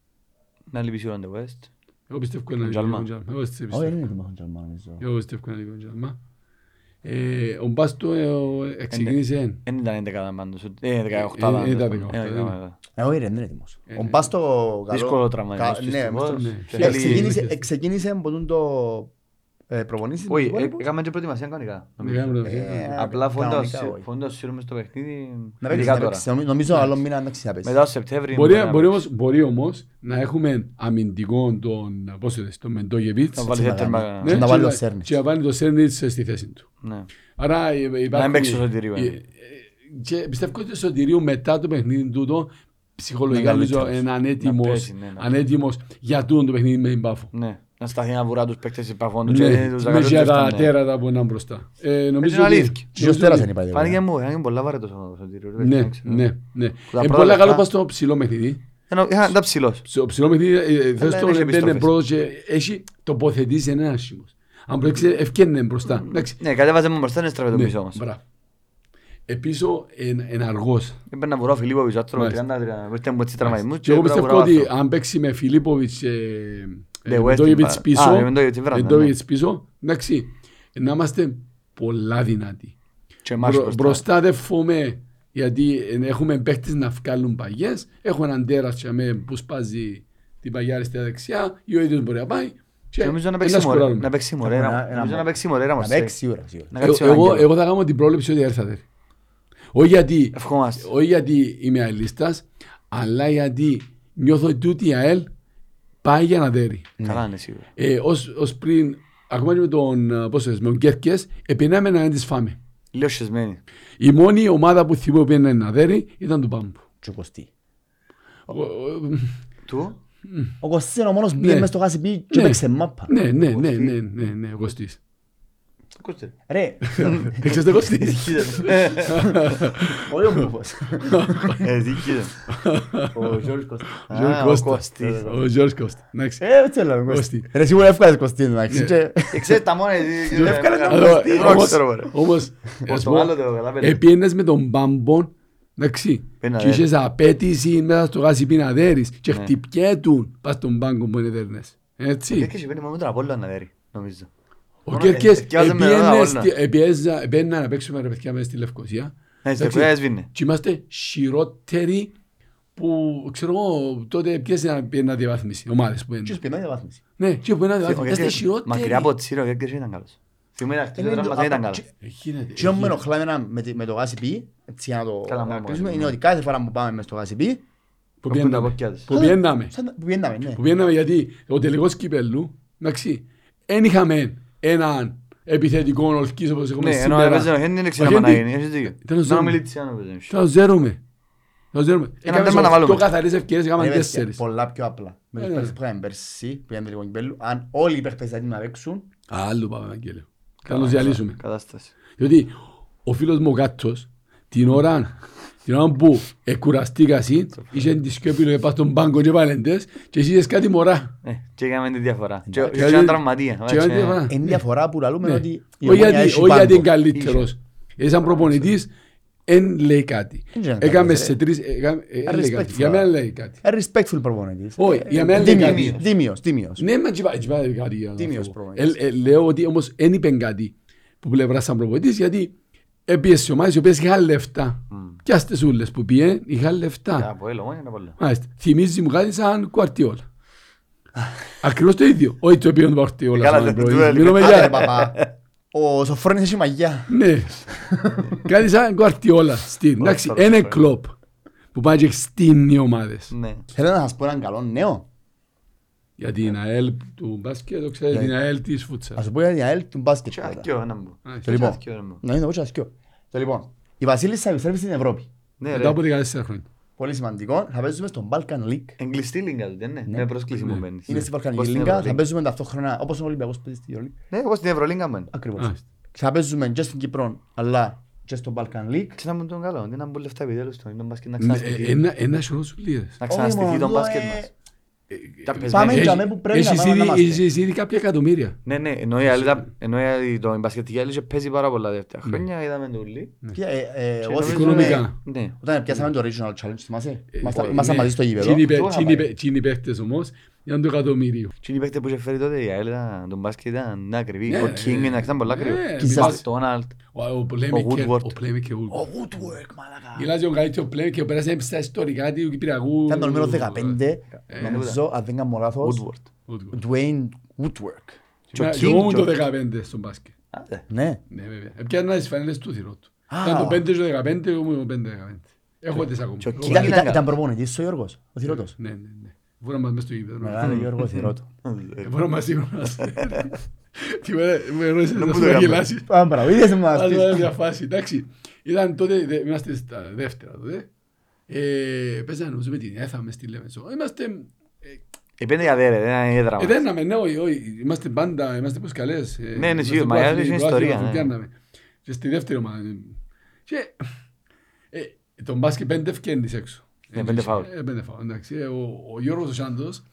Να λυπηθεί ο Ρόντε West. Εγώ πιστεύω ένα Τον λίγο Τζαλμά. Τζαλμά. Εγώ έτσι Όχι, πιστεύω. δεν είναι το μάχο Τζαλμά, νομίζω. Εγώ πιστεύω ένα λίγο Τζαλμά. Ε, Ο Μπάστο ε, ο- ναι. ε, ξεκίνησε. Δεν ήταν 11 πάντως. Ε, 18 Ε, πάντως. ήταν Ε, 18, ε, δεν- ε, Ε, όχι, ρε, δεν είναι έτοιμος. Ε, Ο ναι. Μπάς το καλό- Δύσκολο κα- τραυματισμός. Ναι, μες το- δυστυχώς. ναι. Θέλει- Εξεκίνησε- Εξεκίνησε από τον το ε, προπονήσεις. Όχι, του ε, υπόλοιπου. έκαμε και προετοιμασία κανονικά. νομίζω. Μεγάλο Ε, πράγμα. Απλά φωντα κανονικά, όχι. σύρουμε στο παιχνίδι. Να παίξεις, ειδικά να τώρα. παίξεις. Νομι- Νομίζω άλλο μήνα να παίξεις, να παίξεις. Μετά το Σεπτέμβριο. Μπορεί, να μπορεί, παίξεις. όμως, μπορεί όμως να έχουμε αμυντικό τον, πώς είναι, τον Μεντόγεβιτς Να βάλει να τέρμα. κάνει. ναι, να βάλει και ο να- Σέρνιτς. και να βάλει το Σέρνιτς στη θέση του. Ναι. Άρα ε, υπάρχουν... παίξει ο Σωτηρίου, ε, ε. ε, Και πιστεύω ότι ο Σωτηρίου μετά το παιχνίδι τούτο ψυχολογικά Να νομίζω καλύτερος. είναι Ναι, Να ανέτοιμος, παίζει, ναι, να- ανέτοιμος για τούτο το παιχνίδι με την Πάφο. Ναι. Να σταθεί να βουρά τους παίκτες επαφών. Ναι, με για τα ναι. τέρατα που είναι μπροστά. Ε, νομίζω είναι ότι- αλήθεια. Και ο νομίζω Στέρας ότι- είναι η παραδείγμα. Φάνηκε μου, φάνηκε πολλά βαρετός ο Σωτήριο. ρε, Ναι, δεν ξέρω. ναι, ναι. Είναι πρώτα πολύ λεπτά- καλό πας στο ψηλό παιχνίδι. Ενώ, είχα- ε, Ήταν ψηλός. Στο ψηλό παιχνίδι ε, ε, θες δεν τον έχει εμπένε επιστροφές. πρώτος και έχει τοποθετήσει ένα άσχημος. Αν προέξει ευκαινε μπροστά. Εντάξει. Ναι, κατέβαζε μου μπροστά, είναι στραβέ το Ναι, πίσω όμως. μπράβο. Επίσω εν- εν αργός. Έπαιρνα βουρά ο Φιλίπποβιτς, άτρωμα Μάλιστα. 30-30, ήρθαν μου έτσι τραυματισμούς Και εγώ έπαιρνα πιστεύω βουρά ότι βάθος. αν παίξει με Φιλίπποβιτς ε, Ναι, Μεντόγεβιτς West, πίσω, ναι, α, με Μεντόγεβιτς, βράδυ, Μεντόγεβιτς πίσω, εντάξει, να είμαστε πολλά δυνατή. Και μάτς Μπρο- μπροστά. μπροστά δεν φοβούμαι γιατί εν- έχουμε παίχτες να βγάλουν παγιές. Έχω έναν τέρας και αμέ που σπάζει την παγιά αριστερά δεξιά ή ο ίδιος μπορεί να πάει. Και Νομίζω να ένα παίξει μωρέ. σκοράρουμε. Να παίξει μωρέ. Ένα- να- ένα Νομίζω να μωρέ. παίξει μωρέ. Ναι. Να Να μας παίξει στέκει. σίγουρα. σίγουρα. Να Εγώ, κάτσει ο Άγγελος. εγώ, εγώ θα κάνω την πρόληψη ότι έρθατε. Όχι γιατί, Ευχόμαστε. όχι γιατί είμαι αελίστας, αλλά γιατί νιώθω ότι τούτη η ΑΕΛ πάει για να δέρει. Καλά είναι σίγουρα. Ε, ως, ως πριν, ακόμα και με τον, ε, πώς το λες, με τον Κέρκες, επινάμε να τις φάμε. Λέω σεσμένη. Η μόνη ομάδα που θυμώ που πήγαινε να δέρει ήταν του Πάμπου. Και ο Κωστή. Ο- ο- Του. Ο Κωστής είναι ο μόνος που πήγε Ναι. μες στο χάσι και Ναι. έπαιξε μάπα. Ναι, ναι, ναι, Κωστής. ναι, ναι, ναι, ο Κωστής. Ε, Ακούστε. Ρε, Ξέρεις τον Κωστή. όχι ο Μπούφος. Εδίκησε. Ο Γιώργος Κωστής. Ο Γιώργος Α, Κώστα. ο Κώστης. Ο Γιώργος Κώστα. Εντάξει. Ε, έτσι έλαβε Κωστή. Κωστή. Ρε, σίγουρα εύκολα Κωστής εντάξει. Ναι. και- Ξέρεις τα μόνα εσύ. Εύκολα να Αλλά, Κωστή. Εγώ όμως- ξέρω, μωρέ. Όμως, ας Ως το πω, άλλο το καλά πέλε. επίενες με τον Πάμπον, εντάξει, Πήνα και είχες απέτηση μέσα στο γάσι πιναδέρης και Ναι. χτυπιέτουν πας στον πάγκο που είναι δέρνες. Έτσι. Κέρκες είπε μόνο τον Απόλλωνα να δέρει. Νομίζω. Ο Ε, Μόνο Κέρκες εθιάζε με έναν αγώνα. επέναν να παίξουμε ρε παιδιά μέσα στη Λευκοσία Ναι, στην Εντάξει. Ευκαιρία έσβηνε. και είμαστε χειρότεροι που ξέρω εγώ τότε ποιες είναι ένα διαβάθμιση ομάδες που Και είναι. σπινάει διαβάθμιση. Ναι, και που είναι Ο διαβάθμιση. Είμαστε Κέρκες- Μακριά από χειρότεροι. τη Σύρο, ο Κέρκες ήταν καλός. Θυμούμαι να χτίζει Είναι τώρα, το- μας δεν ήταν από- καλός. Ε, γίνεται, Τι όμως γίνεται. με ενοχλά εμένα με τη- με το GCP, έτσι για να το Καλά, μόνο, χαρακτηρίσουμε, μόνο. είναι ότι κάθε φορά που πάμε μες στο GCP, Που Κόβουν τα πιέναμε. πόκια τους. Που πιέναμε. σαν να- που πιέναμε, ναι. Που πιέναμε γιατί ο τελικός κυπέλου, εντάξει, εν είχαμε έναν επιθετικό ολκής όπως έχουμε Ναι, ενώ έπαιζε ο σήμερα. Χέντι, δεν Ο ξέρω άμα να Χέντι- γίνει, έχεις δίκιο. Ήταν ο Να Ζώμης. Μιλιτσιάνο παίζει. Θα ζέρουμε. Θα ζέρουμε. Έκαμε τέρμα να βάλουμε. οκτώ καθαρές ευκαιρίες, έκαμε Ναι, Ρε, παιδιά, τέσσερις. Ε, Πολλά πιο απλά. Με τους Ε, παίκτες ναι. που είχαμε πέρσι, που είχαμε τελικό κυπέλλου, αν όλοι οι παίκτες ήταν να παίξουν, Άλλο πάμε, Αγγέλιο. Θα τους διαλύσουμε. Κατάσταση. Διότι ο φίλος μου ο Κάτος, την ώρα, την ώρα που εκουραστήκας εσύ, είχες τη σκέπη και πας στον πάγκο και βάλεντες και εσύ είχες κάτι μωρά. Ε, Και έκαμε τη διαφορά. Και ο- Και και άλλη- έναν τραυματία. και άλλη έτσι, διαφορά. ε. είναι διαφορά που λαλούμε Ναι. ότι η Όχι ομόνια γιατί- έχει όχι γιατί πάγκο. είναι καλύτερος. Ε, Σαν προπονητής, εν λέει κάτι. Δεν ξέρω αν Έκαμε καλύτερος, σε ρε. τρεις, ε, έκαμε- ε, εν λέει κάτι. Respectful. Για μένα λέει κάτι. Ε, respectful προπονητής. Όχι, Ε, για μένα είναι τίμιος, κάτι. τίμιος, τίμιος. Ναι, μα τσιπά- τσιπά κάτι για να Τίμιος φύγω. προπονητής. Ε, ε, Λέω ότι όμως δεν είπε κάτι που πλευράς σαν προπονητής γιατί έπιεσε ομάδες οι οποίες είχαν λεφτά. Και άστες ούλες που πήγε είχαν Ε, λεφτά. από έλα, μόνο είναι από έλα. Μάλιστα. Θυμίζει μου κάτι σαν κουαρτιόλα. Ακριβώς το ίδιο. Όχι το οποίο είναι κουαρτιόλα. Καλά, σαν το- προπονητής. το έλεγα. Μιλούμε Άντε, ρε, για... παπά. Ο Σοφρόνης έχει μαγιά. Ναι. Κάτι σαν κουαρτιόλα. Στυλ. Εντάξει, Ωραία, ένα ωραία. κλόπ που πάει και στείνει ομάδες. Ναι. Θέλω να σας πω έναν καλό νέο. Για την ΑΕΛ του μπάσκετ, το ξέρετε, Ναι. την ΑΕΛ της φούτσα. Να σου πω για την ΑΕΛ του μπάσκετ. Και πρώτα. ασκιό, ένα μου. Μάλιστα. Το λοιπόν. Και ασκιό, ένα μου. Να είναι όχι ασκιό. Το λοιπόν, η Βασίλισσα επιστρέφει στην Ευρώπη. Ναι, Μετά ρε. από 14 χρόνια. Πολύ σημαντικό, θα παίζουμε στον Balkan League. Εγκλειστή λίγκα του, δεν είναι. Με πρόσκληση Ναι. μου μπαίνεις. Ναι. Είναι στη Πώς Βαλκανική στην Λίγκα, θα Ευρωλίγκα. παίζουμε ταυτόχρονα όπως ο Ολυμπιακός παίζει στη Ευρωλίγκα. Ναι, εγώ στην Ευρωλίγκα μου. Ακριβώς. Μάλιστα. Θα παίζουμε και στην Κύπρο, αλλά και στο Balkan League. Τι να μου τον καλό, δεν να μπουν λεφτά επιτέλους στον είναι μπάσκετ να Ναι, ξαναστηθεί. ε, ένα- Ένα σωρό σου λίδες. Όχι Να ξαναστηθεί μόνο, τον ε, μπάσκετ μας. Τα Πάμε πεσμένα. Έχεις- για μέ που πρέπει να έχεις πάμε ήδη- να είμαστε. έχεις ήδη κάποια εκατομμύρια. Ναι, ναι, εννοεί άλλη τα- εννοεί το η μπασκετική άλλη και παίζει πάρα πολλά τελευταία χρόνια, είδαμε το ουλί. Ποια- ε, ε, εγώ νομίζω- θυμούμαι, Ναι. Οικονομικά. Ναι. Όταν πιάσαμε το Regional Challenge, θυμάσαι. Ήμασταν- Ε, Ήμασταν ναι. μαζί στο Τι είναι οι γήπεδο. παί- Τώρα τι είναι οι πάει. παί- τι είναι οι παίχτες όμως, για το εκατομμύριο. Τι είναι οι παίκτες που είχε φέρει τότε η ΑΕΛ ήταν, τον μπάσκετ ήταν ακριβή. Ναι, Ο ναι, King ναι. ήταν ήταν πολύ ακριβή. Ναι, Ο μιλάς. Μακτόναλτ. Ο- Ο playmaker- Woodward. ο playmaker Woodward. Ο Woodwork, μαλακά. Μιλάζει ο καλύτερος playmaker που πέρασε στα ιστορικά του Κυπριακού. Ήταν το νούμερο 15, ε, νομίζω, αν δεν κάνω λάθος, Woodward. Woodward. ο Dwayne Woodwork. Και ο King, King μου και το ο- 15 στο μπάσκετ. Άντε. Ναι. Ναι, βέβαια. Έπιανα τις φανέλες του θυρό του. Α. Ήταν το 5 και το 15, εγώ ήμουν 5-15. Έχω τις ακόμα. και ο Έχω King βάλει. Ήταν- ήταν Ήταν ήταν καλό. προπονητής ο Γιώργος, ο Θηρότος. Ναι, ναι, ναι. Μπορεί να μας μέσα στο γήπεδο. Μεγάλο Γιώργο Θηρότο. Ε, Μπορεί να μας σίγουρας. Τι μέρα- με ρώτησες να μου σου το να κάνω. γελάσεις. Πάμε μπράβο, είδες μας. Ας βάλω μια φάση, εντάξει. Ήταν τότε, δε- είμαστε στα δεύτερα τότε. Ε, Παίζαμε νομίζω με την ΕΘΑ, μες στη Λεμεσό. Είμαστε, Επέντε για δέρε, δεν είναι έδρα ε, μας. δεν ναι, όχι, όχι, είμαστε πάντα, είμαστε πως καλές. Ε, ναι, είμαστε σίγουρα, μα προάθλημα, έτσι είναι προάθλημα, ιστορία, ναι. πιάνναμε. Και στη δεύτερη ομάδα. ε, Και, ε, τον μπάσκετ πέντε ευκένεις έξω. Ναι, πέντε φάουλ. Ε, πέντε φάουλ, εντάξει. Ε, Ο, ο Γιώργος ο Σάντος,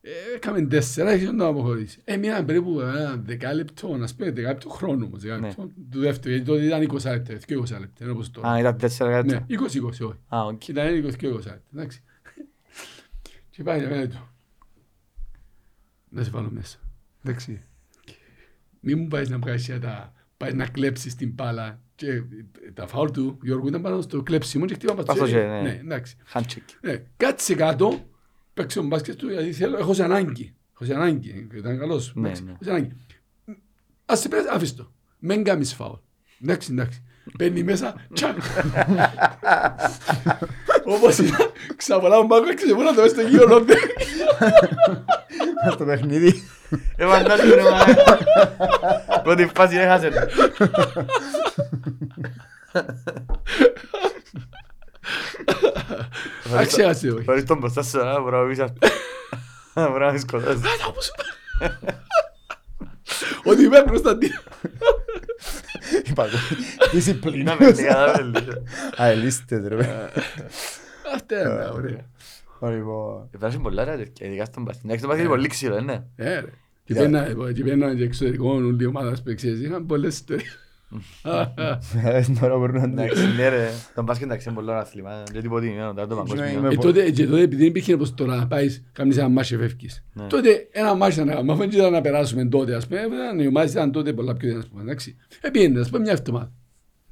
ε, έκαμε τέσσερα και να αποχωρήσει. Έμεινα περίπου ένα δεκάλεπτο, να σου πω δεκάλεπτο χρόνο Ναι. όμως, δεκάλεπτο του δεύτερου, γιατί τότε ήταν 20 λεπτά, και 20 λεπτά, ενώ όπως τώρα. Α, ήταν τέσσερα Ναι, λεπτά. 20-20, όχι. Α, οκ. Ήταν 20 και 20 λεπτά, εντάξει. Και πάει για μένα του. Να σε βάλω μέσα. Εντάξει. Μην μου πάεις να βγάλει τα. Πάεις να κλέψεις την μπάλα. Και τα φάουλ του Γιώργου ήταν πάνω στο κλέψιμο και χτύπαμε Αυτό και, ναι. Ναι, εντάξει. Χάντσεκ. Ναι, κάτσε κάτω, παίξε τον μπάσκετ του, γιατί θέλω, έχω σε ανάγκη. Έχω σε ανάγκη, ήταν καλός. Ναι, εντάξει, ναι. Έχω σε ανάγκη. Ας σε πειράζει, άφησε το. Μεν κάνεις φάουλ. Εντάξει, εντάξει. Παίρνει μέσα, τσακ. Όπως ήταν, ξαβολά ο Μάκο, ξεβολά το μέσα στο γύρο Λόρντε. στο παιχνίδι. Ε, φαντάζομαι, ρε, μα. Πρώτη φάση έχασε. Αξιάσαι, όχι. Χωρίς τον μπροστά σου, να μπορώ να πεις αυτό. Μπορώ να πεις κοντά σου. Άρα, όπως- Ότι είμαι Κωνσταντίνα. Είπα, Να δισιπλίνα. με λίγα, να με λίγα. Αελίστες Ε. ρε. παιδί. Αυτά είναι, ωραία. Λοιπόν, Υπάρχει πολλά ρε τέτοια, ειδικά στον μπάσκετ. Εντάξει, το μπάσκετ είναι πολύ ξύλο, ε, ναι. Ε, ρε. Και Για- πέρνα- Και πέρνανε και εξωτερικό όλη η ομάδα παίξες. Είχαν πολλές ιστορίες. ε, τώρα μπορούν να Εντάξει, ναι, ρε. Το μπάσκετ εντάξει, είναι πολύ ωραίο αθλήμα. Δεν τυποτιμημένο, τώρα το παγκόσμιο. είμαι- Ε, τότε, και τότε επειδή δεν υπήρχε όπως τώρα να πάεις κάνεις ένα μάτσο και φεύγεις. Ναι. Τότε ένα μάτσο ήταν να κάνουμε, αφού δεν ήταν να περάσουμε τότε ας πούμε, ήταν, οι ομάδες ήταν τότε πολλά πιο δυνατές, ας πούμε, εντάξει. Επήγαινε ας πούμε μια εβδομάδα.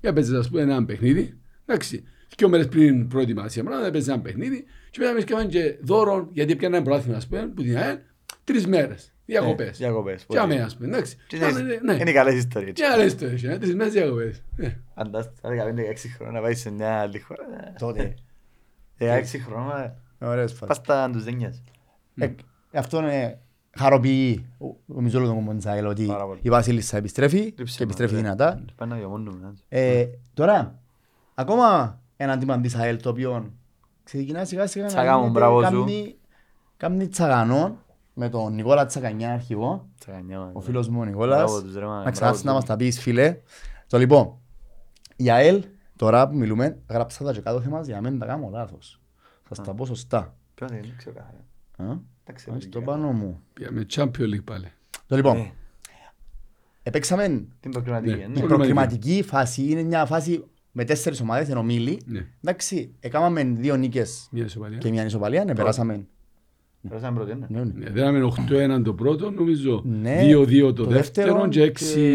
Για παίζεις ας πούμε ένα παιχνίδι, εντάξει. Δυο μέρες πριν προετοιμασία, μπράβο, έπαιζες ένα παιχνίδι και μετά εμείς κάναμε και δώρο, γιατί έπιανε ένα πρόθυμα ας πούμε, που την ΑΕΛ, τρεις μέρες, διακοπές. Ε, Διακοπές, Και αμέ πολύ. ας πούμε, εντάξει. Τι Ήταν, είναι- ναι. Είναι καλές ιστορίες. Και άλλες το είχε, τρεις μέρες διακοπές. Ναι. Αν τα στα 15-16 χρόνια να πάει σε μια άλλη χώρα. ε, Τότε. 16 χρόνια, Ωραίες πας φάσεις. στα ντουζένιας. Ε, Αυτό είναι χαροποιεί ο- νομίζω όλο τον Κομποντζάιλ ότι Πάρα πολύ. η Βασίλισσα επιστρέφει Λείψε και ναι. μας, επιστρέφει ρε. δυνατά. Πάνε να διαμόνουμε. έτσι. Ε, Τώρα, ακόμα ένα τύπο της ΑΕΛ το οποίο ξεκινά σιγά σιγά να Τσαγάμον, γίνεται- μπράβο σου. κάνει- Κάνει τσαγανό με τον Νικόλα Τσακανιά αρχηγό. Τσαγανιά, μα, ο ρε. φίλος μου ο Νικόλας. Ναι. Μπράβο τους, ρε, μα, Να μπράβο ξανάρθεις να τους. μας τα πεις φίλε. Το λοιπόν, η ΑΕΛ τώρα που μιλούμε, γράψα τα και κάτω θέμα για να μην τα κάνω λάθος. Θα στα πω σωστά. Ποιος είναι, δεν ξέρω καθαρά. Α, Τα ξέρω Ας το λίγα. πάνω μου. Πήγαμε Champions League πάλι. Το λοιπόν, Ε, επέξαμε Την προκριματική, Ναι. ε, η ναι. Προκληματική. προκριματική φάση. Είναι μια φάση με τέσσερις ομάδες εν ομίλη. Ναι, Εντάξει, έκαναμε δύο νίκες μια ισοπαλία. και μια ισοπαλία, ναι, περάσαμε. Περάσαμε πρώτοι, ναι. Ναι, ναι. Ναι, δίναμε 8-1 το πρώτο, νομίζω. Ναι. 2-2 το Το δεύτερο δεύτερο και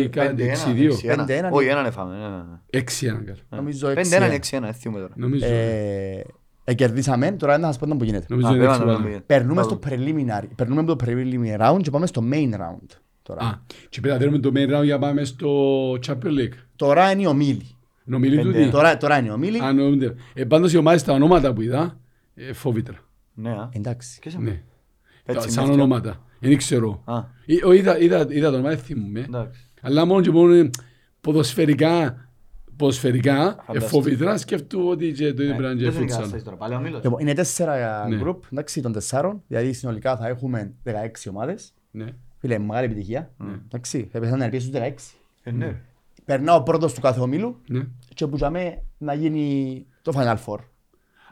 6 κάτι. 5-1, 6-2. 6-1. 5-1. Όχι, έναν έφαμε. ναι, ναι, ναι. 6-1 καλό. Νομίζω 5-1 6-1. ή 6-1, δεν θυμούμαι τώρα. Νομίζω. Ε, Εκερδίσαμε, τώρα να σας πω τον που γίνεται. Νομίζω Α, είναι πέρα να 6-1. δούμε. Περνούμε στο Πάμε. preliminary, περνούμε από το preliminary round και πάμε στο main round. Τώρα, Α, και πέρα δίνουμε το main round για να πάμε στο Champions League. τώρα είναι η ομίλη. Νομιλή του Πέντε, τι. Τώρα, τώρα είναι η ομίλη. Α, νομίζετε. Ε, Πάντως οι ομάδες τα ονόματα που είδα, ε, φόβητρα. Ναι, α. Εντάξει. Ποιος είναι? Ναι. Τα- Έτσι, Σαν μύθια. ονόματα. Δεν ξέρω. Α, Ναι. Ή- ο, Είδα είδα- είδα το όνομα, δεν θυμούμαι. εντάξει. Αλλά μόνο και μόνο ε, ποδοσφαιρικά, ποδοσφαιρικά, ε, Φανταστικό. φόβητρα, σκέφτομαι ότι και το ίδιο Ε, πρέπει να ποιος είναι είναι η και futsal. κατάσταση τώρα, πάλι ο Μήλος. Λοιπόν, είναι τέσσερα Ναι. group, εντάξει, των τεσσάρων, δηλαδή συνολικά θα έχουμε 16 ομάδες. Ναι. Φίλε, μεγάλη επιτυχία. Ναι. Εντάξει, έπεσαν να ελπίσεις στους 16. Ε, ναι. Περνάω πρώτος του κάθε ομίλου Ναι. και που τζαμέ να γίνει το Final Four.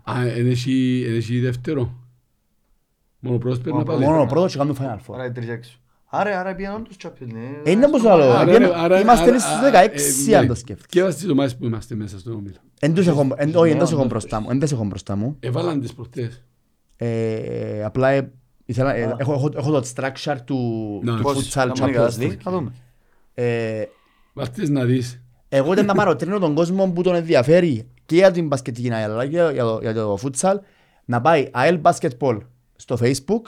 Α, εν έχει, εν έχει δεύτερο. Μόνο πρόσπερ να Μόνο πάλι. Μόνο ο ναι. πρώτος και κάνουμε Final Four. Άρα οι τρεις έξω. Άρα, άρα πήγαν όντως Champions League. Ε, είναι όπως Στο- άλλο. Άρα, Ε, είμαστε στις 16 αν το σκέφτεσαι. Και στις ομάδες που είμαστε μέσα στον όμιλο. Εν τους έχω- εν- Όχι, εν τους έχω Ναι, μπροστά μου. Εν τους έχω μπροστά μου. Έβαλαν τις προχτές. Ε, απλά ε, ήθελα, ε, Α. έχω, έχω, έχω το structure του, Ναι. του πώς, futsal κάμουν οι Champions κατάσταση, League. θα δούμε. Ε, Βαρτές να δεις. εγώ δεν θα παροτρύνω τον κόσμο που τον ενδιαφέρει και για την μπασκετική αλλά και για το, για το futsal να πάει AEL Basketball στο facebook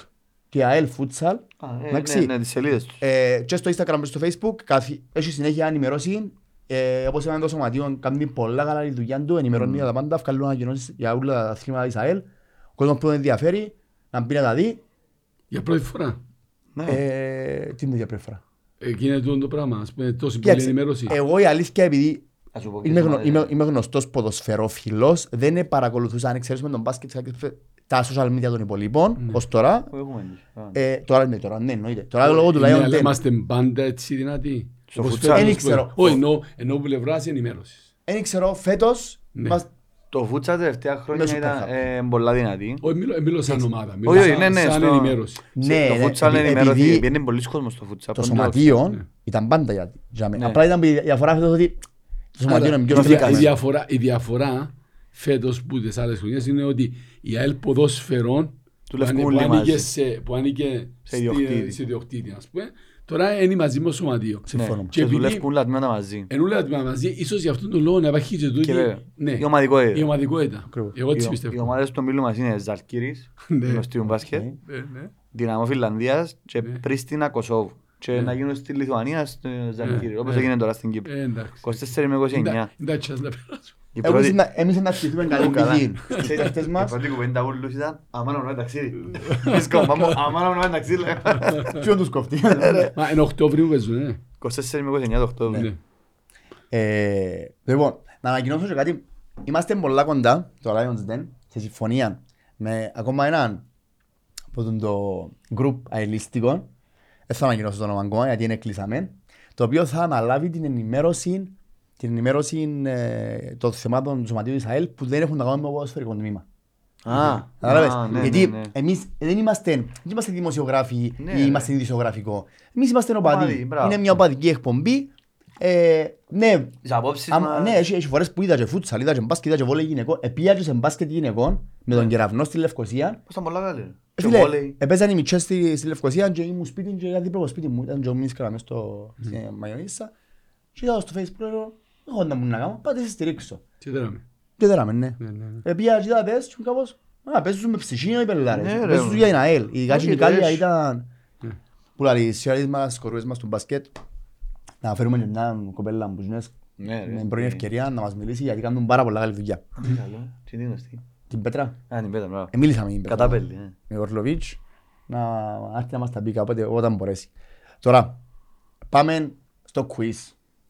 και AEL Futsal Α, ε, εντάξει. ναι, ναι, τις σελίδες τους. ε, και στο Instagram και στο Facebook καθ- έχει συνέχεια ενημερώσει ε, όπως είπαμε το σωματείο κάνει πολλά καλά τη δουλειά του Mm. ενημερώνει για τα πάντα βγάλουν ανακοινώσεις για όλα τα αθλήματα της ΑΕΛ ο κόσμος που τον ενδιαφέρει να μπει να τα δει Για πρώτη φορά. Ναι. ε, τι είναι η διαφορά Εκείνη το το πράγμα. Ας πούμε τόση πολλή Κοίταξε, ενημέρωση. Ναι. Εγώ η αλήθεια επειδή Θα σου πω είμαι, ποιες γνω, ομάδες είμαι, είναι. είμαι γνωστός ποδοσφαιρόφιλος, δεν παρακολουθούσα αν εξαιρέσουμε τον μπάσκετ τα social media των υπολείπων Ναι. ως τώρα. Που έχουμε εμείς. Α, ναι. Ε, τώρα ναι, τώρα ναι, εννοείται. Τώρα λόγω του Ναι, Lion αλλά δεν. Είμαστε πάντα έτσι δυνατοί. Στο Όπως futsal. φέτος, Δεν που- ξέρω. Όχι, εννοώ- εννοώ πλευράς ενημέρωσης. Δεν ξέρω, φέτος Ναι. μας- Το futsal τα τελευταία Με χρόνια super ήταν cup. ε, πολλά δυνατή. Όχι, μιλώ- μιλώ σαν ομάδα. Μιλώ όχι, σαν- ναι, ναι, σαν στο- ενημέρωση. ναι, το ρε, futsal επει- ενημερώθηκε. επειδή Μπαίνει πολλοί κόσμος στο futsal. το πάνε σωματείο ναι. ήταν πάντα για, για μένα. Ναι. Απλά ήταν η διαφορά φέτος ότι το σωματείο είναι πιο Η δια- η φιλικά. διαφορά- Η διαφορά φέτος που τις άλλες χρονιές είναι ότι η ΑΕΛ ποδόσφαιρων Του που αν- Λευκού που Λιμάζη. άνοιγε σε- που άνοιγε στη- ιδιοκτήτη. Ναι. σε ιδιοκτήτη ας πούμε Τώρα είναι μαζί με το σωματείο. Συμφωνούμε. Και Και επειδή- Ε, δουλεύουν όλα τα τμήματα μαζί. Εν όλα τα μαζί, ίσως για αυτόν τον λόγο να υπάρχει και τούτη Και βέβαια, ναι, η ομαδικότητα. η ομαδικότητα. Ακριβώς. Εγώ έτσι Οι- Οι πιστεύω. ομάδες του ομίλου μας είναι Ζαλκύρης, Ναι. γνωστή του μπάσκετ, Οκ. Ε, ναι. Δυναμό Φιλανδίας και Ναι. Πρίστινα Κωσόβου. Και Ναι. να γίνουν στη Λιθουανία, στο Ζαλκύρη, Ναι. όπως Ναι. έγινε τώρα στην Κύπρο. Ε, Εντάξει. 24 με 29. Εντά- Εντάξει, ας τα περάσουμε. Η Εμείς πρώτη- να- Εμείς να ψηθούμε καλή Καλά. πηγή. Ξέρεις αυτές Η μας. πρώτη κουβέντα ούλους ήταν «Αμάνα μου να ταξίδι». Εμείς κομπάμε «Αμάνα μου να ταξίδι». λέμε. Ποιον τους κοφτεί. Μα εν Οκτώβριο παίζουν, ε. 24 με 29 το Οκτώβριο. Ναι. Ε, Λοιπόν, να ανακοινώσω και κάτι. Είμαστε πολλά κοντά, το Lions Den, σε συμφωνία με ακόμα έναν από τον το group αελίστικο. Δεν θα ανακοινώσω το όνομα ακόμα γιατί είναι κλείσαμε. Το οποίο θα αναλάβει την ενημέρωση, την ενημέρωση ε, των θεμάτων του Σωματείου της ΑΕΛ που δεν έχουν να κάνουν με ποδοσφαιρικό τμήμα. Α, α, ναι, Κατάλαβες. ναι, Γιατί ναι. εμείς δεν είμαστε, δεν είμαστε δημοσιογράφοι Ναι, ή ρε. είμαστε ειδησιογραφικό. Εμείς είμαστε Οπαδοί, οπαδοί. μπράβο. Είναι μια οπαδική εκπομπή. Ε, ναι, Τις απόψεις Άμα- μας- ναι, έχει, έχει φορές που είδα και φούτσαλ, είδα και μπάσκετ, είδα και βόλεϊ γυναικών. Επία και σε μπάσκετ γυναικών με τον κεραυνό στη Λευκοσία. Πώς ήταν πολλά καλή. ρε. Ε, Και φίλε, βόλεϊ. Επέζαν οι μητσές στη, στη Λευκοσία και ήμουν σπίτι και ήταν δίπλα από σπίτι μου. Ήταν και ο Μίνης Καραμές στο στη Μαγιονίσσα. Και είδα στο facebook λέω, «Δεν έχω να μου να κάνω, πάτε σε στηρίξω. Τι δράμε. Και δέραμε, ναι. Ναι, ναι, ναι. Επία και είδα πες και μου κάπως, «Α, παίζουν με ψυχή οι πελάρες, Ναι, ρε, παίζουν μου. για την ΑΕΛ». Η Γκάτσινη το Κάλια έτσι. ήταν Ναι. που λέει, «Σιωρίες μας, κορούες μας του μπάσκετ». Να φέρουμε και μια κοπέλα που είναι Ναι, ρε. με την πρώτη ευκαιρία να μας μιλήσει γιατί κάνουν πάρα πολλά καλή δουλειά. Α, τι καλό. Τι είναι γνωστή. Την Πέτρα. Α, την πέτα, μπράβο. Ε, μίλησα με την Πέτρα. Κατάπελτη, ναι. Με Ορλοβίτς. Να έρθει να μας τα πει κάποτε όταν μπορέσει. Τώρα, πάμε στο quiz.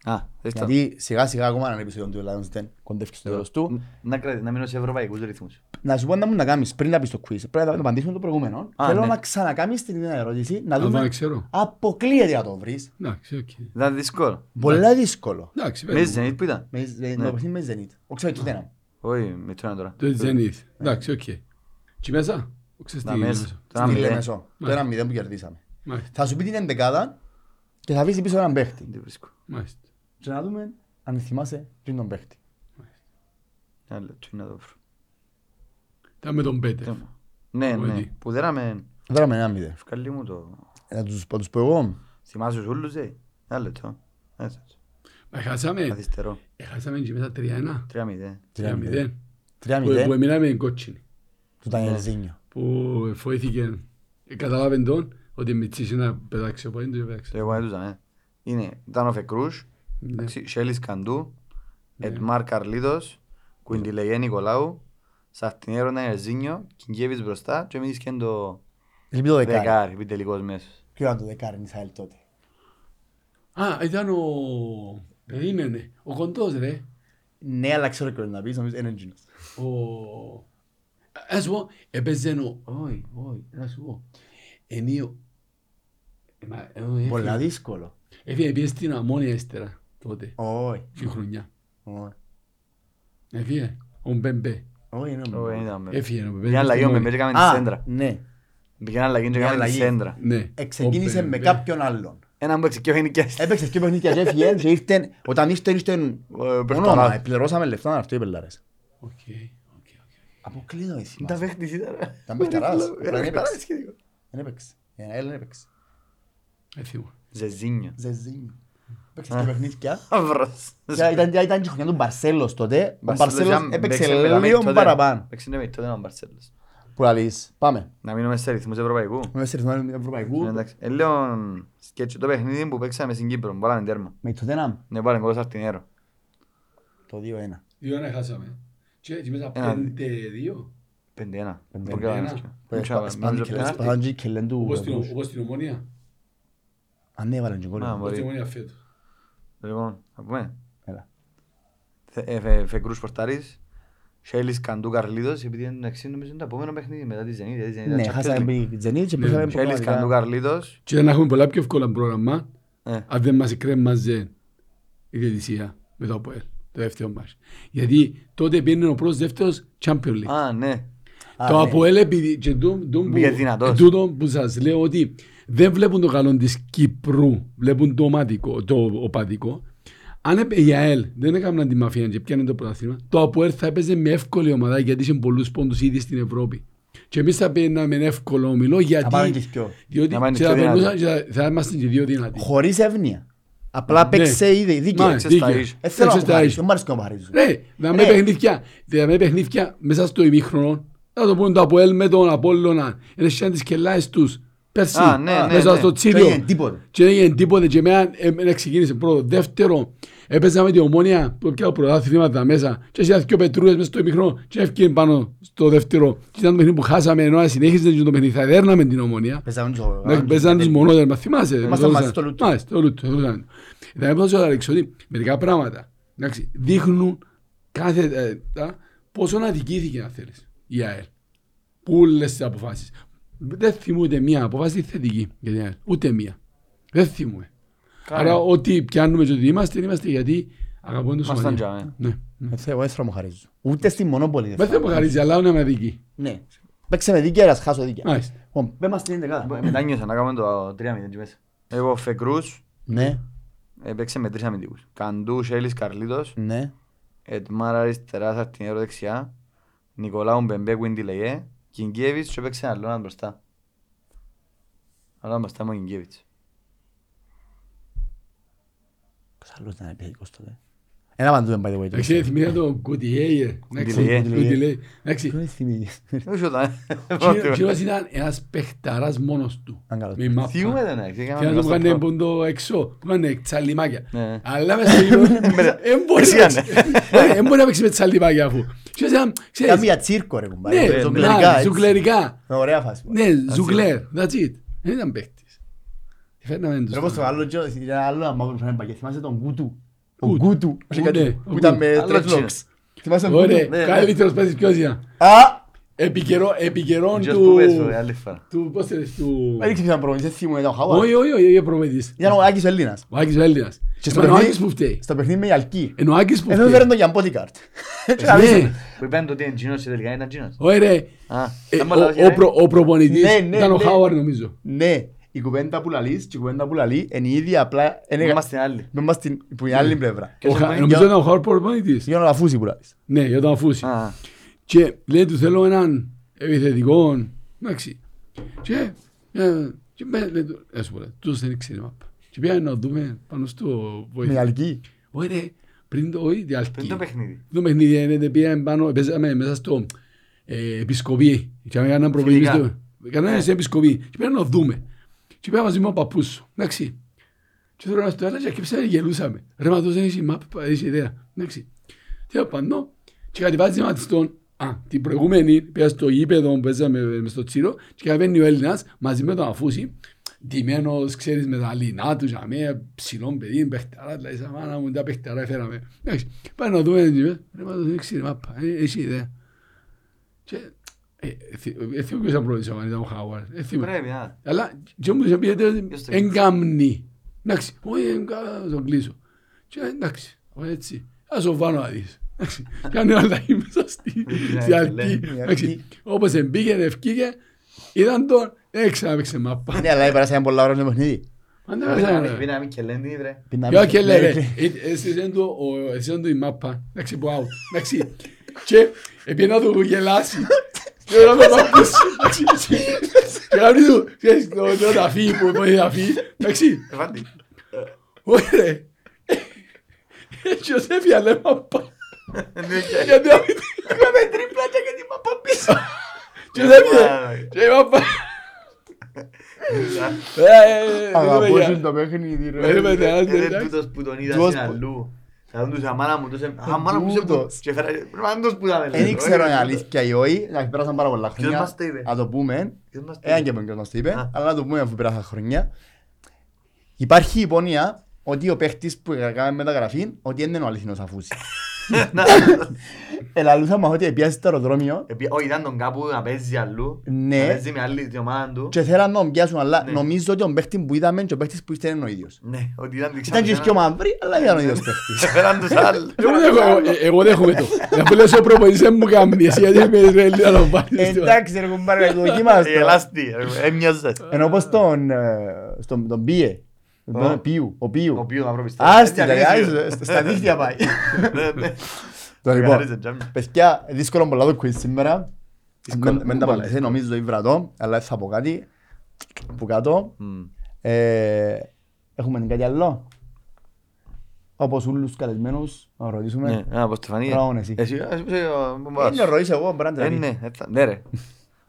ναι. Α, θες το. Γιατί σιγά σιγά ακόμα ένα επεισόδιο του Ελλάδος δεν κοντεύει στο τέλος του. Να κρατήσεις, να μείνω σε ευρωπαϊκούς ρυθμούς. Να σου πω να μου να κάνεις πριν να πεις το quiz. Πρέπει να απαντήσουμε το προηγούμενο. Α, Θέλω ναι. να ξανακάνεις την ίδια ερώτηση. Να Αν δεν δούμε. ξέρω. Αποκλείεται να το βρεις. Εντάξει, οκ. Ήταν δύσκολο. Πολλά δύσκολο. Εντάξει, Μες παίζουμε. Zenit που ήταν. Με- με- Ναι. Το παιχνίδι μες Zenit. Ο Ξέβη Τούτεναμ. Όχι, με τσόνα τώρα. Το Zenith. Εντάξει, οκ. Τι μέσα. Ξέρεις τι Να είναι μέσα. μέσα. Το ένα Στη μηδέν. Λεμεσό. Το Ναι. 1-0 που κερδίσαμε. Μάλιστα, Θα σου πει την ενδεκάδα και θα αφήσει πίσω έναν παίχτη. Δεν τη βρίσκω. μάλιστα. Και να δούμε αν θυμάσαι πριν τον παίχτη. Ένα λεπτό, να το βρω. Ήταν με τον Πέτεφ. Τέμα. Ναι, Ο ναι. Εντί. Που δέραμε, Τώρα με ένα μηδέ. ευκαλεί μου το. Να τους, να τους πω εγώ. Θυμάσαι τους ούλους, ε. Ένα λεπτό. Ένα λεπτό. Μα χάσαμε. Καθυστερώ. Χάσαμε και μετά 3-1. 3-0. 3-0. 3-0. Που- Που 3-0 εμείναμε κότσινοι. του Ντανιέλ Ζίνιο. Που φοήθηκε. ε, Καταλάβεν τον ότι με τσίσει να πετάξει ο πόντο και πέταξε. Το εγώ δεν τους είδα, ε. Είναι, ήταν ο Φεκρούς, Ναι. εντάξει, Σέλης Καντού, Εντμάρ Καρλίδος, Κουιντιλεγέ Νικολάου, Σαρτινέρο Ναϊρζίνιο, Κιγκέβιτς μπροστά και εμείς και το Λείπει το δεκάρι. δεκάρι, επιτελικός μέσος. Ποιο ήταν το δεκάρι Ισαήλ τότε. Α, ήταν ο... Περίμενε. Ο κοντός ρε. Ναι, αλλά ξέρω και να πεις, νομίζω είναι Τζίνος. Ο... Ας σου πω, έπαιζε ο... Όχι, όχι, να σου πω. Ενίο... Ε, μα, ε, όχι, Πολλά έφυγε. δύσκολο. Έφυγε πήγε στην αμόνια ύστερα τότε, Όχι. τη χρονιά. όχι, Έφυγε, ο Μπέμπε. Όχι, Ω, εννοώ. δεν ήταν με. Έφυγε ο Μπέμπε. Μια αλλαγή ο Στην Μεμές έκαμε τη Α, σέντρα. ναι. Πήγε να αλλαγή και Μια έκαμε τη αλλαγή. σέντρα. Ναι. Εξεκίνησε Ο με Μπέμπε. κάποιον άλλον. Έναν που εξεκίνησε και νικιάστηκε. Έπαιξες και παιχνίδια και έφυγε και ήρθεν, όταν ήρθε ήρθε όνομα, Πεχταράς. πληρώσαμε λεφτά να έρθει οι πελάρες. Οκ, οκ, οκ. Αποκλείδω εσύ. Ήταν παίχτης ήταν. ρε. Ήταν παιχταράς. Ήταν Απλά δεν παιχταράς, έπαιξε. σχετικό. Δεν έπαιξε. Η ΑΕΛ δεν έπαιξε. Έφυγε. Ζεζίνιο. Ζεζίνιο. Έπαιξε και παιχνίδια. Αύρος. Ήταν- ήταν- Ήταν και η χρονιά του Μπαρσέλος τότε. Ο Μπαρσέλος έπαιξε με τα λίγο Μίτ τότε. παραπάνω. Έπαιξε με τα Μίτ τότε ο Μπαρσέλος. Που λαλείς, πάμε. Να μείνουμε σε ρυθμούς ευρωπαϊκού. Είμαι σε ρυθμό ευρωπαϊκού. Εντάξει. Ε, Λέω σκέτσου το παιχνίδι που παίξαμε στην Κύπρο. Βάλαμε τέρμα. Με το Τενάμ, Ναι, βάλαμε κόλλος αρτινέρο. το 2-1. Δύο να χάσαμε. Και έτσι μέσα Ένα. πέντε δύο. 5-1. Πέντε Που κάναμε ένα. σκέψου. Που Ξέρω, εσπα- νομίζω σπάνηκε- πέναλτι. σπάνηκε η κελέν του Όπως στην- Βεβούς. όπως στην ομόνια. Αν έβαλαν και Α, κόλλο. Όπως μπορεί. στην ομόνια φέτος. Λοιπόν, να πούμε. Έλα. Θε- ε, Φε- Φεκρούς Πορτάρης. Σέλης Καντού Καρλίδος, επειδή είναι 6 νομίζω είναι το επόμενο παιχνίδι μετά τη Zenit, γιατί η Zenit ήταν Ναι, Champions χάσαμε League. την Τζενίτ και Ναι, πήγαμε Σέλης Καντού πραγματικά. Καρλίδος. Και να έχουμε πολλά πιο εύκολα πρόγραμμα. Ε, αν δεν μας κρέμαζε η διαιτησία με το ΑΠΟΕΛ, το δεύτερο μας. Γιατί τότε πήγαινε ο πρώτος δεύτερος Champions League. Α, ναι. Α, το ναι. ΑΠΟΕΛ επειδή και τούτο τούτο Μπήκε δυνατός. που, τούτο που σας λέω ότι δεν βλέπουν το καλό της Κύπρου, βλέπουν το ομαδικό, το οπαδικό. Αν έπαι- η ΑΕΛ δεν έκαναν τη μαφία και πιάνε το πρωτάθλημα, το ΑΠΟΕΛ θα έπαιζε με εύκολη ομάδα γιατί είχε πολλούς πόντους ήδη στην Ευρώπη. Και εμείς θα πήγαμε εύκολο, μιλώ Θα πάμε και γιατί. οι δυο. Διότι Να πάνε και πιο θα δυνατά. περνούσαν και θα- θα ήμασταν και δύο δυνατοί. Χωρίς εύνοια. Απλά παίξε ήδη, δίκαια. Μα, Ξέρεις Ναι. δίκαιο. τα ίσια. Ε, θέλω να Ξέρεις τα κουβαρίζω, ίσια. δεν μ' αρέσει να κουβαρίζω. Ρε, να Ναι. με παιχνίδια, να με παιχνίδια μέσα στο ημίχρονο, να το πούν το Αποέλ με τον Απόλλωνα, είναι σαν τις κελάες τους, πέρσι, Α, ναι, ναι, μέσα ναι. στο Δεν τσίριο. έγινε τίποτε. Και δεν έγινε τίποτε και εμένα εμένα ξεκίνησε πρώτο. Δεύτερο, έπαιζα με την ομόνια που έπιαω πρωτάθληματα μέσα και είχε δυο πετρούλες μέσα στο ημίχρονο και έφυγε πάνω στο δεύτερο. Και ήταν το παιχνίδι που χάσαμε ενώ συνέχιζε και το παιχνίδι, θα δέρναμε την ομόνια. Παίζαμε τους ο- Ναι, Παίζαν τις μονόδερμα, θυμάσαι. Ήμασταν δώσαν- μαζί στο Λούτο. Μάλιστα, στο Λούτο. δώσαν. Θα έπρεπε να σου αναδείξω ότι μερικά πράγματα εντάξει, δείχνουν κάθε ε, τα- πόσο αδικήθηκε αν θέλεις η ΑΕΛ. Πούλες τις αποφάσεις. Δεν θυμούνται μία αποφάση θετική για την ΑΕΛ. Ούτε μία. Δεν θυμούμε. Άρα ό,τι πιάνουμε και ότι είμαστε, είμαστε γιατί αγαπούμε το Ήμασταν σωματείο. τζάμε. Ναι. Ε, θέλω- δεν θέλω να μου χαρίζω. Ούτε στη μονόπολη δεν Δεν θα θέλω. μου χαρίζει, αλλά είναι αμαδική. Ναι. Παίξε με δίκαια, ας χάσω δίκαια. Μάλιστα. Λοιπόν, πες μας την εντεκάδα. Μετά νιώσα να κάνουμε το 3-0 εκεί μέσα. Εγώ Φεκρούς, Ναι, έπαιξε με τρεις αμυντικούς. Καντούς, Σέλης, Καρλίτος, ναι. Ετμάρα αριστερά, Σαρτινιέρο δεξιά, Νικολάου Μπεμπέ, Κουιντιλεγέ, Κιγκέβιτς και έπαιξε άλλο έναν μπροστά. Άλλο έναν μπροστά μου ο Κιγκέβιτς. Ποιος άλλος ήταν επιθετικός τότε. Ένα παντού, by the way. Εντάξει, θυμήθηκα τον Κουτιέιε. Κουτιλέγε. Εντάξει, Ποιο είναι θυμήθηκες. Δεν σου ήταν. ε? Κύριο- Κύριος ήταν ένας παιχταράς μόνος του. Αν καλώς. Με μάπα. Θυμούμε τον ε, Άκη. Και να του κάνε ποντο εξώ, που κάνε τσαλιμάκια. Ναι. Αλλά μες στο γήπεδο, Μπρε- εν μπορεί να Έσυγανε. παίξει- Ε, εν μπορεί να παίξεις με τσαλιμάκια αφού. Ξέρεις, ήταν- ξέρεις, Κάμια τσίρκο ρε κουμπάρε. ναι, Ζουγκλερικά, να, έτσι. ζουγκλερικά. Με ωραία φάση. Ναι, ζουγκλέρ, that's it. Δεν ήταν παίχτης. Φέρναμε τους. Ρε πως το άλλο τζο- ήταν άλλο ένα μαύρο που είχαμε πάει και θυμάσαι τον Γκούτου. Ο Γκούτου. Γκούτου. Είχε Γκούτου, κάτι ναι, που ο ήταν Γκούτου. με Άλλο dreadlocks. τζίνος. Θυμάσαι τον Ωραία, Γκούτου. ναι. καλύτερος παίκτης ποιος ήταν. Α! Επικαιρό- επικαιρόν Just του- που πες, ωραία, άλλη φορά. του- πώς είναι, του- Δεν ξέρω αν προπονητής, δεν θυμούμαι, ήταν ο Χαουάρ. Όχι, όχι, όχι, προπονητής. Ήταν ο Άκης ο Έλληνας. Ο Άκης ο Έλληνας. Και στο Μα είναι ο παιχνίδι- Άκης που φταίει. Στο παιχνίδι με η Αλκή. Είναι ο Άκης που Εδώ Ε, φταίει. έφερε τον για body card. Και να Ναι. δεις- Που είπαν το ότι είναι τζίνος και τελικά ήταν τζίνος. Ωραία. Α, Ε, ήταν ο- πολλά ο λόγια, ρε. προ- Ο προπονητής Ναι, ναι, ήταν ο ναι. Χάουαρ νομίζω. Ναι, η κουβέντα που λαλείς και η κουβέντα που λαλεί είναι η ίδια απλά... είναι- Είμαστε άλλοι. Ναι. με μας την- που είναι άλλη πλευρά. Και Ο σε Χα- πάει Νομίζω για- ήταν ο Χάουαρ προπονητής. Γιώνα Λαφούση που λαλείς. Ναι, για τον Αφούση. Α, Και λέει του θέλω έναν επιθετικό. Εντάξει. Και, ε, και με- λέει του, «Ε, σου πω, ρε, τούτος δεν ξέρει μάπα. Και πήγαμε να δούμε πάνω στο Με βοηθό. Αλκή. Όχι ρε, πριν το, όχι διαλκή. Πριν το παιχνίδι. Το παιχνίδι είναι πήγαμε πάνω, παίζαμε μέσα στο ε, επισκοπή. Και αν έκαναν προπονητή Φιλικά. στο- έκαναν σε επισκοπή. Και πήγαμε να το δούμε. Και πήγαμε μαζί με ο παππούς σου. Εντάξει. Και τώρα στο άλλα και κέψαμε και γελούσαμε. Ρε μα τόσο έχει map, έχεις ιδέα. Εντάξει. Τι απαντώ. Και κατεβάζει μάτι στον. Α, την προηγούμενη πήγα στο γήπεδο που παίζαμε μες στο τσίρο και κατεβαίνει ο Έλληνας μαζί με τον Αφούση. Ντυμένος, ξέρεις, με τα λινά του, για μένα, ψηλό παιδί, παιχταρά, δηλαδή, σαν μάνα μου, τα παιχταρά έφεραμε. Εντάξει, πάμε να δούμε, ρε μα τόσο έχει map, έχει ιδέα. Και, ε, ε, θυ- ε, θυμούμαι ποιος ήταν πρώτος, αν ήταν ο Χάουαρ. Ε, θυμούμαι. Πρέπει, α. Αλλά και μου είχε πει ότι Ποιος το είπε? εγκάμνη. Εντάξει, όχι εγκάμνη, τον κλείσω. Και εντάξει, όχι έτσι. Ας τον βάλω να δεις. Εντάξει, Κάνει όλα η μέσα στη Ναι, στη αρχή. λέει, η Εντάξει, αρχή. Όπως εμπήκε, ευκήκε, ήταν τον, έξα να παίξει μάπα. Ναι, αλλά πέρασε ένα πολλά ώρα το παιχνίδι. Αν δεν Πρέπει να μην- παίξει πρέπει μάπα. να μην κελένει, βρε. Και όχι λέει, ρε, Πινάμι. ε, εσύ δεν του- ο- εσύ δεν του η μάπα. Εντάξει, που out. Εντάξει. Και επειδή να του γελάσει. Και να τον ακούσει. Εντάξει, Και να μην του, ξέρεις, το το ταφί που είπα, η ταφί. Εντάξει, Ε, βάντη. Όχι ρε. Έτσι ως έφυγε λέμε απα. Δεν είχε. Γιατί να μην Είχαμε τρίπλα και γιατί είπα από πίσω. Ε, Και ως έφυγε. Και είπα απα. Eh, Ah, Αγαπούσουν το παιχνίδι ρε. Ε, δεν τούτος που τον είδα Ναι, Τούτος στην που- αλλού. Θα δουν τους αμάνα μου, τους εμ- αμάνα μου σε τούτος. και φέρα- πρέπει να είναι τούτος που τα μελέτω, Δεν ξέρω αν ε. είναι αλήθεια ή όχι, εντάξει, πέρασαν πάρα πολλά Ποιος χρόνια. μας το είπε? Να το πούμε, Ποιος μας το εάν είπε? Ε, και ποιος μας το Α. είπε, αλλά να το πούμε αφού πέρασαν χρόνια. Υπάρχει η πόνοια ότι ο παίχτης που έκανε μεταγραφή, ότι δεν είναι ο αληθινός αφούσης. Ελαλούσα μας ότι πιάσει το αεροδρόμιο Επί- Όχι, ήταν τον κάπου να παίζει αλλού. Ναι. Να παίζει με άλλη την ομάδα του. και θέλαν να τον πιάσουν, αλλά Ναι. νομίζω ότι ο παίχτης που είδαμε και ο παίχτης που ήρθε είναι ο ίδιος. Ναι, ότι ήταν Ήταν και οι δυο μαύροι, αλλά ήταν ο ίδιος παίχτης. Φέραν τους άλλους. Εγώ δέχομαι το. Να που λες ο προπονητής δεν μου κάνει εσύ γιατί είμαι Ισραηλή να τον πάρεις. στο- Εντάξει ρε κουμπάρε, Οι δοκίμαστε. ελάστοι, ε, έμοιαζες. Ενώ πως τον, ε, στον τον Πίε, Α. τον Πιου, ο Πιου. Ο οποίος να βρω πιστεύω. Άστι, Έτσι, ε, ρε, αλήθεια. άστι, στα δίχτυα πάει. Ναι, ναι. Το λοιπόν, Ξεκαθάρισε, τζάμι. Ε, παιδιά, δύσκολο πολλά το quiz σήμερα. Μεν- Μεν τα παλαίσαι, νομίζω υβρατό, αλλά θα πω κάτι. Που κάτω, Μμμ. ε, έχουμε κάτι άλλο. Όπως όλους τους καλεσμένους, να ρωτήσουμε. Ναι, α, από Στεφανία. Μπράβο, εσύ. Ε, Εσύ, ας, είσαι ο μπαμπάς. Είναι ρωτήσω εγώ, δηλαδή. μπράντε. Ε, ναι, ε, θα- ναι, ρε.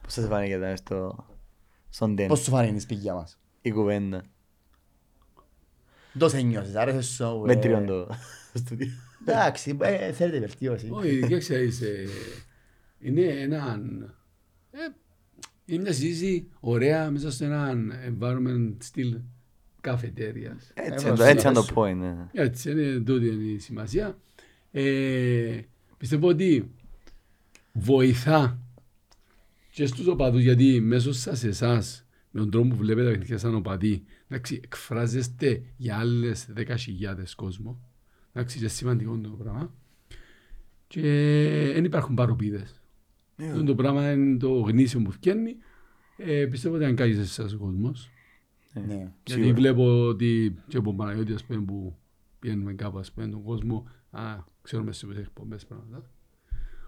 Πώς σας φάνηκε ήταν στο... Στον τέν, Πώς Ε. σου φάνηκε η σπίγια μας. η κουβέντα. Το σε νιώσεις, άρεσε σου. ε. Με τριών το στούντιο. Εντάξει, ε, θέλετε βελτίωση. Όχι, δεν ξέρεις, ε, είναι έναν... Ε, είναι μια συζήτηση ωραία μέσα σε έναν environment στυλ καφετέριας. Έτσι, Ε, είναι το- ε, έτσι ε, αν το ε, πω ναι. είναι. Έτσι, είναι τούτη είναι η σημασία. Ε, πιστεύω ότι βοηθά και στους οπαδούς, γιατί μέσω σας εσάς, με τον τρόπο που βλέπετε τα παιχνίδια σαν οπαδοί, εντάξει, εκφράζεστε για άλλες 10.000 κόσμο. Εντάξει, είναι σημαντικό το πράγμα. Και δεν υπάρχουν παροπίδες. Αυτό το πράγμα είναι το γνήσιο που φτιάχνει. Ε, πιστεύω ότι αν κάγεις εσάς ο κόσμος, Ναι. γιατί βλέπω ότι και από Παναγιώτη ας πούμε, που πηγαίνουμε κάπου ας πούμε, τον κόσμο α, ξέρουμε σε ποιες εκπομπές πράγματα.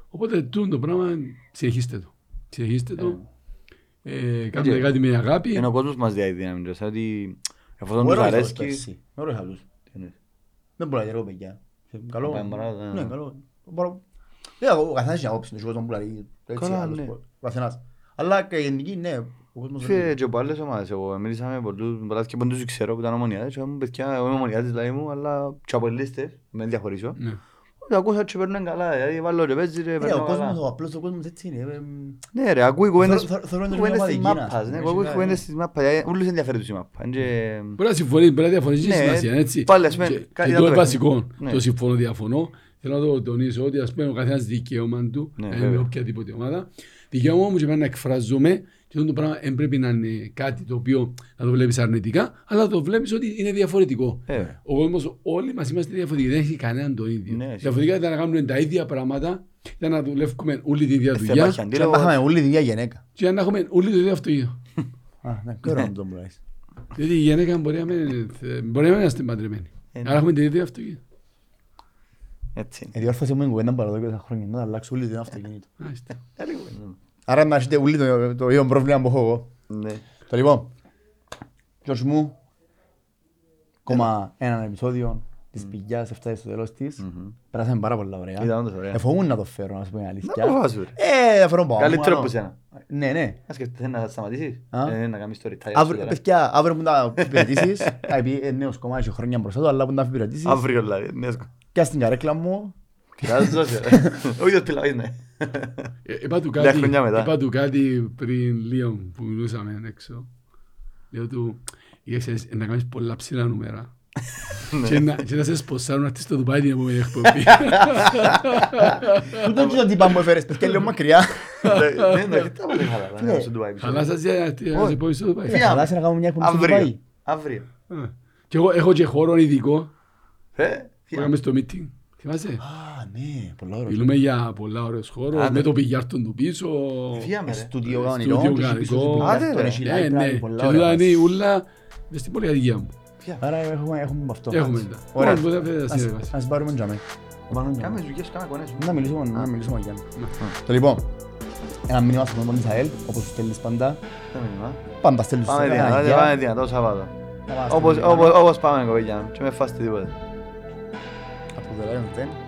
Οπότε τούτο το πράγμα συνεχίστε το. Συνεχίστε το. Ε, κάντε Έτσι. κάτι με αγάπη. Είναι ο κόσμος μας διάει δύναμη, ρε, σαν ότι εφόσον Μου τους έρωσα τους αρέσκει... πέρσι. Μου έρωσα τους. Τι εννοείς? Δεν μπορώ να γερώ παιδιά. Καλό. Πάμε παράδειγμα. Ναι, καλό. Μπορώ. Δεν έχω- ο καθένας έχει άποψη του κόσμου που λέει, έτσι, Καλά, άλλος ναι. μπορεί. Ο καθένας. Αλλά και γενική, ναι, ο κόσμος Είχε και από άλλες ομάδες, εγώ μίλησα με πολλούς, πολλά και πολλούς ξέρω που ήταν ομονιάδες και μου παιδιά, εγώ είμαι ομονιάδης λαή μου, αλλά και από ελίστες, με διαχωρίζω. Ναι. Τα ακούσα και περνούν καλά, δηλαδή βάλω και παίζει ρε, Ναι, ο περνάω καλά. κόσμος, ο απλός ο κόσμος έτσι είναι. ε, εμ, Ναι ρε, ακούει κουβέντες Θεωρώ- θεωρώ είναι κουβέντες μια της ομαδική, ας μάπας, ναι, πούμε, ακούει σιγά, κουβέντες ναι. της μάπας, ε, όλους ενδιαφέρει τους η μάπα. είναι και- Μπορεί να συμφωνεί, μπορεί να διαφωνήσει, Ναι, έχει σημασία. Έτσι. πάλι, ας πούμε, και, κάτι και άλλο το το βασικό, ναι. το συμφωνώ, διαφωνώ. Θέλω να το τονίσω ότι ας πούμε, ο καθένα δικαίωμα του, Ναι, ε, με βέβαια. οποιαδήποτε ομάδα, δικαίωμα μου και εμένα να εκφραζούμε και αυτό το πράγμα δεν πρέπει να είναι κάτι το οποίο να το βλέπει αρνητικά, αλλά να το βλέπει ότι είναι διαφορετικό. Ε, βέβαια. Ο κόσμο, όλοι μα είμαστε διαφορετικοί, δεν έχει κανέναν το ίδιο. Ναι, Διαφορετικά ήταν να κάνουμε τα ίδια πράγματα, ήταν να δουλεύουμε όλη τη ίδια Ε, θα δουλειά υπάρχει Και να αντίλογο. πάθαμε όλη τη ίδια γυναίκα. και να έχουμε όλοι το ίδιο αυτοκίνητο. Α, ναι, ξέρω να το μου λες. Διότι η γυναίκα μπορεί να μην θε- μπορεί να μην είναι παντρεμένη. Ε, Άρα έχουμε την ίδια αυτοκίνητο. Έτσι είναι. Ε, διόρθωσε μου την κουβέντα παραδόκια τα χρόνια, να τα αλλάξω όλη την αυτοκίνητο. Μάλιστα. Ε, λίγο είναι. Άρα να έχετε όλοι το- το ίδιο πρόβλημα που έχω εγώ. Ναι. Το λοιπόν, Γιώργος μου, ακόμα έναν επεισόδιο της πηγιάς έφτασε στο τέλος της. Περάσαμε πάρα πολλά ωραία. Ήταν όντως ωραία. Εφοβούν να το φέρω, να σου πω την αλήθεια. Να το βάζω, ρε. Ε, θα φέρω πάνω. Καλύτερο αλλά- από σένα. Ναι, ναι. Να σκεφτείτε να σταματήσεις, Α. ε, να κάνεις το retire Αύριο, σου, παιδιά, αύριο που τα υπηρετήσεις, θα πει ε, νέος κομμάτι έχει χρόνια μπροστά του, αλλά που τα υπηρετήσεις, τώρα. Αύριο δηλαδή, ναι, σκο- πια στην καρέκλα μου, Κοιτάζω, σε, ρε. Όχι ότι λαείς, ναι. Ε, Είπα του Μια κάτι, χρονιά μετά. είπα του κάτι πριν λίγο που μιλούσαμε έξω. Λέω του, «Για ξέρεις, ε, να κάνεις πολλά ψηλά νούμερα. Ναι. Και να- Και να σε σποσάρουν να έρθεις στο Δουμπάι την επόμενη εκπομπή. Πού τον κύριο τύπα μου έφερες, παιδιά, λίγο μακριά. Ναι, ναι, ναι, κοιτάω πολύ χαλαρά, ναι, Ναι. στον Dubai, ξέρω. Χαλάσας για να έρθεις ε, να σε πω στο Δουμπάι. Θα χαλάσει να κάνουμε μια εκπομπή στο Δουμπάι. Ε, Αύριο. Αύριο. Ε, Και εγώ έχω και χώρο ειδικό που Ε, φύγαμε. κάνουμε στο meeting. Θυμάσαι. Α, ναι, πολλά ωραία. Μιλούμε για πολλά ωραίος χώρος, Άντε. με το πιγιάρτον του πίσω. Φύγαμε, ρε. Στούντιο στούντιο κανονικό, τους κανονικό. πίσω στην πηγιά, Άντε, τον ρε. έχει Ναι, ναι. light πράγμα, Και πολλά τούτα ωραία. δηλαδή είναι η ούλα μες στην πολυκατοικία μου. Φύγαμε. Άρα έχουμε, έχουμε από αυτό. Έχουμε τα. Ωραία. Μόνο που δεν θα Ας, συνεργαστεί. ας πάρουμε τζαμί. Πάρουμε τζαμί. Κάμε δουλειές, κάμε αγωνές. Να μιλήσουμε, να μιλήσουμε για Ναι. Το λοιπόν, ένα μήνυμα στον τον Ισαέλ, όπως σου στέλνεις πάντα. Τα μήνυμα. Πάντα στέλνεις Πάμε ένα δυνατά, γεια. πάμε δυνατά το Σαββάτο. Να πάμε Όπως- στον όπως- Όπως πάμε κοπέλια μου, και με φάστε τίποτα. Από το Lion Ten.